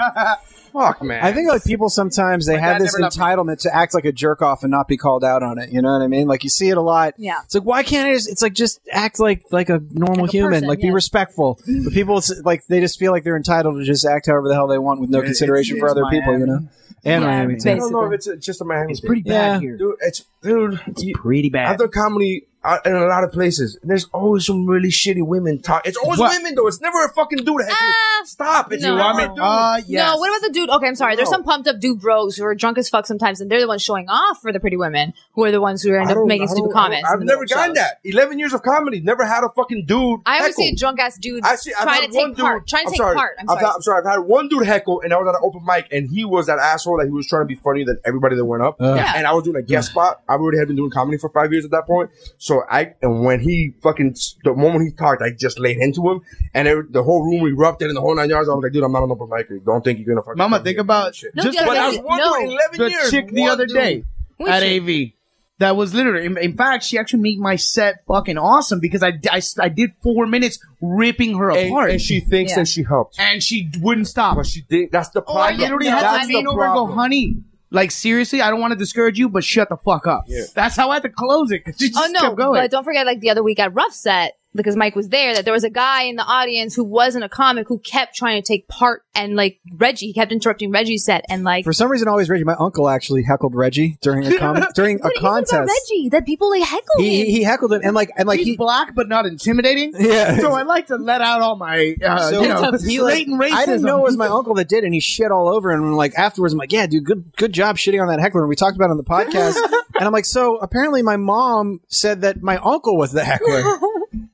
Speaker 8: fuck, man.
Speaker 9: I think like people sometimes they have
Speaker 3: dad
Speaker 9: this
Speaker 3: never loved me.
Speaker 9: entitlement to act like a jerk off and not be called out on it. You know what I mean? Like you see it a lot.
Speaker 10: Yeah.
Speaker 9: It's like why can't I just? It's like just act like like a normal
Speaker 10: Like a
Speaker 9: human.
Speaker 10: person,
Speaker 9: like be
Speaker 10: yeah.
Speaker 9: respectful. But people it's like they just feel like they're entitled to just act however the hell they want with no
Speaker 3: It's-
Speaker 9: consideration
Speaker 3: it's
Speaker 9: for other
Speaker 3: Miami.
Speaker 9: people. You know. And
Speaker 10: Yeah,
Speaker 9: Miami
Speaker 8: I
Speaker 9: too.
Speaker 8: don't know if it's uh, just a Miami.
Speaker 3: it's
Speaker 8: thing.
Speaker 3: pretty bad
Speaker 9: Yeah.
Speaker 3: here.
Speaker 8: Dude, it's dude. you-
Speaker 3: Pretty
Speaker 8: I've
Speaker 3: bad.
Speaker 8: done comedy uh, in a lot of places. There's always some really shitty women talk. It's always
Speaker 3: What?
Speaker 8: women though. It's never a fucking dude. heckling.
Speaker 10: Ah,
Speaker 8: Stop. It's
Speaker 10: no.
Speaker 8: no.
Speaker 10: You want
Speaker 8: never
Speaker 10: me-
Speaker 8: a dude.
Speaker 3: Uh, yes.
Speaker 10: No, what about the dude? Okay, I'm sorry. There's
Speaker 8: No.
Speaker 10: some pumped up dude bros who are drunk as fuck sometimes, and they're the ones showing off for the pretty women, who are the ones who end
Speaker 8: I
Speaker 10: up
Speaker 8: don't-
Speaker 10: making
Speaker 8: I don't-
Speaker 10: stupid
Speaker 8: I don't-
Speaker 10: comments.
Speaker 8: I've
Speaker 10: in the middle
Speaker 8: never
Speaker 10: of
Speaker 8: gotten
Speaker 10: shows.
Speaker 8: that. Eleven years of comedy, never had a fucking dude.
Speaker 10: I always see
Speaker 8: heckle.
Speaker 10: drunk ass dudes
Speaker 8: I see, I've had
Speaker 10: trying to take
Speaker 8: one dude,
Speaker 10: part. Trying to
Speaker 8: I'm
Speaker 10: take
Speaker 8: sorry,
Speaker 10: part. I'm
Speaker 8: I've
Speaker 10: sorry.
Speaker 8: had- I'm sorry. I've had one dude heckle, and I was at an open mic, and he was that asshole that he was trying to be funnier than everybody that went up.
Speaker 10: Yeah.
Speaker 8: And I was doing a guest spot. I already had been doing comedy for five years at that point. So I, and when he fucking, the moment he talked, I just laid into him, and every, the whole room erupted in the whole nine yards. I was like, dude, I'm not an open mic. Don't think you're gonna fucking.
Speaker 3: Mama,
Speaker 8: come
Speaker 3: think
Speaker 8: here.
Speaker 3: about
Speaker 10: No,
Speaker 3: just
Speaker 10: the
Speaker 8: But
Speaker 10: other
Speaker 8: I
Speaker 10: day-
Speaker 8: was one
Speaker 10: no.
Speaker 8: dude in eleven
Speaker 3: the
Speaker 8: years.
Speaker 3: chick the
Speaker 8: one
Speaker 3: other
Speaker 8: dude.
Speaker 3: day
Speaker 10: Who is
Speaker 3: at
Speaker 10: she?
Speaker 3: AV. That was literally, in, in fact, she actually made my set fucking awesome because I, I, I did four minutes ripping her
Speaker 8: And,
Speaker 3: apart.
Speaker 8: and she thinks
Speaker 10: Yeah. Oh,
Speaker 8: that she helped.
Speaker 3: and she wouldn't stop. Oh,
Speaker 8: But she did. That's the
Speaker 3: I
Speaker 8: problem.
Speaker 3: literally
Speaker 10: no,
Speaker 3: had to
Speaker 10: that's the
Speaker 3: lean over and go,
Speaker 8: problem.
Speaker 3: honey, like seriously, I don't want to discourage you, but shut the fuck up. That's how I had to close it 'cause she just
Speaker 10: Oh no!
Speaker 3: kept going.
Speaker 10: But don't forget, like the other week at Rough Set, because Mike was there, that there was a guy in the audience who wasn't a comic who kept trying to take part, and like Reggie, he kept interrupting Reggie's set, and like
Speaker 9: For some reason, always Reggie. My uncle actually heckled Reggie during a com- during a
Speaker 10: What is it about
Speaker 9: contest.
Speaker 10: Reggie, that people like heckle
Speaker 9: He,
Speaker 10: him.
Speaker 9: he heckled him and like and like
Speaker 3: He's
Speaker 9: he,
Speaker 3: black, but not intimidating.
Speaker 9: Yeah.
Speaker 3: So I like to let out all my, uh,
Speaker 9: So-
Speaker 3: you know,
Speaker 9: he, like-
Speaker 3: blatant racism.
Speaker 9: I didn't know it was my uncle that did, and he shit all over. And like afterwards, I'm like, "Yeah, dude, good good job shitting on that heckler." And we talked about it on the podcast. and I'm like, so apparently my mom said that my uncle was the heckler,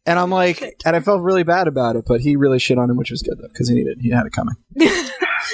Speaker 9: and I'm like, and I felt really bad about it, but he really shit on him, which was good though because he needed he had it coming.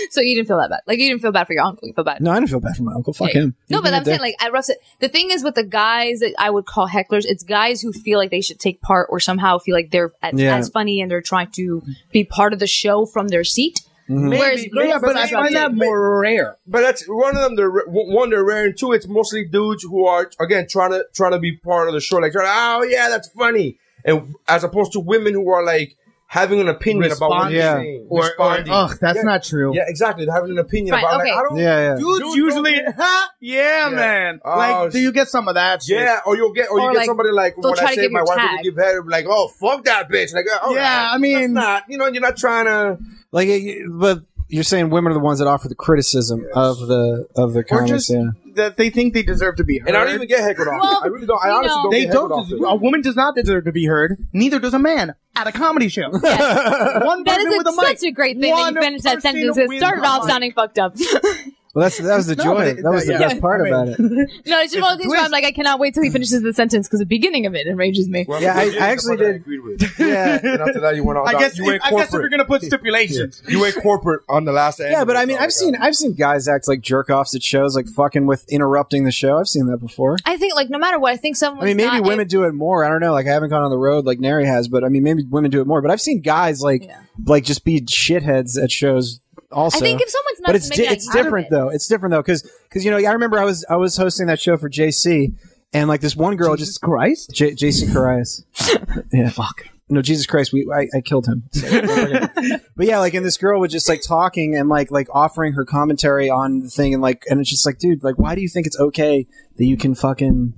Speaker 10: so you didn't feel that bad. Like you didn't feel bad for your uncle. You feel bad.
Speaker 9: No, I didn't feel bad for my uncle. Fuck
Speaker 10: Yeah.
Speaker 9: him.
Speaker 10: No,
Speaker 9: He's
Speaker 10: but
Speaker 9: been a
Speaker 10: I'm saying
Speaker 9: dick.
Speaker 10: like I rough set. The thing is with the guys that I would call hecklers, it's guys who feel like they should take part or somehow feel like they're at,
Speaker 9: Yeah.
Speaker 10: as funny and they're trying to be part of the show from their seat. Whereas
Speaker 3: yeah, but I
Speaker 10: Reggie-
Speaker 3: find that more rare.
Speaker 8: But that's one of them. They're ra- one. They're rare, and two, it's mostly dudes who are again trying to trying to be part of the show. Like, trying to, oh yeah, that's funny, and as opposed to women who are like having an opinion about what
Speaker 3: Responding.
Speaker 8: you're
Speaker 9: Yeah.
Speaker 8: saying.
Speaker 3: Or, or
Speaker 8: Responding.
Speaker 3: ugh, that's not true.
Speaker 8: yeah, exactly. They're having an opinion
Speaker 10: Fine,
Speaker 8: about.
Speaker 10: okay.
Speaker 8: Like, I don't.
Speaker 9: yeah, yeah.
Speaker 3: Dudes
Speaker 8: Dudes
Speaker 3: usually,
Speaker 8: don't-
Speaker 3: huh? Yeah, man.
Speaker 8: Oh,
Speaker 3: like, do you get some of that? shit?
Speaker 8: Yeah, or you'll get, or,
Speaker 10: Or,
Speaker 8: you get
Speaker 10: like,
Speaker 8: somebody like
Speaker 10: they'll
Speaker 8: when
Speaker 10: try
Speaker 8: I
Speaker 10: to
Speaker 8: say
Speaker 10: give
Speaker 8: my
Speaker 10: you
Speaker 8: wife
Speaker 10: tag.
Speaker 8: would give head, like, oh fuck that bitch, like, oh,
Speaker 3: Yeah, I mean-
Speaker 8: not, you know, you're not trying to,
Speaker 9: Like, it- but you're saying women are the ones that offer the criticism of the of the
Speaker 8: or
Speaker 9: comments.
Speaker 8: just
Speaker 9: yeah.
Speaker 3: that they think they deserve to be heard.
Speaker 8: And I don't even get heckled off.
Speaker 10: Well,
Speaker 8: I really don't. I
Speaker 10: you
Speaker 8: honestly
Speaker 10: know.
Speaker 8: don't
Speaker 3: They
Speaker 8: get heckled off.
Speaker 3: don't. A woman does not deserve to be heard. Neither does a man at a comedy show. One
Speaker 10: That
Speaker 3: person
Speaker 10: is
Speaker 3: with a
Speaker 10: a,
Speaker 3: mic.
Speaker 10: such a great thing that
Speaker 3: One
Speaker 10: you finished that
Speaker 3: person
Speaker 10: sentence. It
Speaker 3: with
Speaker 10: started
Speaker 3: a
Speaker 10: off
Speaker 3: mic.
Speaker 10: sounding fucked up.
Speaker 9: Well, that's that was the
Speaker 3: No,
Speaker 9: joy.
Speaker 3: but it-
Speaker 9: that was the
Speaker 3: yeah.
Speaker 9: best part
Speaker 3: I mean-
Speaker 9: about it.
Speaker 10: No, it's just one of those where I'm like, I cannot wait till he finishes the sentence because the beginning of it enrages me.
Speaker 8: Well,
Speaker 9: Yeah, I-
Speaker 8: you did
Speaker 9: I
Speaker 8: the
Speaker 9: actually
Speaker 8: part that
Speaker 9: did.
Speaker 8: agreed with.
Speaker 9: Yeah.
Speaker 8: And after that, you went on.
Speaker 3: I guess.
Speaker 8: you
Speaker 3: If,
Speaker 8: went
Speaker 3: I guess if you're
Speaker 8: corporate.
Speaker 3: gonna put stipulations,
Speaker 8: You went corporate on the last.
Speaker 9: Yeah, but I mean, I've seen I've seen guys act like jerk offs at shows, like fucking with interrupting the show. I've seen that before.
Speaker 10: I think, like, no matter what, I think someone.
Speaker 9: I mean, maybe women do it more. I don't know. Like, I haven't gone on the road like Nary has, but I mean, maybe women do it more. But I've seen guys like
Speaker 10: Yeah.
Speaker 9: like just be shitheads at shows. Also,
Speaker 10: I think if someone's not,
Speaker 9: but it's
Speaker 10: maybe
Speaker 9: di-
Speaker 10: not
Speaker 9: it's
Speaker 10: out of
Speaker 9: different
Speaker 10: it.
Speaker 9: though. It's different though because you know I remember I was I was hosting that show for JC and like this one girl just
Speaker 3: Christ.
Speaker 9: J- JC Carias. yeah, fuck. No, Jesus Christ, we I, I killed him. but yeah, like, and this girl was just like talking and like like offering her commentary on the thing, and like, and it's just like, dude, like, why do you think it's okay that you can fucking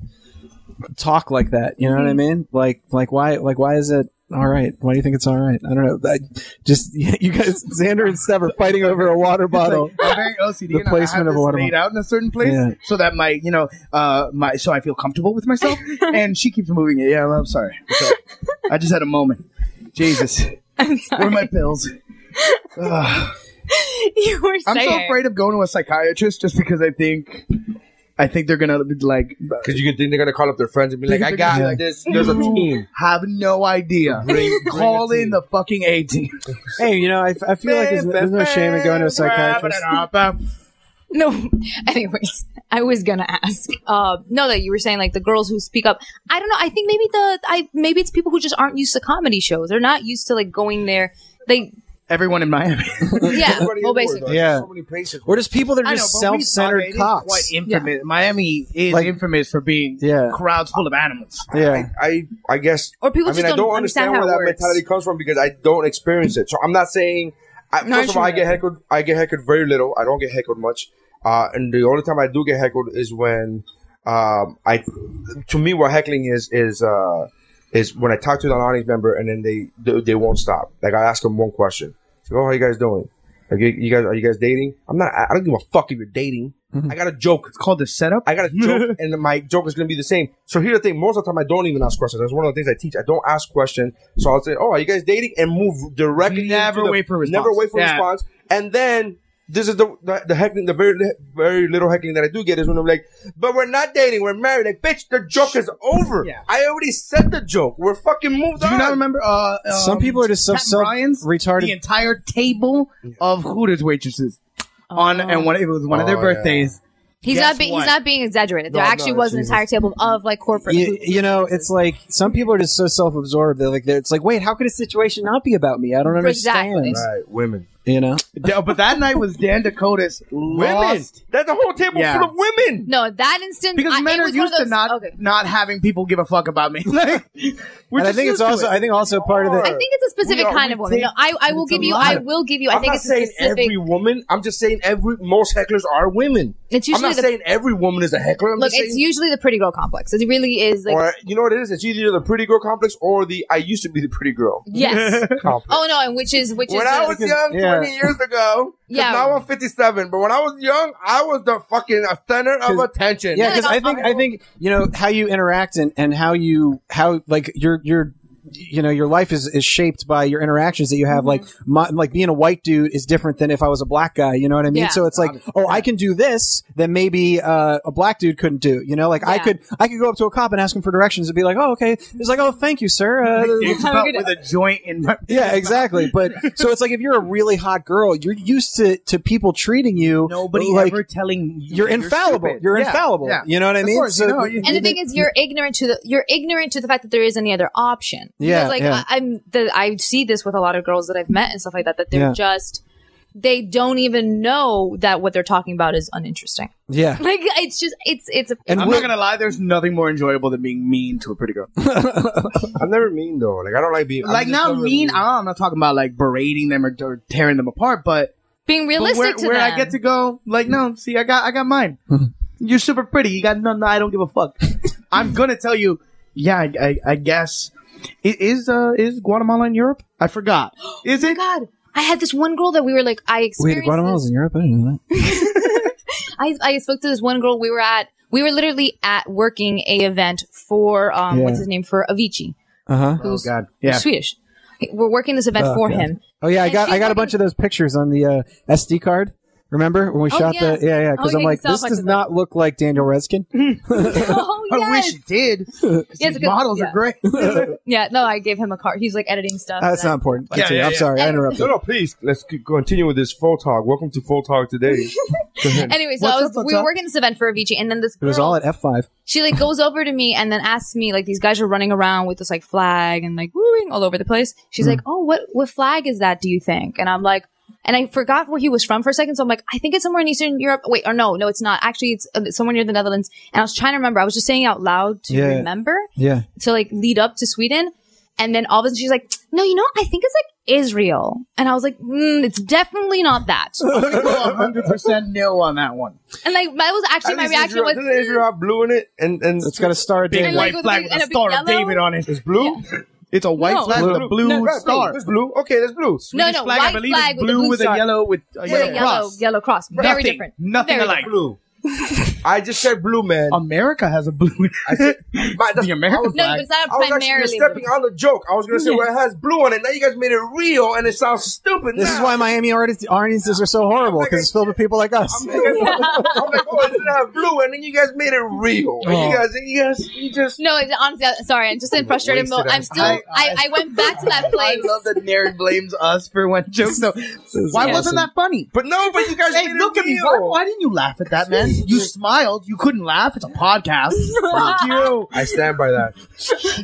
Speaker 9: talk like that? You know what I
Speaker 3: Mm-hmm.
Speaker 9: mean? Like, like why, like why is it all right? Why do you think it's all right? I don't know. I, just you guys, Xander and Steph are fighting over a water bottle.
Speaker 3: I'm very OCD.
Speaker 9: The
Speaker 3: and I
Speaker 9: placement
Speaker 3: have
Speaker 9: of
Speaker 3: this
Speaker 9: watermelon.
Speaker 3: laid out in a certain place
Speaker 9: Yeah.
Speaker 3: so that my, you know, uh, my so I feel comfortable with myself. and she keeps moving it. Yeah, well, I'm sorry. So, I just had a moment. Jesus,
Speaker 10: I'm
Speaker 3: where are
Speaker 10: sorry.
Speaker 3: my pills? Ugh.
Speaker 10: you were
Speaker 3: I'm
Speaker 10: saying.
Speaker 3: so afraid of going to a psychiatrist just because I think, I think they're gonna be like
Speaker 8: because you can think they're gonna call up their friends and be like,
Speaker 3: They're
Speaker 8: "I
Speaker 3: gonna
Speaker 8: got
Speaker 3: be like,
Speaker 8: this. There's a team."
Speaker 3: have no idea. Call in the fucking A team.
Speaker 9: Hey, you know, I, I feel like there's, there's no shame in going to a psychiatrist.
Speaker 10: No. Anyways, I was gonna ask. Uh, no, that you were saying like the girls who speak up. I don't know. I think maybe the I maybe it's people who just aren't used to comedy shows. They're not used to like going there. They
Speaker 3: Everyone in Miami.
Speaker 8: Everybody in
Speaker 10: yeah. well,
Speaker 8: the world,
Speaker 10: basically.
Speaker 8: though.
Speaker 9: Yeah.
Speaker 8: So many places.
Speaker 9: Or just people that are
Speaker 3: I know,
Speaker 9: just
Speaker 3: but we saw it.
Speaker 9: self
Speaker 3: It
Speaker 9: centered
Speaker 3: is
Speaker 9: cops.
Speaker 3: Quite infamous. Miami is
Speaker 9: Like-
Speaker 3: infamous for being
Speaker 9: Yeah.
Speaker 3: crowds full of animals.
Speaker 9: Yeah.
Speaker 8: I I guess
Speaker 10: Or people
Speaker 8: I mean
Speaker 10: just
Speaker 8: I don't
Speaker 10: don't
Speaker 8: understand,
Speaker 10: understand how
Speaker 8: where that
Speaker 10: it works.
Speaker 8: mentality comes from because I don't experience it. So I'm not saying. I,
Speaker 10: No,
Speaker 8: first of all, I
Speaker 10: sure.
Speaker 8: get heckled. I get heckled very little. I don't get heckled much. Uh, and the only time I do get heckled is when um, I. To me, what heckling is is uh, is when I talk to an audience member and then they they, they won't stop. Like I ask them one question. It's like, oh, how you guys doing? Like, you, you guys are you guys dating? I'm not. I I don't give a fuck if you're dating. I got a joke.
Speaker 3: It's called the setup.
Speaker 8: I got a joke, and my joke is going to be the same. So here's the thing: most of the time, I don't even ask questions. That's one of the things I teach. I don't ask questions. So I'll say, "Oh, are you guys dating?" and move directly.
Speaker 3: Never
Speaker 8: into the-
Speaker 3: wait for a response.
Speaker 8: Never wait for a
Speaker 3: Yeah.
Speaker 8: response. And then this is the the, the heckling, the very li- very little heckling that I do get is when I'm like, "But we're not dating. We're married." Like, bitch, the joke is over.
Speaker 3: Yeah.
Speaker 8: I already said the joke. We're fucking moved
Speaker 3: Do
Speaker 8: on.
Speaker 3: you not remember? Uh, um,
Speaker 9: Some people are just so
Speaker 3: Pat
Speaker 9: self-
Speaker 3: Ryan's,
Speaker 9: retarded.
Speaker 3: The entire table of Hooters waitresses on, and one it was one of their
Speaker 8: Oh, yeah.
Speaker 3: birthdays.
Speaker 10: He's
Speaker 3: Guess
Speaker 10: not being
Speaker 3: what?
Speaker 10: he's not being exaggerated. There
Speaker 8: No, no,
Speaker 10: actually was an
Speaker 8: Jesus.
Speaker 10: entire table of like corporate.
Speaker 9: you, you know, it's like some people are just so self-absorbed. They're like, they're, it's like, wait, how could a situation not be about me? I don't understand.
Speaker 10: Exactly.
Speaker 8: Right, women.
Speaker 9: You know,
Speaker 3: Da- uh, but that night was Dan Dakota's
Speaker 8: Women.
Speaker 3: lost
Speaker 8: That's a whole table
Speaker 3: Yeah.
Speaker 8: full of women.
Speaker 10: no, that instance
Speaker 3: because
Speaker 10: I,
Speaker 3: men
Speaker 10: it
Speaker 3: are
Speaker 10: was one
Speaker 3: used
Speaker 10: of those,
Speaker 3: to not
Speaker 10: Okay.
Speaker 3: not having people give a fuck about me. like, we're
Speaker 9: and I
Speaker 3: just
Speaker 9: think
Speaker 3: used
Speaker 9: it's
Speaker 3: to
Speaker 9: also,
Speaker 3: it.
Speaker 9: I think also part of the.
Speaker 10: I think it's a specific
Speaker 8: We are-
Speaker 10: kind
Speaker 8: we
Speaker 10: of woman.
Speaker 8: take-
Speaker 10: No, I, I will
Speaker 8: it's a
Speaker 10: give you.
Speaker 8: lot.
Speaker 10: I will give you. I
Speaker 8: I'm
Speaker 10: think
Speaker 8: not
Speaker 10: it's a
Speaker 8: saying
Speaker 10: specific.
Speaker 8: every woman. I'm just saying every most hecklers are women.
Speaker 10: It's usually
Speaker 8: I'm not
Speaker 10: the-
Speaker 8: saying every woman is a heckler. I'm
Speaker 10: look,
Speaker 8: just
Speaker 10: it's
Speaker 8: saying,
Speaker 10: usually the pretty girl complex. It really is like
Speaker 8: or you know what it is? It's either the pretty girl complex or the I used to be the pretty girl
Speaker 10: yes.
Speaker 8: complex.
Speaker 10: oh no, and which is which
Speaker 8: when
Speaker 10: is
Speaker 8: I
Speaker 10: the-
Speaker 8: was young,
Speaker 9: yeah.
Speaker 8: 20 years ago, yeah.
Speaker 10: Yeah.
Speaker 8: now I'm 57. But when I was young, I was the fucking center of
Speaker 9: 'Cause-
Speaker 8: attention.
Speaker 9: yeah,
Speaker 10: Yeah,
Speaker 9: because
Speaker 10: like,
Speaker 9: I think I think you know how you interact and and how you how like your your you know your life is is shaped by your interactions that you have like my, like being a white dude is different than if i was a black guy you know what i mean
Speaker 10: Yeah.
Speaker 9: so it's like oh i can do this that maybe uh, a black dude couldn't do you know like i
Speaker 10: Yeah.
Speaker 9: could i could go up to a cop and ask him for directions and be like oh okay he's like oh thank you sir uh,
Speaker 3: It's
Speaker 10: Have a
Speaker 3: about
Speaker 10: good-
Speaker 3: with a joint in my
Speaker 9: yeah exactly but so it's like if you're a really hot girl you're used to to people treating you
Speaker 3: nobody
Speaker 9: like
Speaker 3: ever telling you
Speaker 9: you're infallible. You're,
Speaker 3: stupid. Yeah,
Speaker 9: infallible.
Speaker 3: yeah.
Speaker 9: You know what I
Speaker 3: Of
Speaker 9: mean?
Speaker 3: course, you know, you-
Speaker 10: and the thing is, you're ignorant to the you're ignorant to the fact that there is any other option.
Speaker 9: Yeah,
Speaker 10: Because, like
Speaker 9: yeah.
Speaker 10: I, I'm the I see this with a lot of girls that I've met and stuff like that. That they're
Speaker 9: Yeah.
Speaker 10: just they don't even know that what they're talking about is uninteresting.
Speaker 9: yeah.
Speaker 10: Like it's just it's it's.
Speaker 9: And
Speaker 3: I'm
Speaker 9: Will-
Speaker 3: not gonna lie. There's nothing more enjoyable than being mean to a pretty girl.
Speaker 8: I'm never mean though. Like I don't like being I'm
Speaker 3: like
Speaker 8: just
Speaker 3: not
Speaker 8: never
Speaker 3: mean. I'm not talking about like berating them or, or tearing them apart, but,
Speaker 10: being
Speaker 3: but
Speaker 10: realistic
Speaker 3: where,
Speaker 10: to
Speaker 3: where
Speaker 10: them.
Speaker 3: I get to go, like no, see, I got I got mine. You're super pretty. You got none. I don't give a fuck. I'm gonna tell you. Yeah, I, I, I guess it is. Uh, is Guatemala in Europe? I forgot.
Speaker 10: Oh
Speaker 3: Is it?
Speaker 10: God, I had this one girl that we were like I experienced.
Speaker 9: Wait, Guatemala's
Speaker 10: this-
Speaker 9: in Europe? I didn't know that.
Speaker 10: I, I spoke to this one girl. We were at, we were literally at working a event for, um,
Speaker 9: Yeah.
Speaker 10: what's his name for Avicii,
Speaker 9: Uh huh.
Speaker 3: Oh,
Speaker 10: who's
Speaker 9: God. Yeah.
Speaker 10: Swedish. We're working this event
Speaker 9: Oh,
Speaker 10: for
Speaker 9: God.
Speaker 10: him.
Speaker 9: Oh yeah, I
Speaker 10: And
Speaker 9: got
Speaker 10: she
Speaker 9: I got a
Speaker 10: fucking-
Speaker 9: bunch of those pictures on the uh, SD card. Remember when we
Speaker 10: Oh,
Speaker 9: shot
Speaker 10: yeah.
Speaker 9: the yeah yeah?
Speaker 10: Oh,
Speaker 9: Because
Speaker 10: yeah,
Speaker 9: I'm
Speaker 10: you
Speaker 9: like
Speaker 10: saw a
Speaker 9: this
Speaker 10: bunch
Speaker 9: does
Speaker 10: of them.
Speaker 9: not look like Daniel Reskin.
Speaker 10: oh yes.
Speaker 3: I wish it did. 'cause
Speaker 10: Yes,
Speaker 3: these
Speaker 10: 'cause-
Speaker 3: models
Speaker 10: yeah.
Speaker 3: are great.
Speaker 10: Yeah, no, I gave him a card. He's like editing stuff.
Speaker 9: That's
Speaker 10: and I-
Speaker 9: not important.
Speaker 3: Yeah,
Speaker 9: Continue.
Speaker 3: yeah,
Speaker 9: I'm
Speaker 3: yeah.
Speaker 9: sorry, I
Speaker 8: No,
Speaker 9: interrupted.
Speaker 8: no, please. Let's c- continue with this full talk. Welcome to full talk today.
Speaker 10: Anyway,
Speaker 3: What's
Speaker 10: so I
Speaker 3: up,
Speaker 10: was,
Speaker 3: what's
Speaker 10: we were
Speaker 3: up?
Speaker 10: working this event for Avicii, and then this
Speaker 9: It was
Speaker 10: girl-
Speaker 9: all at F5.
Speaker 10: she like goes over to me and then asks me like these guys are running around with this like flag and like wooing all over the place. She's
Speaker 9: Hmm.
Speaker 10: like, "Oh, what what flag is that? Do you think?" And I'm like, and I forgot where he was from for a second, so I'm like, I think it's somewhere in Eastern Europe. Wait, or no, no, it's not. Actually, it's uh, somewhere near the Netherlands. And I was trying to remember. I was just saying out loud to
Speaker 9: Yeah.
Speaker 10: remember
Speaker 9: Yeah.
Speaker 10: to like lead up to Sweden. And then all of a sudden she's like, no, you know, I think it's like Israel. And I was like, mm, it's definitely not that.
Speaker 3: Hundred percent no on that one.
Speaker 10: and like, that was actually my reaction
Speaker 8: Israel,
Speaker 10: was,
Speaker 8: doesn't Israel have blue in it, and and
Speaker 9: It's got a star of
Speaker 3: Big
Speaker 9: David.
Speaker 10: And, like,
Speaker 3: white
Speaker 10: with
Speaker 3: flag
Speaker 10: a big-
Speaker 3: with a
Speaker 10: and a big
Speaker 3: star of
Speaker 10: yellow?
Speaker 3: David on it.
Speaker 8: it's blue.
Speaker 3: It's a white
Speaker 10: No.
Speaker 3: flag with a blue
Speaker 8: Right,
Speaker 3: star.
Speaker 8: It's blue. Okay, that's blue.
Speaker 10: no, no,
Speaker 3: flag, I
Speaker 10: white
Speaker 3: believe,
Speaker 10: flag
Speaker 3: is
Speaker 10: with a
Speaker 3: blue
Speaker 10: blue
Speaker 3: with a
Speaker 10: star.
Speaker 3: yellow with a
Speaker 10: with
Speaker 3: yellow
Speaker 10: a yellow,
Speaker 3: cross.
Speaker 10: yellow cross. Very
Speaker 3: Nothing-
Speaker 10: different.
Speaker 3: Nothing
Speaker 10: Very
Speaker 3: alike.
Speaker 10: different.
Speaker 8: Blue. I just said blue, man.
Speaker 9: Um,
Speaker 3: America has a blue.
Speaker 8: My- that's-
Speaker 3: the American
Speaker 8: I was-
Speaker 10: No, but it's not
Speaker 8: I was actually
Speaker 10: primarily.
Speaker 8: just stepping on the joke. I was gonna say, well, it has blue on it. Now you guys made it real, and it sounds stupid.
Speaker 9: This
Speaker 8: now.
Speaker 9: is why Miami artists, audiences are so horrible because it's filled with people like us.
Speaker 8: I'm like, oh, it didn't have blue, and then you guys made it real. And
Speaker 9: Oh.
Speaker 8: You guys, you guys, you just.
Speaker 10: No, it's- honestly, I'm sorry. I'm just in frustrated mode. I'm still. I, I, went back to that place.
Speaker 3: I love that Nerd blames us for one joke. So why wasn't that funny?
Speaker 8: But no, but you guys
Speaker 3: Hey,
Speaker 8: made
Speaker 3: look
Speaker 8: it
Speaker 3: at me.
Speaker 8: real.
Speaker 3: Why, why didn't you laugh at that, man? You smiled. You couldn't laugh. It's a podcast. Fuck you.
Speaker 8: I stand by that.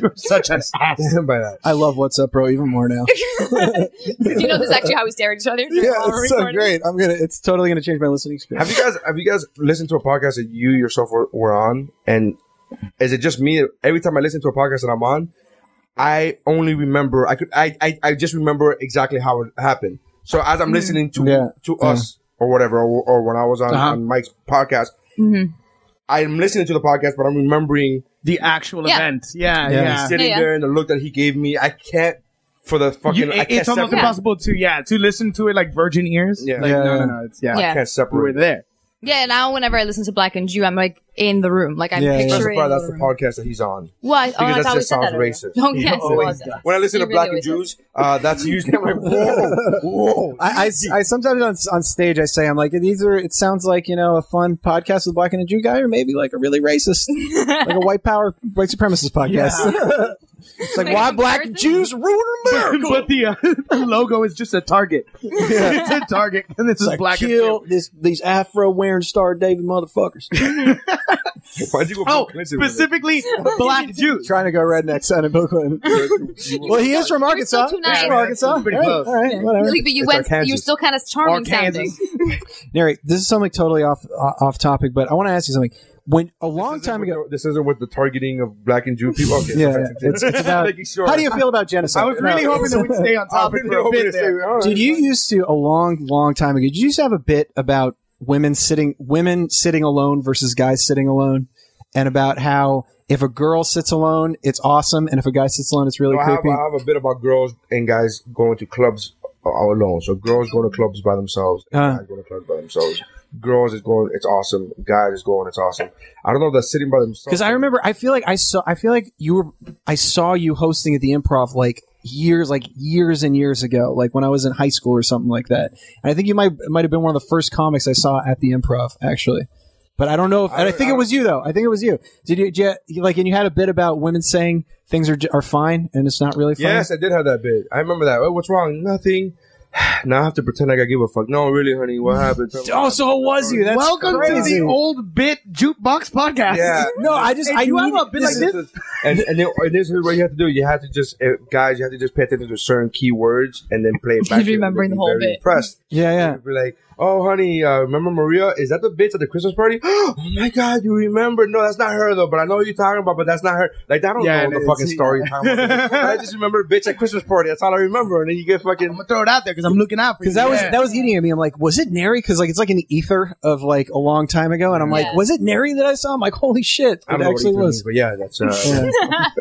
Speaker 3: You're such an
Speaker 8: I
Speaker 3: ass.
Speaker 8: stand by that.
Speaker 9: I love What's Up, Bro, even more now.
Speaker 10: Did you know this is actually how we stare at each other?
Speaker 9: yeah,
Speaker 10: While we're
Speaker 9: it's so
Speaker 10: recording?
Speaker 9: great. I'm gonna. It's totally gonna change my listening
Speaker 8: Have
Speaker 9: experience.
Speaker 8: you guys have you guys listened to a podcast that you yourself were, were on? And is it just me? Every time I listen to a podcast that I'm on, I only remember I could I I, I just remember exactly how it happened. So as
Speaker 3: Mm.
Speaker 8: I'm listening to
Speaker 9: Yeah.
Speaker 8: to us or whatever, or, or when I was on,
Speaker 3: Uh-huh.
Speaker 8: on Mike's podcast,
Speaker 10: Mm-hmm.
Speaker 8: I'm listening to the podcast, but I'm remembering
Speaker 3: The actual
Speaker 10: Yeah.
Speaker 3: event. Yeah,
Speaker 9: Yeah.
Speaker 3: yeah.
Speaker 8: sitting
Speaker 10: Yeah, yeah.
Speaker 8: there and the look that he gave me. I can't for the fucking.
Speaker 3: You-
Speaker 8: I can't
Speaker 3: it's almost
Speaker 8: separate-
Speaker 3: impossible to yeah to listen to it like virgin ears.
Speaker 8: Yeah.
Speaker 3: Like,
Speaker 9: Yeah.
Speaker 3: No, no, no. It's yeah.
Speaker 10: Yeah.
Speaker 8: I can't
Speaker 3: We were
Speaker 8: separate.
Speaker 3: there.
Speaker 10: Yeah. Now, whenever I listen to Black and Jew, I'm like in the room. Like I'm
Speaker 9: Yeah, yeah.
Speaker 10: picturing.
Speaker 8: Specify that's
Speaker 10: the
Speaker 8: the
Speaker 10: room.
Speaker 8: podcast that he's on.
Speaker 10: Well, I, oh, I
Speaker 8: that
Speaker 10: thought we
Speaker 8: just
Speaker 10: said that.
Speaker 8: sounds
Speaker 10: earlier.
Speaker 8: racist.
Speaker 10: Oh yes, it was.
Speaker 8: When I listen
Speaker 10: He
Speaker 8: to
Speaker 10: really
Speaker 8: Black and
Speaker 10: always does.
Speaker 8: Jews, uh, that's usually I'm like, whoa, whoa.
Speaker 9: I, I, I sometimes on, on stage I say I'm like these are it sounds like you know a fun podcast with black and a Jew guy or maybe like a really racist like a white power white supremacist podcast. it's like
Speaker 10: Like a
Speaker 9: why black
Speaker 10: comparison?
Speaker 9: Jews rule America.
Speaker 3: but the, uh, the logo is just a target. It's a target, and it's,
Speaker 9: It's
Speaker 3: just
Speaker 9: like,
Speaker 3: black. and
Speaker 9: kill this, these afro wearing star David motherfuckers.
Speaker 8: Why'd you go
Speaker 3: blue. Oh,
Speaker 8: Clinton with it?
Speaker 3: specifically black Jews.
Speaker 9: Trying to go redneck sounding Bill Clinton. well, he is from
Speaker 10: You're
Speaker 9: Arkansas.
Speaker 10: still too
Speaker 9: He's
Speaker 10: nice.
Speaker 9: from Arkansas.
Speaker 3: Pretty
Speaker 9: all right,
Speaker 3: close.
Speaker 9: All right, whatever.
Speaker 10: Like, but you
Speaker 8: It's
Speaker 10: went.
Speaker 8: Arkansas.
Speaker 10: You're still kind of charming sounding.
Speaker 3: Arkansas.
Speaker 9: Nary, this is something totally off o- off topic, but I want to ask you something. When a long
Speaker 8: This isn't
Speaker 9: time
Speaker 8: with
Speaker 9: ago,
Speaker 8: the- This isn't with the targeting of black and Jew people. Okay,
Speaker 9: Yeah,
Speaker 8: okay.
Speaker 9: yeah. It's- it's
Speaker 8: Just
Speaker 9: about-
Speaker 8: making sure.
Speaker 9: how do you feel about genocide?
Speaker 3: I was really
Speaker 9: No.
Speaker 3: hoping that we'd stay on
Speaker 8: I'm
Speaker 3: topic
Speaker 8: really
Speaker 3: for a
Speaker 8: hoping to
Speaker 3: bit there.
Speaker 8: say, all right.
Speaker 9: Did you used to a long, long time ago? Did you used to have a bit about women sitting women sitting alone versus guys sitting alone, and about how if a girl sits alone, it's awesome, and if a guy sits alone, it's really
Speaker 8: I have,
Speaker 9: creepy.
Speaker 8: I have a bit about girls and guys going to clubs all alone. So girls going to clubs by themselves, and
Speaker 9: Uh.
Speaker 8: guys going to clubs by themselves. Girls is going, it's awesome. Guys is going, it's awesome. I don't know if that's sitting by themselves.
Speaker 9: Because I remember, I feel like I saw, I feel like you were, I saw you hosting at the improv like years, like years and years ago, like when I was in high school or something like that. And I think you might might have been one of the first comics I saw at the improv, actually. But I don't know if, and I think it was you though. I think it was you. Did you, did you like, and you had a bit about women saying things are j- are fine and it's not really fine.
Speaker 8: Yes, I did have that bit. I remember that. Oh, what's wrong? Nothing. Now I have to pretend like I give a fuck. No, really, honey. What happened?
Speaker 9: Oh, so it was you. That's
Speaker 3: Welcome
Speaker 9: crazy.
Speaker 3: to the old bit jukebox podcast.
Speaker 8: Yeah.
Speaker 9: No, I just
Speaker 3: Hey,
Speaker 9: I
Speaker 3: do you have
Speaker 9: needed-
Speaker 3: a bit like
Speaker 9: is-
Speaker 3: this?
Speaker 8: and and, then, and this is what you have to do. You have to just uh, guys. You have to just pay attention to certain keywords and then play it back.
Speaker 10: He's remembering the whole
Speaker 8: very
Speaker 10: bit.
Speaker 8: Impressed.
Speaker 9: Yeah, yeah.
Speaker 8: You'll Be like, oh honey, uh, remember Maria? Is that the bitch at the Christmas party? oh my god, you remember? No, that's not her though. But I know what you're talking about. But that's not her. Like I don't
Speaker 3: Yeah,
Speaker 8: know
Speaker 3: and
Speaker 8: the fucking
Speaker 3: it's-
Speaker 8: story. You're talking about. I just remember bitch at Christmas party. That's all I remember. And then you get
Speaker 3: I'm
Speaker 8: fucking.
Speaker 3: gonna throw it out there because I'm looking out for you.
Speaker 9: Because that was
Speaker 3: Yeah.
Speaker 9: that was eating at me. I'm like, was it Neri? Because like it's like an ether of like a long time ago, and I'm like,
Speaker 10: Yeah.
Speaker 9: was it Neri that I saw? I'm like, holy shit,
Speaker 8: I
Speaker 9: it
Speaker 8: don't know
Speaker 9: actually
Speaker 8: what it
Speaker 9: was.
Speaker 8: means, but yeah, that's. Uh,
Speaker 9: Yeah.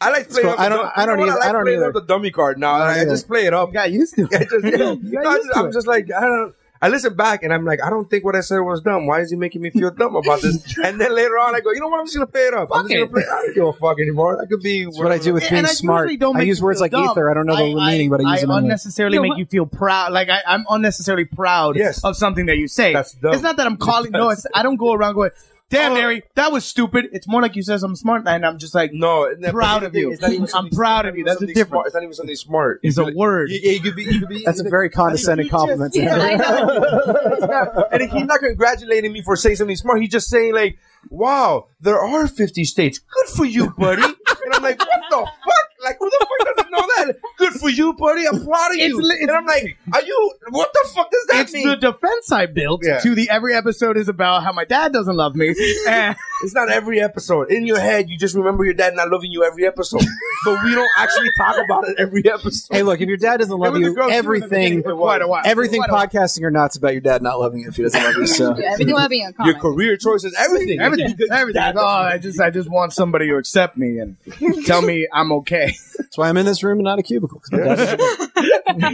Speaker 8: I like playing.
Speaker 9: cool.
Speaker 8: up the dum- you
Speaker 9: I don't- I
Speaker 8: know
Speaker 9: don't
Speaker 8: what?
Speaker 9: either- I
Speaker 8: like
Speaker 9: don't
Speaker 8: playing up
Speaker 9: either.
Speaker 8: the dummy card now. I, I
Speaker 9: either.
Speaker 8: just play it up.
Speaker 3: got used to.
Speaker 8: I just,
Speaker 3: You got
Speaker 8: no, I
Speaker 3: used
Speaker 8: just-
Speaker 3: to
Speaker 8: I'm
Speaker 3: it.
Speaker 8: just like I don't. I listen back and I'm like, I don't think what I said was dumb. Why is he making me feel dumb about this? And then later on, I go, you know what? I'm just gonna pay it up. I'm just gonna play. I don't give a fuck anymore. That could be
Speaker 9: That's what I do with
Speaker 3: And-
Speaker 9: being
Speaker 3: and I
Speaker 9: smart.
Speaker 3: usually don't
Speaker 9: I
Speaker 3: make
Speaker 9: use
Speaker 3: you
Speaker 9: words
Speaker 3: feel
Speaker 9: like
Speaker 3: dumb.
Speaker 9: ether. I don't know the
Speaker 3: I-
Speaker 9: meaning, but I use them. anyway.
Speaker 3: unnecessarily
Speaker 10: You know
Speaker 3: make
Speaker 10: what?
Speaker 3: you feel proud. Like I, I'm unnecessarily proud
Speaker 8: Yes.
Speaker 3: of something that you say.
Speaker 8: That's Oh. dumb.
Speaker 3: It's not that I'm calling. no, it's, I don't go around going, "Damn, Mary, that was stupid." It's more like you said something smart, and I'm just like,
Speaker 8: No, and then-
Speaker 3: Proud
Speaker 8: but
Speaker 3: of you.
Speaker 8: it's not even
Speaker 3: I'm
Speaker 8: something-
Speaker 3: proud
Speaker 8: it's
Speaker 3: of you.
Speaker 8: not
Speaker 3: That's the
Speaker 8: even something smart.
Speaker 3: difference.
Speaker 8: It's not even something smart.
Speaker 3: It's a word.
Speaker 8: You, you could be, you could be,
Speaker 9: That's a very condescending compliment to him.
Speaker 10: I know.
Speaker 8: and he's not congratulating me for saying something smart. He's just saying like, "Wow, there are 50 states. Good for you, buddy." and I'm like, "What the fuck? Like, who the fuck doesn't know that? Good for you, buddy. I'm proud of
Speaker 3: It's
Speaker 8: you."
Speaker 3: li- it's-
Speaker 8: and I'm like, "Are you? What the fuck does that
Speaker 3: it's
Speaker 8: mean?"
Speaker 3: the defense I built
Speaker 8: Yeah.
Speaker 3: to the every episode is about how my dad doesn't love me. And
Speaker 8: it's not every episode. In your head, you just remember your dad not loving you every episode, but we don't actually talk about it every episode.
Speaker 9: Hey, look, if your dad doesn't love
Speaker 8: was a
Speaker 9: you,
Speaker 8: girl too in the
Speaker 9: everything,
Speaker 8: beginning for quite a while.
Speaker 9: everything
Speaker 3: Quite a while.
Speaker 9: podcasting or not's about your dad not loving you if he doesn't love you. So
Speaker 10: Yeah, everything will be in a
Speaker 8: Your
Speaker 10: comment.
Speaker 8: career choices, everything,
Speaker 3: everything,
Speaker 8: Because
Speaker 3: everything.
Speaker 8: dad
Speaker 3: Oh, I just, I just want somebody to accept me and tell me I'm okay.
Speaker 9: that's why I'm in this room and not a cubicle. 'cause my dad doesn't-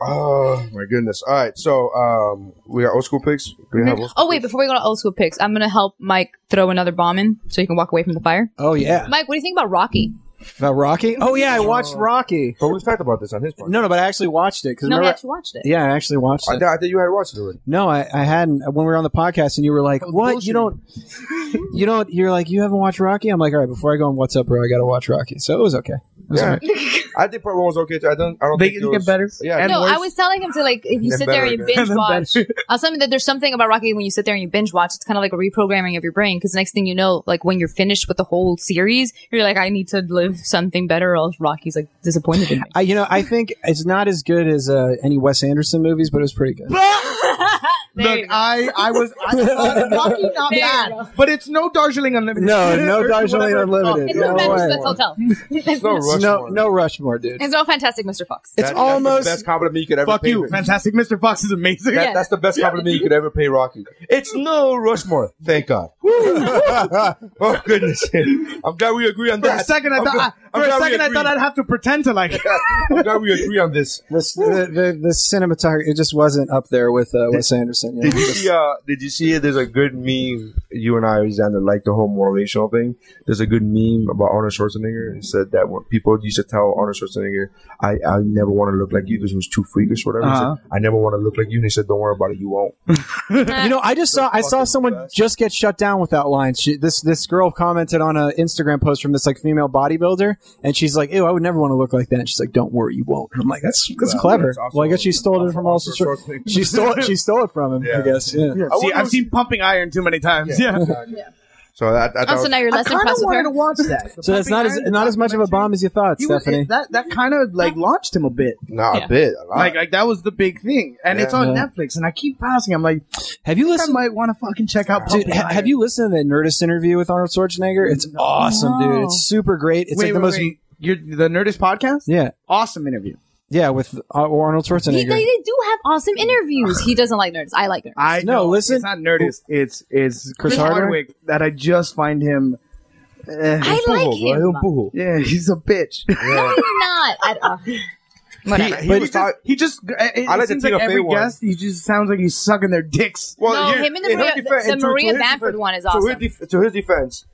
Speaker 8: Oh my goodness! All right, so um, we got old school picks. We have old-
Speaker 10: Oh wait, before we go to old school picks, I'm gonna help Mike throw another bomb in so he can walk away from the fire.
Speaker 9: Oh yeah,
Speaker 10: Mike, what do you think about Rocky?
Speaker 9: about Rocky. Oh yeah, I watched Rocky.
Speaker 8: but we've talked about this on his podcast.
Speaker 9: No, no, but I actually watched it because
Speaker 10: No, we
Speaker 9: remember.
Speaker 10: actually watched it.
Speaker 9: Yeah, I actually watched
Speaker 8: I,
Speaker 9: it.
Speaker 8: thought- I thought you had watched it already.
Speaker 9: No, I, I hadn't. When we were on the podcast, and you were like, "What? You don't? You don't? You're like, you haven't watched Rocky?" I'm like, "All right, before I go on What's Up, bro, I gotta watch Rocky." So it was okay. It was all right.
Speaker 8: I think part one was okay. Too. I don't. I don't
Speaker 3: They
Speaker 8: think
Speaker 3: can
Speaker 8: it
Speaker 3: get
Speaker 8: was-
Speaker 3: better
Speaker 8: Yeah,
Speaker 3: and
Speaker 10: No,
Speaker 3: worse.
Speaker 10: I was telling him to like if you
Speaker 8: Then
Speaker 10: sit there and you
Speaker 8: better,
Speaker 10: binge
Speaker 3: Then
Speaker 10: watch.
Speaker 3: better.
Speaker 10: I was telling him that there's something about Rocky when you sit there and you binge watch. It's kind of like a reprogramming of your brain because next thing you know, like when you're finished with the whole series, you're like, I need to live something better, or else Rocky's like disappointed in me.
Speaker 9: I, you know, I think it's not as good as uh, any Wes Anderson movies, but it was pretty good.
Speaker 10: There you
Speaker 3: Look,
Speaker 10: go.
Speaker 3: I, I was, I thought Rocky not
Speaker 10: There you
Speaker 3: bad, but it's no Darjeeling Unlimited.
Speaker 9: No, no
Speaker 3: Or
Speaker 9: Darjeeling
Speaker 3: whatever it's called.
Speaker 9: Unlimited.
Speaker 10: it's
Speaker 9: no
Speaker 10: no Fantastic
Speaker 9: way.
Speaker 10: Miss Hotel.
Speaker 8: It's no
Speaker 9: It's
Speaker 8: rush.
Speaker 9: no, no Rushmore, dude.
Speaker 10: It's no Fantastic Mr. Fox.
Speaker 9: It's
Speaker 8: that's
Speaker 9: almost
Speaker 8: the best compliment you could ever.
Speaker 3: Fuck
Speaker 8: pay
Speaker 3: you,
Speaker 8: him.
Speaker 3: Fantastic Mr. Fox is amazing.
Speaker 8: That,
Speaker 10: Yeah.
Speaker 8: That's the best compliment you could ever pay Rocky. It's no Rushmore. Thank God. Woo! oh goodness! I'm glad we agree on
Speaker 3: For
Speaker 8: that.
Speaker 3: a second, I
Speaker 8: I'm
Speaker 3: thought,
Speaker 8: glad-
Speaker 3: I,
Speaker 8: I'm
Speaker 3: for
Speaker 8: glad
Speaker 3: a
Speaker 8: we
Speaker 3: second, I
Speaker 8: agree.
Speaker 3: thought I'd have to pretend to like. it.
Speaker 8: I'm glad we agree on this.
Speaker 9: this, the, the, the cinematography. It just wasn't up there with uh, Wes Anderson. you know?
Speaker 8: Did you see? Uh, did you see? it? There's a good meme. You and I, Alexander, like the whole motivational thing. There's a good meme about Arnold Schwarzenegger. He said that when people used to tell Arnold Schwarzenegger, "I, I never want to look like you because he was too freakish, or whatever." He said,
Speaker 3: Uh-huh.
Speaker 8: I never want to look like you. And he said, "Don't worry about it. You won't."
Speaker 9: You know, I just saw I saw
Speaker 8: fucking
Speaker 9: someone
Speaker 8: best.
Speaker 9: just get shut down with that line. She, this this girl commented on an Instagram post from this like female bodybuilder, and she's like, "Ew, I would never want to look like that." And she's like, "Don't worry, you won't." And I'm like, "That's that's
Speaker 8: Well,
Speaker 9: clever."
Speaker 8: that's also-
Speaker 9: well, I guess she stole it
Speaker 8: also
Speaker 9: from all
Speaker 8: also
Speaker 9: sorts.
Speaker 8: short-
Speaker 9: She stole it. She stole it from him. I
Speaker 8: Yeah.
Speaker 9: guess. Yeah.
Speaker 3: See,
Speaker 8: wonder
Speaker 3: I've
Speaker 8: if-
Speaker 3: seen Pumping Iron too many times. Yeah.
Speaker 8: So that, that, that
Speaker 10: Also,
Speaker 8: was,
Speaker 10: Oh, now you're less impressed with her.
Speaker 3: watch that.
Speaker 9: So that's not as not as much of a bomb as you thought,
Speaker 3: He was-
Speaker 9: Stephanie. Uh,
Speaker 3: it- that that kind of like launched him a bit.
Speaker 8: not
Speaker 10: Yeah.
Speaker 8: a bit. A lot.
Speaker 3: Like like that was the big thing, and it's
Speaker 8: Yeah.
Speaker 3: on
Speaker 9: Yeah.
Speaker 3: Netflix. And I keep passing. I'm like,
Speaker 9: have you
Speaker 3: I
Speaker 9: listened?
Speaker 3: might want to fucking check out.
Speaker 9: Dude,
Speaker 3: Pumping
Speaker 9: ha-
Speaker 3: Iron.
Speaker 9: have you listened to that Nerdist interview with Arnold Schwarzenegger? It's awesome, dude. It's super great. It's
Speaker 3: Wait,
Speaker 9: like
Speaker 3: wait,
Speaker 9: the most.
Speaker 3: wait. You're the Nerdist podcast.
Speaker 9: Yeah,
Speaker 3: Awesome interview.
Speaker 9: yeah, with uh, Arnold
Speaker 10: He,
Speaker 9: Schwarzenegger.
Speaker 10: they, they do have awesome interviews. He doesn't like nerds. I like nerds.
Speaker 3: I
Speaker 9: No,
Speaker 3: know,
Speaker 9: listen-
Speaker 3: It's not Nerdist. It's it's
Speaker 9: Chris
Speaker 3: Chris
Speaker 9: Hardwick?
Speaker 3: Hardwick, that I just find him. eh,
Speaker 10: I like him.
Speaker 3: yeah, he's a bitch.
Speaker 10: No, you're not. I, uh,
Speaker 8: he,
Speaker 10: whatever.
Speaker 8: he
Speaker 3: But
Speaker 8: was
Speaker 3: just-
Speaker 8: talk-
Speaker 3: he just. It, it
Speaker 8: I like the
Speaker 3: seems
Speaker 8: Tina
Speaker 3: like
Speaker 8: Fey
Speaker 3: every
Speaker 8: one.
Speaker 3: guest, he just sounds like he's sucking their dicks.
Speaker 8: Well,
Speaker 10: No,
Speaker 8: here-
Speaker 10: him and the
Speaker 8: in her
Speaker 10: Maria-
Speaker 8: defense-
Speaker 10: the
Speaker 8: and to- to
Speaker 10: Maria
Speaker 8: his
Speaker 10: Bamford
Speaker 8: defense-
Speaker 10: one is
Speaker 8: To
Speaker 10: awesome.
Speaker 8: his, def- to his defense,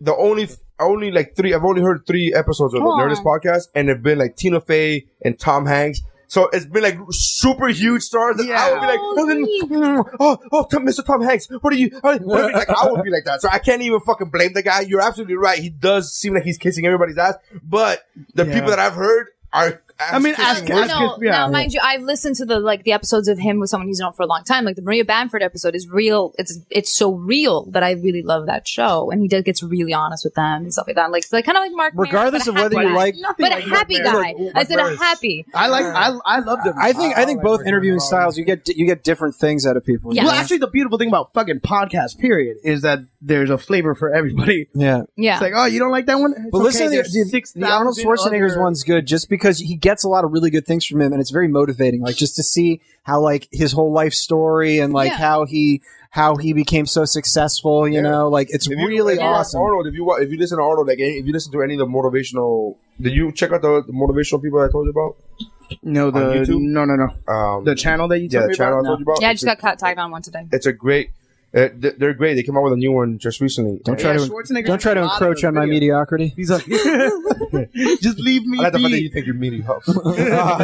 Speaker 8: the only f- only like three. I've only heard three episodes of the
Speaker 10: Aw.
Speaker 8: Nerdist podcast, and they've been like Tina Fey and Tom Hanks. So it's been like super huge stars. And I would be like,
Speaker 10: Yeah.
Speaker 8: oh, then, oh, oh, Tom- Mr. Tom Hanks, what are you? what are you- Like I would be like that. So I can't even fucking blame the guy. You're absolutely right. He does seem like he's kissing everybody's ass, but the
Speaker 3: Yeah.
Speaker 8: people that I've heard are. I
Speaker 3: mean,
Speaker 10: Uh,
Speaker 3: ask-
Speaker 10: no,
Speaker 3: ask if- yeah.
Speaker 10: now, mind you, I've listened to the like the episodes of him with someone he's known for a long time. Like the Maria Bamford episode is real. It's it's so real that I really love that show, and he does gets really honest with them and stuff like that. Like so, kind of like Mark, Maron,
Speaker 9: Regardless
Speaker 10: but a
Speaker 9: of whether
Speaker 10: happy
Speaker 9: you
Speaker 10: guy.
Speaker 9: like-
Speaker 3: Nothing
Speaker 10: but a
Speaker 3: like Marc
Speaker 10: happy
Speaker 3: Maron.
Speaker 10: guy. I said a
Speaker 8: Maron's-
Speaker 10: happy.
Speaker 3: I like. I I love them.
Speaker 9: I think I think both interviewing styles you get you get different things out of people.
Speaker 10: Yeah.
Speaker 3: Well, actually, the beautiful thing about fucking podcast period is that there's a flavor for everybody.
Speaker 9: yeah.
Speaker 10: Yeah,
Speaker 3: It's like, oh, you don't like that one? It's
Speaker 9: But listen
Speaker 3: okay,
Speaker 9: to
Speaker 3: there's
Speaker 9: the, dude, the Arnold
Speaker 3: 6,000
Speaker 9: Schwarzenegger's
Speaker 3: other-
Speaker 9: one's good just because he gets a lot of really good things from him, and it's very motivating. Like just to see how like his whole life story and like
Speaker 10: Yeah.
Speaker 9: how he how he became so successful. You know, like it's
Speaker 8: If you-
Speaker 9: really
Speaker 8: if you watch
Speaker 9: awesome.
Speaker 8: Arnold, if you wa- if you listen to Arnold, like any- if you listen to any of the motivational, did you check out the, the motivational people I told you about?
Speaker 3: No, the
Speaker 8: YouTube?
Speaker 3: no, no, no.
Speaker 8: Um,
Speaker 3: The channel that you
Speaker 8: yeah,
Speaker 3: told
Speaker 8: the
Speaker 3: me
Speaker 8: channel I
Speaker 3: about?
Speaker 8: told you about.
Speaker 10: Yeah, I just
Speaker 8: oh, it's,
Speaker 10: got caught tagged on one today.
Speaker 8: a, it's a great. Uh, th- they're great. They came out with a new one just recently.
Speaker 9: Don't try
Speaker 3: Yeah,
Speaker 9: to
Speaker 3: Schwarzenegger
Speaker 9: don't try to
Speaker 3: did a lot of
Speaker 9: encroach
Speaker 3: those
Speaker 9: on my
Speaker 3: videos.
Speaker 9: mediocrity.
Speaker 3: He's like, just leave me
Speaker 8: I like the fact that you
Speaker 3: be.
Speaker 8: think you're meaty. Hub.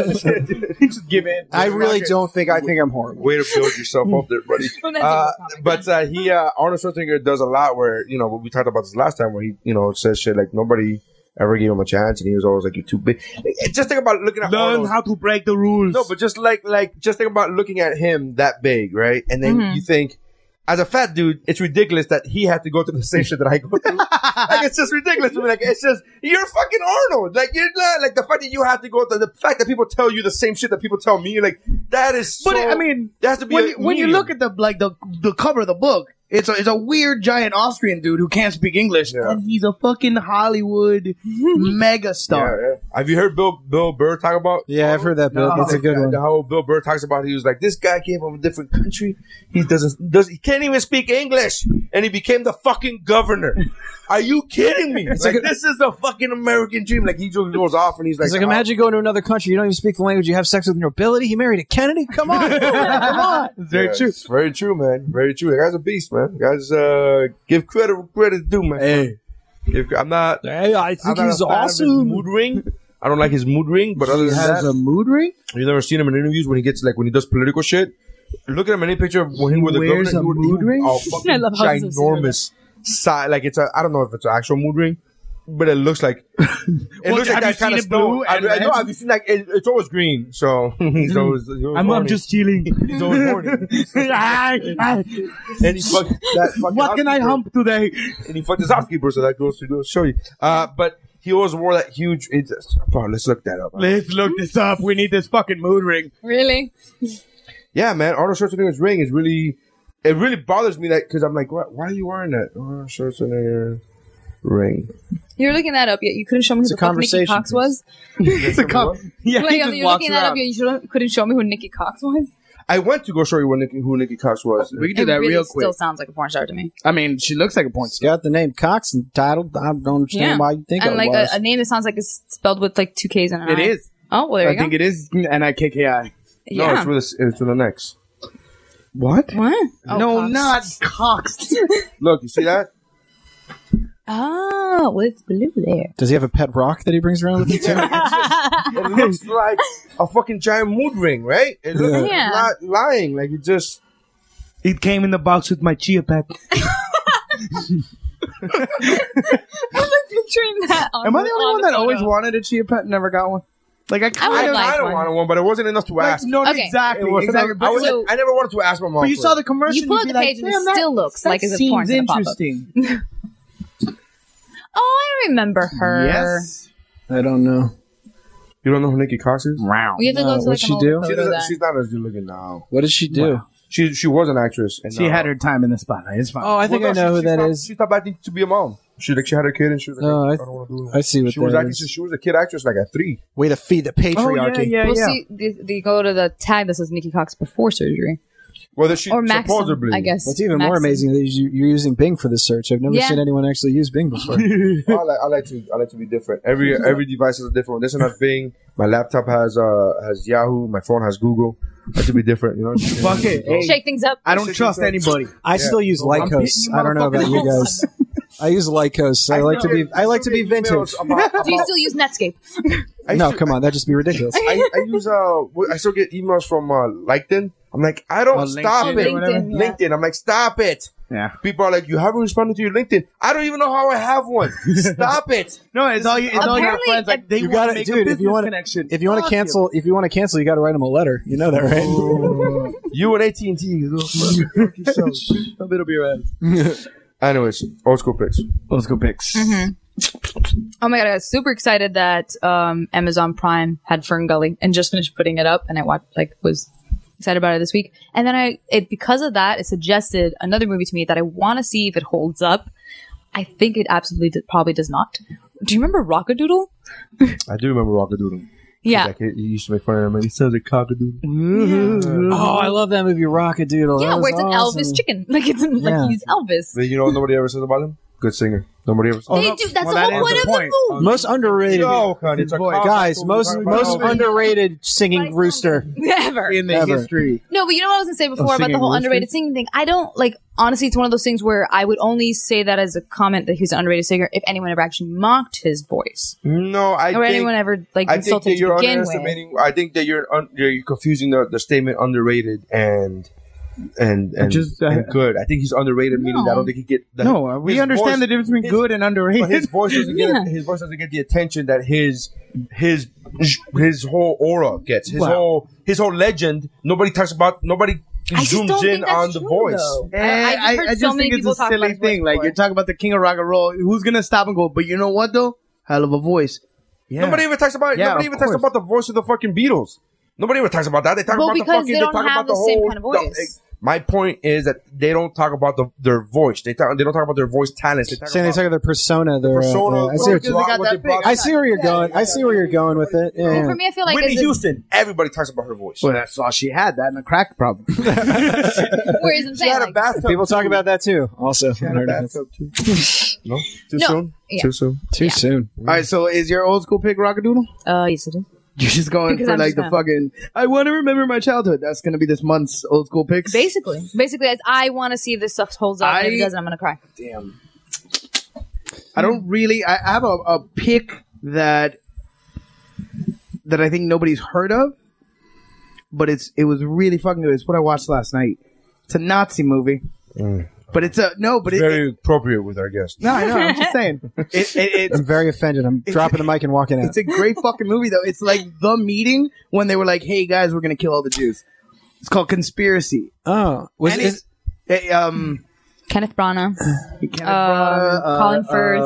Speaker 3: just give in.
Speaker 9: I really don't think I think I'm horrible.
Speaker 8: Way to build yourself up there, buddy.
Speaker 10: Well, that's
Speaker 8: Uh,
Speaker 10: a good topic.
Speaker 8: but uh, he uh, Arnold Schwarzenegger does a lot where you know we talked about this last time where he you know says shit like nobody ever gave him a chance and he was always like you're too big. Like, just think about looking at
Speaker 3: Learn
Speaker 8: Arnold.
Speaker 3: how to break the rules.
Speaker 8: no, but just like like just think about looking at him that big, right? And then
Speaker 3: Mm-hmm.
Speaker 8: you think. As a fat dude, it's ridiculous that he had to go through the same shit that I go through. like it's just ridiculous to me. Like it's just you're fucking Arnold. Like you're not like the fact that you had to go through the fact that people tell you the same shit that people tell me. Like that is.
Speaker 3: But
Speaker 8: so-
Speaker 3: I mean,
Speaker 8: there has to be
Speaker 3: when,
Speaker 8: a
Speaker 3: you- when you
Speaker 8: medium.
Speaker 3: look at the like the the cover of the book, it's a, it's a weird giant Austrian dude who can't speak English,
Speaker 8: Yeah.
Speaker 3: and he's a fucking Hollywood megastar.
Speaker 8: Yeah, yeah. Have you heard Bill Bill Burr talk about?
Speaker 9: Yeah, I've heard that. Bill.
Speaker 3: No.
Speaker 9: That's a good
Speaker 8: Yeah,
Speaker 9: one.
Speaker 8: How Bill Burr talks about, he was like, "This guy came from a different country. He doesn't does he can't even speak English, and he became the fucking governor." Are you kidding me? like
Speaker 9: like a-
Speaker 8: this is the fucking American dream. Like he just goes off and he's like,
Speaker 9: It's like
Speaker 8: "Oh,
Speaker 9: imagine going to another country. You don't even speak the language. You have sex with nobility. He married a Kennedy. Come on, come on.
Speaker 3: It's very
Speaker 8: yeah,
Speaker 3: true.
Speaker 8: it's very true, man. Very true. The guy's a beast, man. The guy's uh, give credit where credit's due, man.
Speaker 9: Hey,
Speaker 8: Give- I'm not.
Speaker 9: hey, I
Speaker 8: I'm
Speaker 9: think
Speaker 8: not
Speaker 9: he's
Speaker 8: a fan of his
Speaker 9: awesome.
Speaker 8: mood ring. I don't like his mood ring, but other
Speaker 9: He
Speaker 8: than that,
Speaker 9: has a mood ring.
Speaker 8: You never seen him in interviews when he gets like when he does political shit. Look at him in any picture of when he with the
Speaker 3: wears
Speaker 8: governor.
Speaker 3: a
Speaker 8: he would- he
Speaker 3: mood
Speaker 8: would-
Speaker 3: ring?
Speaker 8: Oh, fucking
Speaker 10: I love how he's obsessed with
Speaker 8: ginormous size. Like it's a I don't know if it's an actual mood ring, but it looks like it looks like
Speaker 3: have you
Speaker 8: that kind
Speaker 3: seen
Speaker 8: of
Speaker 3: it
Speaker 8: stone.
Speaker 3: blue
Speaker 8: I,
Speaker 3: and
Speaker 8: I know.
Speaker 3: red?
Speaker 8: Have you seen like it, it's always green? So he's always. he's always
Speaker 3: I'm, I'm
Speaker 8: horny.
Speaker 3: just chilling.
Speaker 8: He's always horny.
Speaker 3: I- I-
Speaker 8: and he fucked that fucking
Speaker 3: what can I
Speaker 8: housekeeper
Speaker 3: hump today?
Speaker 8: and he fucked his housekeeper, so that goes to show you. Uh, but he always wore that huge. It's, bro, let's look that up.
Speaker 3: Let's look this up. We need this fucking mood ring.
Speaker 10: really?
Speaker 8: yeah, man, Arnold Schwarzenegger's ring is really, it really bothers me that because I'm like, what, why are you wearing that Arnold Schwarzenegger ring?
Speaker 10: You're looking that up yet? You couldn't show me who the
Speaker 9: a
Speaker 10: fuck Nikki
Speaker 9: conversation
Speaker 10: Cox was.
Speaker 3: It's a cup. Yeah,
Speaker 10: Like,
Speaker 3: he
Speaker 10: I
Speaker 3: just
Speaker 10: mean, you're
Speaker 3: walks
Speaker 10: looking that up
Speaker 3: around.
Speaker 10: yet? You shouldn't- couldn't show me who Nikki Cox was.
Speaker 8: I went to go show you what Nikki, who Nikki Cox was.
Speaker 3: We can do
Speaker 10: It
Speaker 3: that
Speaker 10: really
Speaker 3: real
Speaker 10: Still
Speaker 3: quick.
Speaker 10: sounds like a porn star to me.
Speaker 3: I mean, she looks like a porn
Speaker 9: It's
Speaker 3: star.
Speaker 9: got the name Cox entitled. I don't understand why you think
Speaker 10: and
Speaker 9: it
Speaker 10: like
Speaker 9: was.
Speaker 10: A, a name that sounds like it's spelled with like two K's in
Speaker 3: It
Speaker 10: it.
Speaker 3: is.
Speaker 10: Oh, well, there
Speaker 3: I
Speaker 10: you go.
Speaker 3: think it is N I K K I.
Speaker 8: no,
Speaker 10: yeah.
Speaker 8: it's with the, it's with an X.
Speaker 3: What?
Speaker 10: what? Oh,
Speaker 3: no,
Speaker 10: Cox.
Speaker 3: not Cox.
Speaker 8: Look, you see that?
Speaker 10: Oh, well, it's blue there.
Speaker 9: Does he have a pet rock that he brings around with him too?
Speaker 8: It looks like a fucking giant mood ring, right? It looks like
Speaker 10: Yeah.
Speaker 8: it's not lying, like it just.
Speaker 3: It came in the box with my chia pet.
Speaker 10: I'm picturing that. On
Speaker 3: Am I the only
Speaker 10: on
Speaker 3: one that
Speaker 10: photo.
Speaker 3: always wanted a chia pet and never got one? Like I
Speaker 10: I
Speaker 3: kind
Speaker 10: would
Speaker 8: I,
Speaker 3: of
Speaker 10: like
Speaker 8: don't
Speaker 10: one.
Speaker 8: want one, but it wasn't enough to ask.
Speaker 3: no,
Speaker 10: Okay.
Speaker 3: exactly,
Speaker 8: It wasn't
Speaker 3: exactly.
Speaker 8: enough-
Speaker 3: But,
Speaker 8: I, was,
Speaker 10: So-
Speaker 8: I never wanted to ask my mom.
Speaker 3: but you
Speaker 8: for
Speaker 3: saw
Speaker 8: it.
Speaker 3: the commercial.
Speaker 10: You pull up
Speaker 3: you'd
Speaker 10: the
Speaker 3: be like,
Speaker 10: page and it
Speaker 3: "Damn, that-
Speaker 10: still looks
Speaker 3: that
Speaker 10: like it's a porn
Speaker 3: seems
Speaker 10: to the pop-up."
Speaker 3: interesting.
Speaker 10: Oh, I remember her.
Speaker 3: Yes.
Speaker 9: I don't know.
Speaker 8: You don't know who Nikki Cox is?
Speaker 3: Wow.
Speaker 10: We have to
Speaker 9: No,
Speaker 10: go to like
Speaker 9: what'd
Speaker 10: an
Speaker 9: she
Speaker 10: old
Speaker 9: do?
Speaker 10: photo
Speaker 8: She doesn't-
Speaker 10: then.
Speaker 8: she's not as good looking now.
Speaker 9: What did she do?
Speaker 8: She she was an actress. And
Speaker 3: She
Speaker 8: now-
Speaker 3: had her time in the spotlight. It's fine.
Speaker 9: Oh, I think
Speaker 8: Well,
Speaker 9: I
Speaker 8: no,
Speaker 9: know
Speaker 8: she,
Speaker 9: who
Speaker 8: she
Speaker 9: that
Speaker 8: stopped,
Speaker 9: is.
Speaker 8: She stopped acting to be a mom. She like she had her kid and she was like,
Speaker 9: No,
Speaker 8: I,
Speaker 9: I-
Speaker 8: don't want to do.
Speaker 9: I see what
Speaker 8: She was
Speaker 9: that
Speaker 8: acting.
Speaker 9: is.
Speaker 8: She was a kid actress like at three.
Speaker 9: Way to feed the patriarchy.
Speaker 3: Oh, yeah, yeah,
Speaker 10: We'll
Speaker 3: yeah.
Speaker 10: see. They, they go to the tag that says Nikki Cox before surgery
Speaker 8: Whether she
Speaker 10: or Max.
Speaker 8: supposedly,
Speaker 10: I guess.
Speaker 9: What's even more
Speaker 10: Maxim.
Speaker 9: amazing is you, you're using Bing for this search. I've never
Speaker 10: Yeah.
Speaker 9: seen anyone actually use Bing before.
Speaker 8: I like, I like to I like to be different. Every every device is a different one. This one has Bing. My laptop has uh has Yahoo. My phone has Google. I like to be different. You know.
Speaker 3: Fuck it. Hey,
Speaker 10: Shake things up.
Speaker 3: I don't trust anybody.
Speaker 9: I still use Lycos. I don't know about you guys. I use Lycos. I, like to be. I like to be vintage.
Speaker 10: Do you still use Netscape?
Speaker 9: No, come on, that'd just be ridiculous.
Speaker 8: I, I use uh wh- I still get emails from uh LinkedIn. I'm like I don't
Speaker 3: Oh,
Speaker 8: stop
Speaker 3: LinkedIn or
Speaker 8: it.
Speaker 3: whatever.
Speaker 10: LinkedIn, yeah.
Speaker 8: LinkedIn. I'm like stop it.
Speaker 3: Yeah.
Speaker 8: People are like you haven't responded to your LinkedIn. I don't even know how I have one. stop it.
Speaker 3: No, it's all you. It's all your
Speaker 10: Apparently,
Speaker 3: friends. Like they
Speaker 9: You
Speaker 3: want
Speaker 9: got
Speaker 3: to
Speaker 9: to,
Speaker 3: make
Speaker 9: dude.
Speaker 3: a
Speaker 9: If you
Speaker 3: business
Speaker 9: want
Speaker 3: connection.
Speaker 9: if you want to
Speaker 3: Fuck
Speaker 9: cancel, if you want to cancel, you got to write them a letter. You know that, right?
Speaker 8: You and AT and T.
Speaker 3: A little bit of
Speaker 8: Anyways, old school picks.
Speaker 3: Let's go picks.
Speaker 10: Oh my god, I was super excited that um, Amazon Prime had Fern Gully and just finished putting it up, and I watched like was excited about it this week. And then I, it because of that, it suggested another movie to me that I want to see if it holds up. I think it absolutely d- probably does not. Do you remember Rockadoodle?
Speaker 8: I do remember Rockadoodle.
Speaker 10: Yeah,
Speaker 8: Like, he he used to make fun of him. and He sounds like cockadoodle.
Speaker 9: oh, I love that movie, Rockadoodle.
Speaker 10: yeah,
Speaker 9: "Oh, That was
Speaker 10: where it's an
Speaker 9: awesome.
Speaker 10: Elvis chicken, like it's an,
Speaker 9: Yeah.
Speaker 10: like he's Elvis.
Speaker 8: But you know what nobody ever says about him? Good singer. Nobody ever.
Speaker 10: They do. That's the whole point of the movie.
Speaker 9: Most underrated.
Speaker 8: No, honey, it's a
Speaker 3: Voice.
Speaker 8: cop.
Speaker 9: Guys, most
Speaker 8: Nobody-
Speaker 9: most underrated
Speaker 10: Like um,
Speaker 9: singing rooster.
Speaker 10: Never.
Speaker 3: in the
Speaker 9: Never.
Speaker 3: history.
Speaker 10: No, but you know what I was gonna say before about the
Speaker 3: singing
Speaker 10: whole
Speaker 3: roosters?
Speaker 10: underrated singing thing. I don't like honestly. It's one of those things where I would only say that as a comment that he was an underrated singer if anyone ever actually mocked his voice
Speaker 8: No, I
Speaker 10: or
Speaker 8: think,
Speaker 10: anyone ever like
Speaker 8: I think
Speaker 10: insulted
Speaker 8: that
Speaker 10: to
Speaker 8: you're
Speaker 10: begin with.
Speaker 8: underestimating. I think that you're un, you're confusing the, the statement underrated and and and,
Speaker 3: Just, uh,
Speaker 8: and good. I think he's underrated, meaning I
Speaker 10: No.
Speaker 8: don't think he get. The,
Speaker 3: No, uh, we
Speaker 8: his
Speaker 3: understand
Speaker 8: voice-
Speaker 3: the difference between
Speaker 8: his-
Speaker 3: good and underrated.
Speaker 8: But his voice doesn't get
Speaker 10: Yeah.
Speaker 8: his voice doesn't get the attention that his his his whole aura gets. His
Speaker 3: Wow.
Speaker 8: whole his whole legend. Nobody talks about. Nobody
Speaker 10: I just
Speaker 8: zooms
Speaker 10: don't
Speaker 8: in
Speaker 10: think that's
Speaker 8: on the
Speaker 10: true,
Speaker 8: voice.
Speaker 10: though.
Speaker 3: Eh,
Speaker 10: I- I've heard so many people talk about his voice
Speaker 3: Like
Speaker 10: before.
Speaker 3: you're talking about the king of rock and roll. Who's gonna stop and go? But you know what though? Hell of a voice. Yeah.
Speaker 8: Nobody even talks about.
Speaker 3: Yeah,
Speaker 8: nobody
Speaker 3: of
Speaker 8: even
Speaker 3: course.
Speaker 8: talks about the voice of the fucking Beatles. Nobody even talks about that. They talk
Speaker 10: Well,
Speaker 8: about the
Speaker 10: because
Speaker 8: fucking.
Speaker 10: they don't
Speaker 8: talk
Speaker 10: have
Speaker 8: about the,
Speaker 10: the same
Speaker 8: whole.
Speaker 10: kind of voice.
Speaker 8: the- eh, my point is that they don't talk about the, their voice. They talk, they don't talk about their voice talents. They talk
Speaker 9: Saying they
Speaker 8: about
Speaker 9: talk about their persona. Their, uh,
Speaker 8: persona.
Speaker 9: uh, I,
Speaker 8: what
Speaker 9: see
Speaker 8: they
Speaker 9: what you-
Speaker 8: brought-
Speaker 3: got
Speaker 8: what
Speaker 3: that
Speaker 8: they brought-
Speaker 3: big.
Speaker 9: I see where you're going. I see where you're going with it. Yeah.
Speaker 10: For me, I feel like
Speaker 8: Whitney
Speaker 10: as a,
Speaker 8: Houston. Everybody talks about her voice.
Speaker 3: Well, that's all she had. That and a crack problem.
Speaker 10: whereas I'm
Speaker 8: She
Speaker 10: saying
Speaker 8: had a
Speaker 10: like,
Speaker 8: bathtub.
Speaker 9: People talk about that too. Also,
Speaker 8: too. no, too
Speaker 10: No.
Speaker 8: soon.
Speaker 10: Yeah.
Speaker 8: Too soon.
Speaker 9: too soon.
Speaker 3: all right. So is your old school pick Rockadoodle?
Speaker 10: uh, yes, it is.
Speaker 3: You're just going
Speaker 10: Because
Speaker 3: for
Speaker 10: I'm
Speaker 3: like
Speaker 10: just
Speaker 3: the
Speaker 10: not.
Speaker 3: fucking. I want to remember my childhood. That's gonna be this month's old school picks.
Speaker 10: Basically, basically, as I want to see if this stuff holds up. and if
Speaker 3: I-
Speaker 10: it doesn't, I'm gonna cry.
Speaker 3: I don't really. I I have a, a pick that that I think nobody's heard of, but it's it was really fucking good. It's what I watched last night. It's a Nazi movie, but it's a no. But it,
Speaker 8: Very appropriate with our guest.
Speaker 3: no, I know. I'm just saying. It, it, it's
Speaker 9: I'm very offended. I'm dropping the mic and walking out.
Speaker 3: it's a great fucking movie though. It's like the meeting when they were like, "Hey guys, we're gonna kill all the Jews." It's called Conspiracy.
Speaker 9: oh, was
Speaker 3: And
Speaker 9: is,
Speaker 3: it's, eh, um,
Speaker 10: Kenneth Branagh,
Speaker 3: Kenneth
Speaker 10: uh,
Speaker 3: Branagh, uh,
Speaker 10: Colin Firth.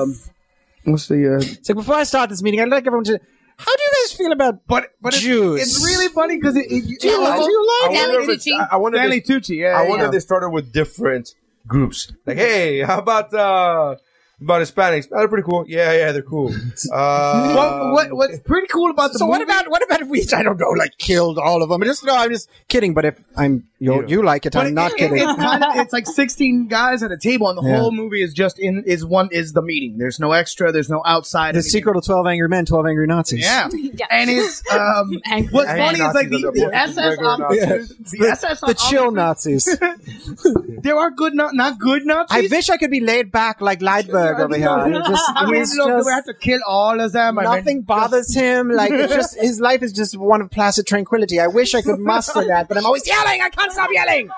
Speaker 3: um, what's the uh,
Speaker 9: it's like before I start this meeting, I'd like everyone to. How do you guys feel about?
Speaker 3: but but it's,
Speaker 9: Jews.
Speaker 3: it's really funny because it, it, it,
Speaker 9: you like- do you
Speaker 8: I wonder
Speaker 10: Stanley
Speaker 8: if it's-
Speaker 10: Tucci?
Speaker 8: I- I wonder if
Speaker 3: Stanley
Speaker 8: it's-
Speaker 3: Tucci. Yeah,
Speaker 8: I wonder
Speaker 3: yeah.
Speaker 8: if they started with different groups. Like, hey, how about uh about Hispanics? Oh, they're pretty cool. Yeah, yeah, they're cool. Uh,
Speaker 3: What, what what's pretty cool about the
Speaker 9: So what
Speaker 3: movie?
Speaker 9: about what about if we? I don't know, like killed all of them. Just no, I'm just kidding. But if I'm you, you like it, I'm not
Speaker 3: it-
Speaker 9: kidding.
Speaker 3: It's, kind of, it's like sixteen guys at a table, and the
Speaker 9: Yeah.
Speaker 3: whole movie is just in is one is the meeting. There's no extra. There's no outside.
Speaker 9: the
Speaker 3: anything.
Speaker 9: sequel to Twelve Angry Men, Twelve Angry Nazis.
Speaker 3: Yeah.
Speaker 10: Yeah.
Speaker 3: and it's um.
Speaker 10: Angry
Speaker 3: What's
Speaker 10: Nazis
Speaker 3: funny is like the,
Speaker 8: are
Speaker 3: the
Speaker 8: the
Speaker 3: SS
Speaker 8: regular
Speaker 3: officers, the, SS
Speaker 9: the chill
Speaker 3: officers-
Speaker 9: Nazis.
Speaker 3: There are good, not not good
Speaker 9: I
Speaker 3: Nazis.
Speaker 9: wish I could be laid back like Leidberg over here. It just-
Speaker 3: I mean,
Speaker 9: it's
Speaker 3: look,
Speaker 9: just-
Speaker 3: we have to kill all of them. I mean,
Speaker 9: nothing bothers him. Like it's just his life is just one of placid tranquility. I wish I could master that, but I'm always yelling. I can't stop yelling.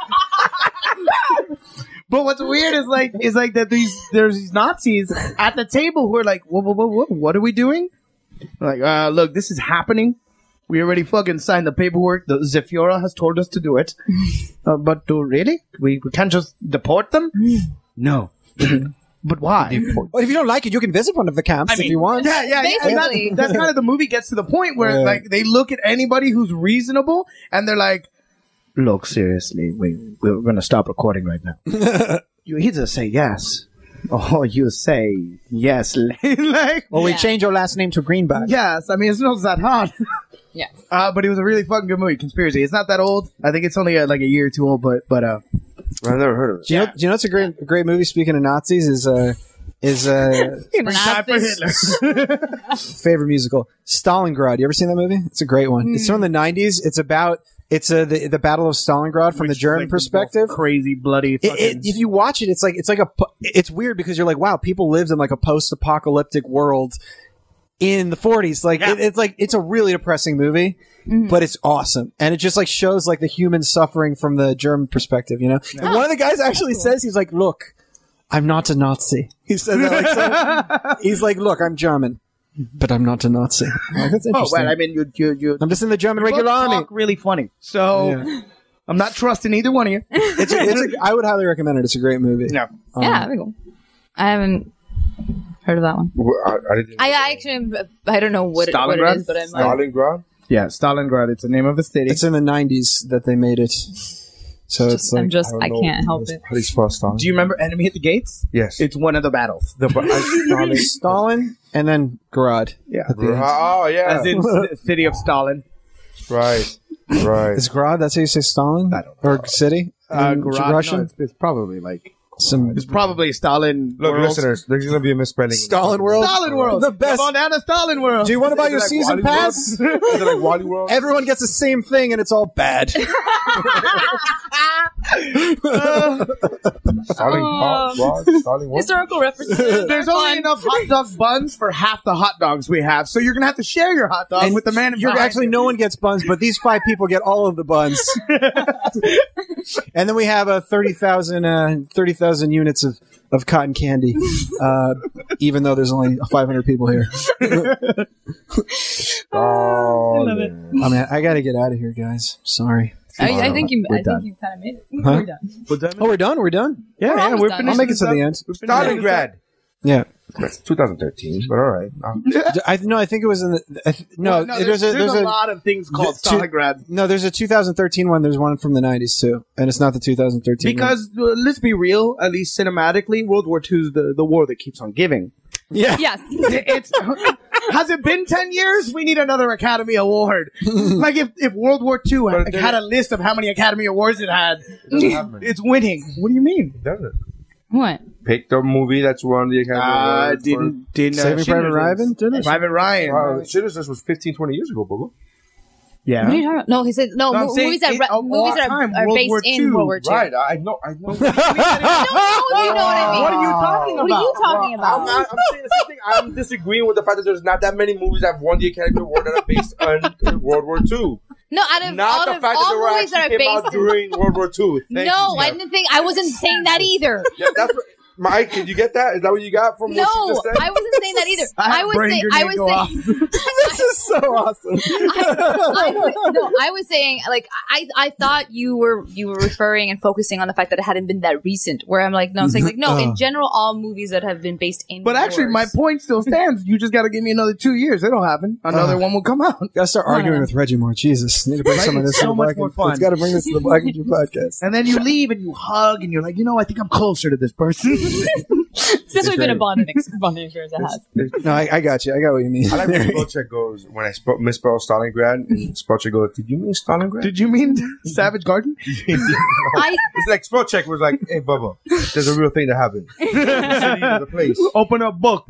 Speaker 3: But what's weird is like is like that these there's these Nazis at the table who are like, whoa, whoa, whoa, whoa what are we doing? Like, uh, look, this is happening. We already fucking signed the paperwork. The Zephyra has told us to do it. uh, but do really? We, we can't just deport them? no. but why?
Speaker 9: Well, if you don't like it, you can visit one of the camps if you want.
Speaker 3: Yeah, yeah, yeah. And that-
Speaker 10: Basically.
Speaker 3: that's kind of the movie gets to the point where
Speaker 9: Yeah.
Speaker 3: like they look at anybody who's reasonable and they're like, "Look, seriously, we we're gonna stop recording right now." you either say yes, or you say yes. like,
Speaker 9: Well, we
Speaker 10: Yeah.
Speaker 9: change your last name to Greenback.
Speaker 3: yes. I mean, it's not that hard.
Speaker 10: Yeah.
Speaker 3: Uh, but it was a really fucking good movie, Conspiracy. It's not that old. I think it's only uh, like a year or two old, but but uh,
Speaker 8: I've never heard of it.
Speaker 9: Do you know? Do you know? It's a great, great movie. Speaking of Nazis, is uh, is uh,
Speaker 3: Time for
Speaker 10: Nazis.
Speaker 3: Hitler.
Speaker 9: favorite musical Stalingrad. You ever seen that movie? It's a great one. It's
Speaker 3: Hmm.
Speaker 9: from the '90s. It's about it's uh, the the Battle of Stalingrad from
Speaker 3: Which
Speaker 9: the
Speaker 3: is,
Speaker 9: German
Speaker 3: like, most
Speaker 9: perspective.
Speaker 3: crazy bloody.
Speaker 9: It-
Speaker 3: Fucking,
Speaker 9: it- if you watch it, it's like it's like a po- it's weird because you're like, wow, people lived in like a post-apocalyptic world in the 40s. Like it, it's like it's a really depressing movie,
Speaker 3: Mm-hmm.
Speaker 9: but it's awesome, and it just like shows like the human suffering from the German perspective, you know. And one of the guys actually says he's like, look, I'm not a Nazi. He says that like so- he's like, look, I'm German, but I'm not a Nazi. I'm like, That's
Speaker 3: oh
Speaker 9: interesting.
Speaker 3: well, I mean, you you you.
Speaker 9: I'm just in the German regular
Speaker 3: both
Speaker 9: army.
Speaker 3: talk really funny. So
Speaker 9: Yeah.
Speaker 3: I'm not trusting either one of you.
Speaker 9: It's a, it's a, I would highly recommend it. It's a great movie.
Speaker 3: No.
Speaker 10: Yeah, that'd be cool. I haven't heard of that one.
Speaker 8: Well, I, I didn't.
Speaker 10: I, I actually am- I don't know what it, what
Speaker 3: Stalingrad?
Speaker 10: it is, but I'm like,
Speaker 8: Stalingrad.
Speaker 3: Yeah, Stalingrad. It's the name of a city.
Speaker 9: It's in the '90s that they made it, so it's
Speaker 10: just,
Speaker 9: like
Speaker 10: I'm just I,
Speaker 8: don't
Speaker 10: can't
Speaker 8: know.
Speaker 10: help it.
Speaker 8: How do you spell Stalin?
Speaker 3: Do you remember Enemy at the Gates?
Speaker 8: yes.
Speaker 3: It's one of the battles.
Speaker 8: the but I- Stalin.
Speaker 9: Stalin and then Garad.
Speaker 3: Yeah.
Speaker 8: Oh yeah.
Speaker 3: As in c- city of Stalin.
Speaker 8: right. Right.
Speaker 9: Is Garad? That's how you say Stalin
Speaker 3: I don't
Speaker 9: or city?
Speaker 3: Uh,
Speaker 9: in
Speaker 3: Grod- no,
Speaker 9: Russian.
Speaker 3: it's, it's probably like
Speaker 9: Some
Speaker 3: It's probably Stalin.
Speaker 8: Look,
Speaker 3: World.
Speaker 8: listeners, there's going to be a misspelling.
Speaker 9: Stalin World.
Speaker 3: Stalin World.
Speaker 9: The best.
Speaker 3: Come on down to Stalin World.
Speaker 9: Do you want to buy your
Speaker 8: Is it like Wally
Speaker 9: season pass?
Speaker 8: World? Is it like Wally World?
Speaker 9: Everyone gets the same thing, and it's all bad.
Speaker 8: Stalin Hot Rod? Stalin World?
Speaker 10: Um, Historical references.
Speaker 3: There's only enough hot dog buns for half the hot dogs we have, so you're gonna have to share your hot dog
Speaker 9: And
Speaker 3: with the man.
Speaker 9: You're
Speaker 3: behind
Speaker 9: actually
Speaker 3: you.
Speaker 9: no one gets buns, but these five people get all of the buns. and then we have a 30,000 uh, 30,000 units of, of cotton candy, uh, even though there's only 500 people here.
Speaker 8: Oh,
Speaker 9: I mean, I got to get out of here, guys. Sorry.
Speaker 10: I, I think you.
Speaker 9: We're
Speaker 10: I
Speaker 9: done.
Speaker 10: think you kind of made it.
Speaker 9: Huh?
Speaker 10: We're done.
Speaker 9: Oh, we're done. We're done.
Speaker 3: yeah, yeah,
Speaker 10: almost
Speaker 3: we're
Speaker 10: done.
Speaker 3: finished.
Speaker 9: I'll make it to the end.
Speaker 8: Stalingrad.
Speaker 9: Yeah.
Speaker 8: That's 2013, but all right. Um,
Speaker 9: D- I no, I think it was in the I th- no.
Speaker 3: no,
Speaker 9: there's, a there's, a,
Speaker 3: lot of things called
Speaker 9: the two-
Speaker 3: Stalingrad
Speaker 9: no. There's a 2013 one. There's one from the 90s too, and it's not the 2013 one.
Speaker 3: because uh, let's be real. At least cinematically, World War II is the, the war that keeps on giving.
Speaker 9: yeah.
Speaker 10: Yes.
Speaker 3: It's has it been ten years? We need another Academy Award. like if, if World War II had, had a list of how many Academy Awards it had, it's winning. What do you mean?
Speaker 8: does it?
Speaker 10: What?
Speaker 8: Picked a movie that's won the Academy
Speaker 3: Uh,
Speaker 8: Award for-
Speaker 3: didn't didn't uh,
Speaker 9: Saving Private
Speaker 3: Schindler's
Speaker 9: Ryan.
Speaker 3: List. Private Ryan.
Speaker 8: Wow, Schindler's List was 15, 20 years ago, Bubba.
Speaker 10: What are
Speaker 3: Yeah.
Speaker 10: you talking about? No, he said no.
Speaker 3: No, I'm
Speaker 10: mo-
Speaker 3: saying
Speaker 10: movies that
Speaker 3: in-
Speaker 10: re-
Speaker 3: of all
Speaker 10: movies that
Speaker 3: time,
Speaker 10: are, are
Speaker 3: World
Speaker 10: based
Speaker 3: War
Speaker 10: in
Speaker 3: II,
Speaker 10: World War II.
Speaker 8: Right, I know, I know.
Speaker 10: No, you know what I mean.
Speaker 3: What are you talking
Speaker 10: What are
Speaker 3: about?
Speaker 10: you talking
Speaker 8: I'm,
Speaker 10: about?
Speaker 8: not, I'm saying the same thing. I'm disagreeing with the fact that there's not that many movies that have won the Academy Award that are based on World War II.
Speaker 10: No, out of
Speaker 8: Not
Speaker 10: all
Speaker 8: the
Speaker 10: of
Speaker 8: fact that they
Speaker 10: all
Speaker 8: were
Speaker 10: movies that are
Speaker 8: actually came out
Speaker 10: based in
Speaker 8: during World War II. Thank
Speaker 10: no,
Speaker 8: you,
Speaker 10: I
Speaker 8: Jeff.
Speaker 10: didn't think I wasn't saying that either.
Speaker 8: Yeah, that's what, Mike, did you get that? Is that what you got from
Speaker 10: No,
Speaker 8: what she just said?
Speaker 10: I wasn't saying that either.
Speaker 3: I had
Speaker 10: I was
Speaker 3: brain
Speaker 10: saying I
Speaker 3: grenade
Speaker 10: was
Speaker 3: go off.
Speaker 10: saying
Speaker 9: this is so awesome.
Speaker 10: I was, no, I was saying like I I thought you were you were referring and focusing on the fact that it hadn't been that recent. Where I'm like, no, I'm saying like no. In general, all movies that have been based in
Speaker 3: But actually, my
Speaker 10: wars.
Speaker 3: point still stands. You just got to give me another two years. It'll happen. Another
Speaker 9: Uh,
Speaker 3: one will come out.
Speaker 9: Gotta start arguing with Reggie more. Jesus, need to bring
Speaker 3: Right?
Speaker 9: some of this
Speaker 3: It's
Speaker 9: to
Speaker 3: so
Speaker 9: the
Speaker 3: much
Speaker 9: Black
Speaker 3: more
Speaker 9: and-
Speaker 3: fun.
Speaker 9: It's gotta bring this to the Black and Blue podcast.
Speaker 3: And then you leave and you hug and you're like, you know, I think I'm closer to this person.
Speaker 10: since we've been a bonded ex- bonded insurance, it has.
Speaker 9: No, I, I got you. I got what you mean.
Speaker 8: I like when spell check goes when I sp- misspell Stalingrad and spell check goes. Did you mean Stalingrad?
Speaker 3: Did you mean Savage Garden?
Speaker 10: I
Speaker 8: it's like spell check was like, hey Bubba, there's a real thing that happened. the city, there's a place.
Speaker 3: Open a book.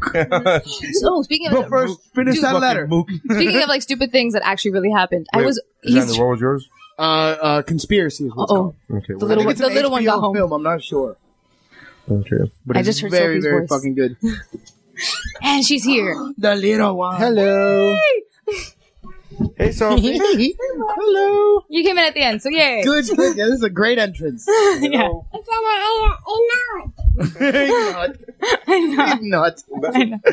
Speaker 10: so speaking of
Speaker 3: But first, finish that letter.
Speaker 10: speaking of like stupid things that actually really happened, I
Speaker 8: Wait,
Speaker 10: was
Speaker 8: Is that
Speaker 10: he's Oh,
Speaker 8: what was yours?
Speaker 3: Uh, uh, conspiracy is what's
Speaker 10: Uh-oh.
Speaker 3: called.
Speaker 8: Okay,
Speaker 10: the
Speaker 8: well,
Speaker 3: I
Speaker 10: little
Speaker 3: think
Speaker 10: one,
Speaker 3: it's
Speaker 10: the
Speaker 3: an
Speaker 10: little one
Speaker 3: HBO
Speaker 10: got home.
Speaker 3: Film, I'm not sure.
Speaker 8: okay.
Speaker 3: But
Speaker 10: I
Speaker 3: it's
Speaker 10: just heard
Speaker 3: very,
Speaker 10: Sophie's
Speaker 3: very
Speaker 10: voice.
Speaker 3: fucking good.
Speaker 10: and she's here.
Speaker 3: The little one.
Speaker 9: Hello.
Speaker 8: Hey, Sophie.
Speaker 9: Hello.
Speaker 10: You came in at the end, so yay.
Speaker 3: Good, good. Yeah, this is a great entrance.
Speaker 10: Yeah.
Speaker 1: It's an A, a note.
Speaker 3: Not. Not.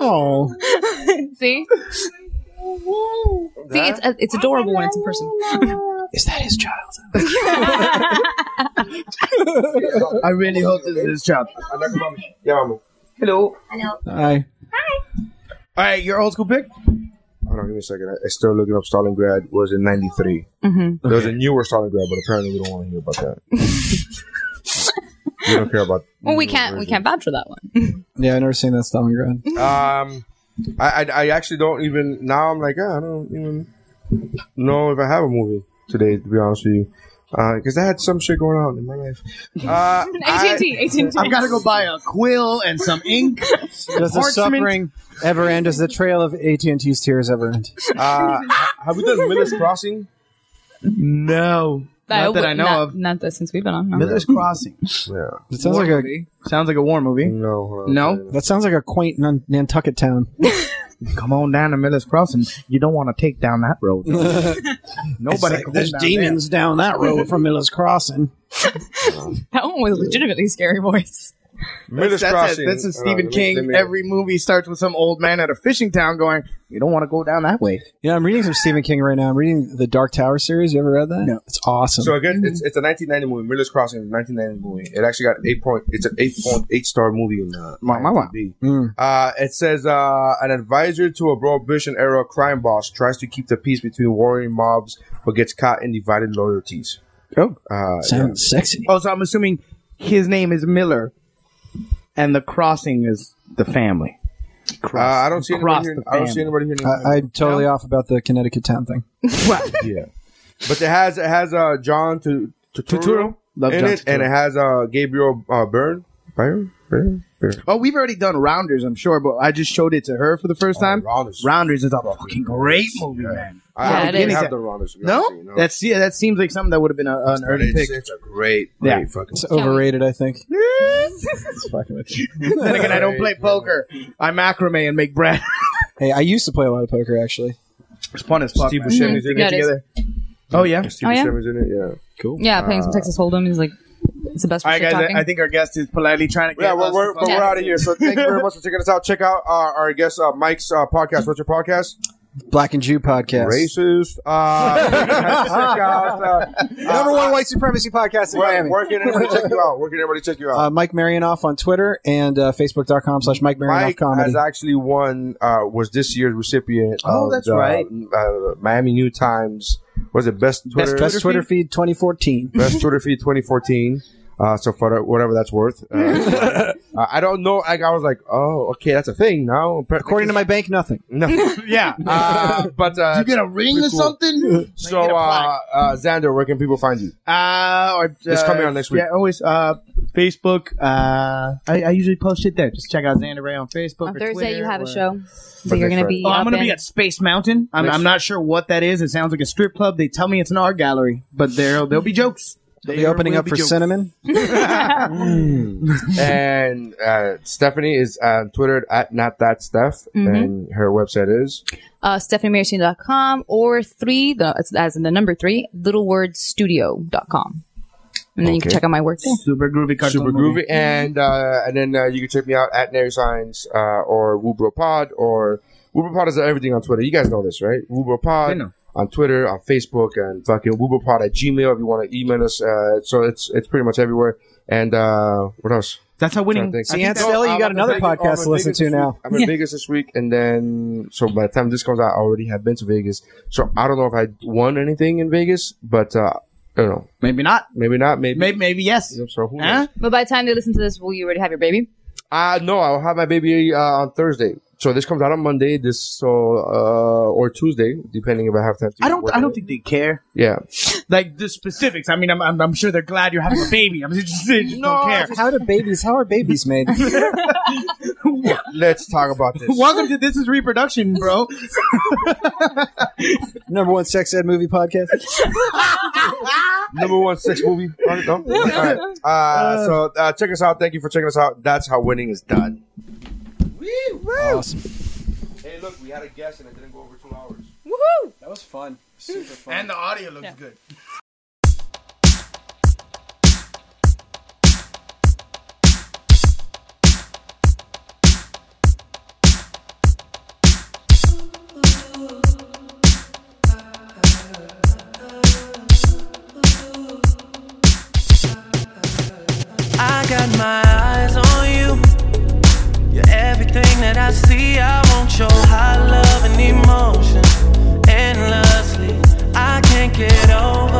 Speaker 9: Oh,
Speaker 10: See, see, it's uh, it's adorable when it's in person.
Speaker 9: is that his child?
Speaker 3: I really hope this is his job.
Speaker 8: yeah, mama.
Speaker 3: Hello.
Speaker 9: Hi.
Speaker 3: All right, your old school pick?
Speaker 8: Hold on, give me a second. I, I started looking up Stalingrad. Was in '93. There was a newer Stalingrad, but apparently we don't want to hear about that. we don't care about.
Speaker 10: Well, we can't we can't vouch for that one.
Speaker 9: Yeah, I never seen that Stalingrad.
Speaker 8: Um, I, I I actually don't even now. I'm like, ah, I don't even know if I have a movie today. To be honest with you, because I had some shit going on in my life. Uh,
Speaker 10: AT&T,
Speaker 8: I,
Speaker 10: AT&T.
Speaker 3: I've got to go buy a quill and some ink.
Speaker 9: Does the
Speaker 3: Parchment.
Speaker 9: suffering ever end? Does the trail of AT and T's tears ever end?
Speaker 8: uh, ha- have we done Miller's Crossing?
Speaker 3: No. Not that I know
Speaker 10: not,
Speaker 3: of.
Speaker 10: Not that since we've been on. no.
Speaker 3: Miller's Crossing.
Speaker 8: Yeah.
Speaker 9: That sounds like a
Speaker 3: Sounds like a Mm. war movie.
Speaker 8: No. hold on.
Speaker 3: No?
Speaker 9: that sounds like a quaint Nan- Nantucket town.
Speaker 3: Come on down to Miller's Crossing. You don't want to take down that road. Nobody can
Speaker 9: There's demons down that road from Miller's Crossing.
Speaker 10: That one was legitimately scary voice.
Speaker 8: Miller's
Speaker 3: That's,
Speaker 8: Crossing.
Speaker 3: it. That's a
Speaker 8: Hold
Speaker 3: Stephen
Speaker 8: on, let me-
Speaker 3: King.
Speaker 8: let me-
Speaker 3: Every movie starts with some old man at a fishing town going, You don't want to go down that way.
Speaker 9: Yeah, I'm reading some Stephen King right now. I'm reading the Dark Tower series. You ever read that?
Speaker 3: No.
Speaker 9: it's awesome.
Speaker 8: So again, it's, it's a 1990 movie. Miller's Crossing is a 1990 movie. It actually got an eight point. It's an eight point eight star movie in uh,
Speaker 3: Wow, wow, wow.
Speaker 8: IMDb.
Speaker 9: Mm.
Speaker 8: Uh, it says uh, an advisor to a prohibition era crime boss tries to keep the peace between warring mobs, but gets caught in divided loyalties.
Speaker 3: Oh.
Speaker 8: Uh,
Speaker 9: sounds sexy.
Speaker 3: Oh, so I'm assuming his name is Miller and the crossing is the family.
Speaker 8: uh, I don't see
Speaker 3: Cross
Speaker 8: anybody here.
Speaker 3: the
Speaker 8: I don't
Speaker 3: family.
Speaker 8: see anybody here. named
Speaker 9: I, I'm totally off about the Connecticut town thing.
Speaker 8: Miller. yeah, but it has it has uh, John to Turturro.
Speaker 3: Love
Speaker 8: in it,
Speaker 3: Johnson.
Speaker 8: and it has uh, Gabriel uh, Byrne. Byrne? Byrne? Byrne.
Speaker 3: Oh, we've already done Rounders, I'm sure, but I just showed it to her for the first time.
Speaker 8: Rounders.
Speaker 3: Rounders is a fucking great movie, man.
Speaker 8: Oh, I
Speaker 10: Yeah,
Speaker 8: I
Speaker 10: it
Speaker 8: didn't
Speaker 10: is.
Speaker 8: have the Rounders. to be
Speaker 3: No,
Speaker 8: honest with you,
Speaker 3: that's yeah, that seems like something that would have been a, an
Speaker 8: But
Speaker 3: early
Speaker 8: it's,
Speaker 3: pick.
Speaker 8: it's a great, great
Speaker 3: Yeah.
Speaker 8: fucking.
Speaker 9: It's overrated, I think.
Speaker 3: then again, I don't play poker. I macrame and make bread.
Speaker 9: Hey, I used to play a lot of poker actually.
Speaker 3: it's fun as fuck.
Speaker 8: Steve
Speaker 3: man.
Speaker 8: Buscemi's in
Speaker 10: Yeah,
Speaker 8: it.
Speaker 10: it is.
Speaker 3: Together. Oh yeah.
Speaker 8: Steve
Speaker 10: Oh, yeah?
Speaker 8: Buscemi's in it. Yeah.
Speaker 10: Yeah, playing some Texas Hold'em is like it's the best. For
Speaker 3: Uh, All right,
Speaker 10: shit
Speaker 3: guys.
Speaker 10: talking.
Speaker 3: I, I think our guest is politely trying to get
Speaker 8: Yeah, well,
Speaker 3: us
Speaker 8: we're, but
Speaker 3: the
Speaker 8: we're
Speaker 10: Yes.
Speaker 8: out of here. So thank you very much for checking us out. Check out uh, our guest uh, Mike's uh, podcast. What's your podcast?
Speaker 9: Black and Jew podcast.
Speaker 8: Racist. Uh, check out. Uh,
Speaker 9: Number
Speaker 8: uh,
Speaker 9: one white supremacy podcast in
Speaker 8: Where,
Speaker 9: Miami.
Speaker 8: where can everybody check you out? Where can everybody check you out?
Speaker 9: Uh, Mike Marionoff on Twitter and uh, Facebook.com slash Mike Marionoff
Speaker 8: Mike
Speaker 9: Comedy.
Speaker 8: has actually won. Uh, was this year's recipient?
Speaker 3: Oh,
Speaker 8: of
Speaker 3: that's
Speaker 8: the,
Speaker 3: right.
Speaker 8: Uh, Miami New Times was it best Twitter
Speaker 9: Best Twitter, feed 2014.
Speaker 8: best Twitter feed 2014. Uh, so for whatever that's worth, uh, uh, I don't know. Like I was like, oh, okay, that's a thing now.
Speaker 9: According to my bank, nothing.
Speaker 8: no,
Speaker 3: Yeah.
Speaker 8: uh, but uh,
Speaker 3: you get a ring or
Speaker 8: cool.
Speaker 3: something?
Speaker 8: so uh, uh, Xander, where can people find you?
Speaker 3: Uh, or,
Speaker 8: It's
Speaker 3: uh,
Speaker 8: coming out next week.
Speaker 3: Yeah, always. Uh, Facebook. Uh, I, I usually post it there. Just check out Xander Ray on Facebook.
Speaker 10: on
Speaker 3: or
Speaker 10: Thursday
Speaker 3: Twitter
Speaker 10: you have a
Speaker 3: or-
Speaker 10: show that you're
Speaker 8: next
Speaker 10: gonna
Speaker 8: Friday.
Speaker 10: be.
Speaker 3: Oh, I'm
Speaker 10: up
Speaker 3: going to
Speaker 10: in.
Speaker 3: be at Space Mountain. I'm, I'm not sure what that is. It sounds like a strip club. They tell me it's an art gallery, but there there'll be jokes.
Speaker 9: Are
Speaker 3: There
Speaker 9: you opening
Speaker 3: will
Speaker 9: up
Speaker 3: be
Speaker 9: for
Speaker 3: jokes.
Speaker 9: cinnamon?
Speaker 8: and uh, Stephanie is on Twitter at not that Steph,
Speaker 3: Mm-hmm.
Speaker 8: and her website is
Speaker 10: uh, stephaniemaricini.com or three, the, as- as in the number three, littlewordstudio.com. And then you can
Speaker 8: Okay.
Speaker 10: check out my work there.
Speaker 3: Super groovy cartoon
Speaker 8: super
Speaker 3: movie.
Speaker 8: groovy. And uh, and then uh, you can check me out at Nary Signs uh, or Woobro Pod or Woobro Pod is everything on Twitter. You guys know this, right? Woobro
Speaker 3: I
Speaker 8: Pod
Speaker 3: know.
Speaker 8: on Twitter, on Facebook, and fucking Woobro Pod at Gmail if you want to email us. Uh, so it's it's pretty much everywhere. And uh, what else?
Speaker 3: That's how winning.
Speaker 8: Trying to
Speaker 9: See,
Speaker 8: think.
Speaker 9: Aunt Stella, you got
Speaker 8: I'm in
Speaker 9: another
Speaker 8: Vegas-
Speaker 9: podcast
Speaker 8: I'm in
Speaker 9: to listen
Speaker 8: Vegas
Speaker 9: to
Speaker 8: this
Speaker 9: now.
Speaker 8: week. I'm in Vegas this week, and then so by the time this comes out, I already have been to Vegas. So I don't know if I won anything in Vegas, but uh, I don't know.
Speaker 3: Maybe not.
Speaker 8: Maybe not. Maybe.
Speaker 3: Maybe maybe yes.
Speaker 8: So who knows?
Speaker 3: Huh?
Speaker 10: But by the time they listen to this, will you already have your baby?
Speaker 8: Uh no, I'll have my baby uh, on Thursday. So this comes out on Monday, this so uh or Tuesday, depending if I have time. To
Speaker 3: I don't.
Speaker 8: work
Speaker 3: I
Speaker 8: on
Speaker 3: don't
Speaker 8: it.
Speaker 3: think they care.
Speaker 8: Yeah.
Speaker 3: Like the specifics. I mean, I'm. I'm, I'm sure they're glad you're having a baby. I'm just. they just don't care.
Speaker 9: How do babies? How are babies made?
Speaker 8: Let's talk about this.
Speaker 3: Welcome to this is reproduction, bro.
Speaker 9: Number one sex ed movie podcast.
Speaker 8: Number one sex movie. No? All right. Uh, so uh, check us out. Thank you for checking us out. That's how winning is done.
Speaker 9: Awesome.
Speaker 8: Hey, look, we had a guest and it didn't go over two hours.
Speaker 9: That was fun. Super fun.
Speaker 3: and the audio looks good.
Speaker 11: I got my eyes on you. You're everything that I see. I want your high love and emotion endlessly. I can't get over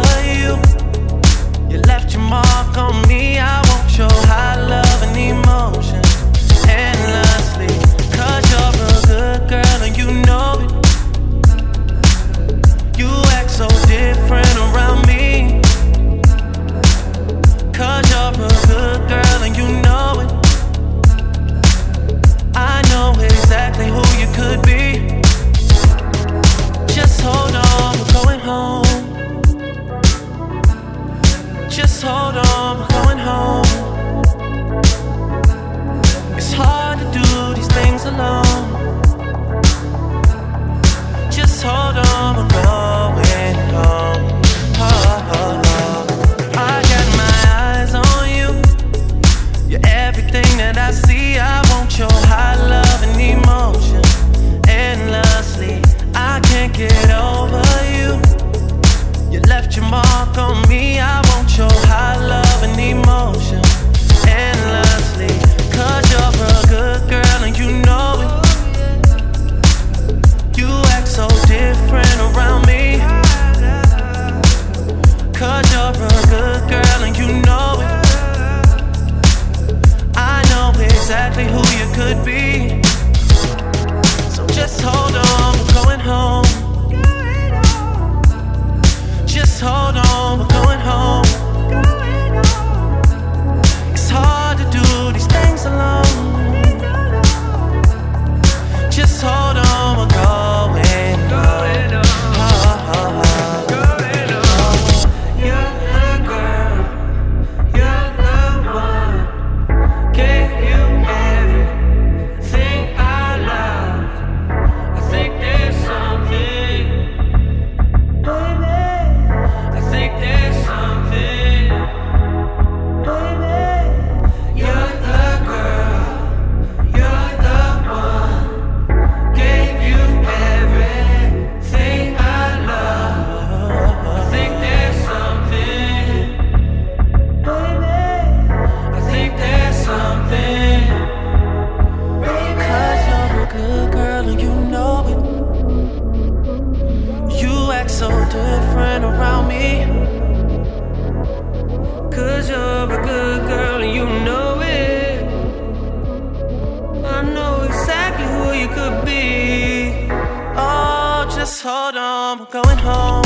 Speaker 11: Oh, Just hold on, we're going home.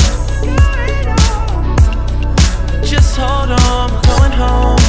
Speaker 11: Just hold on, we're going home.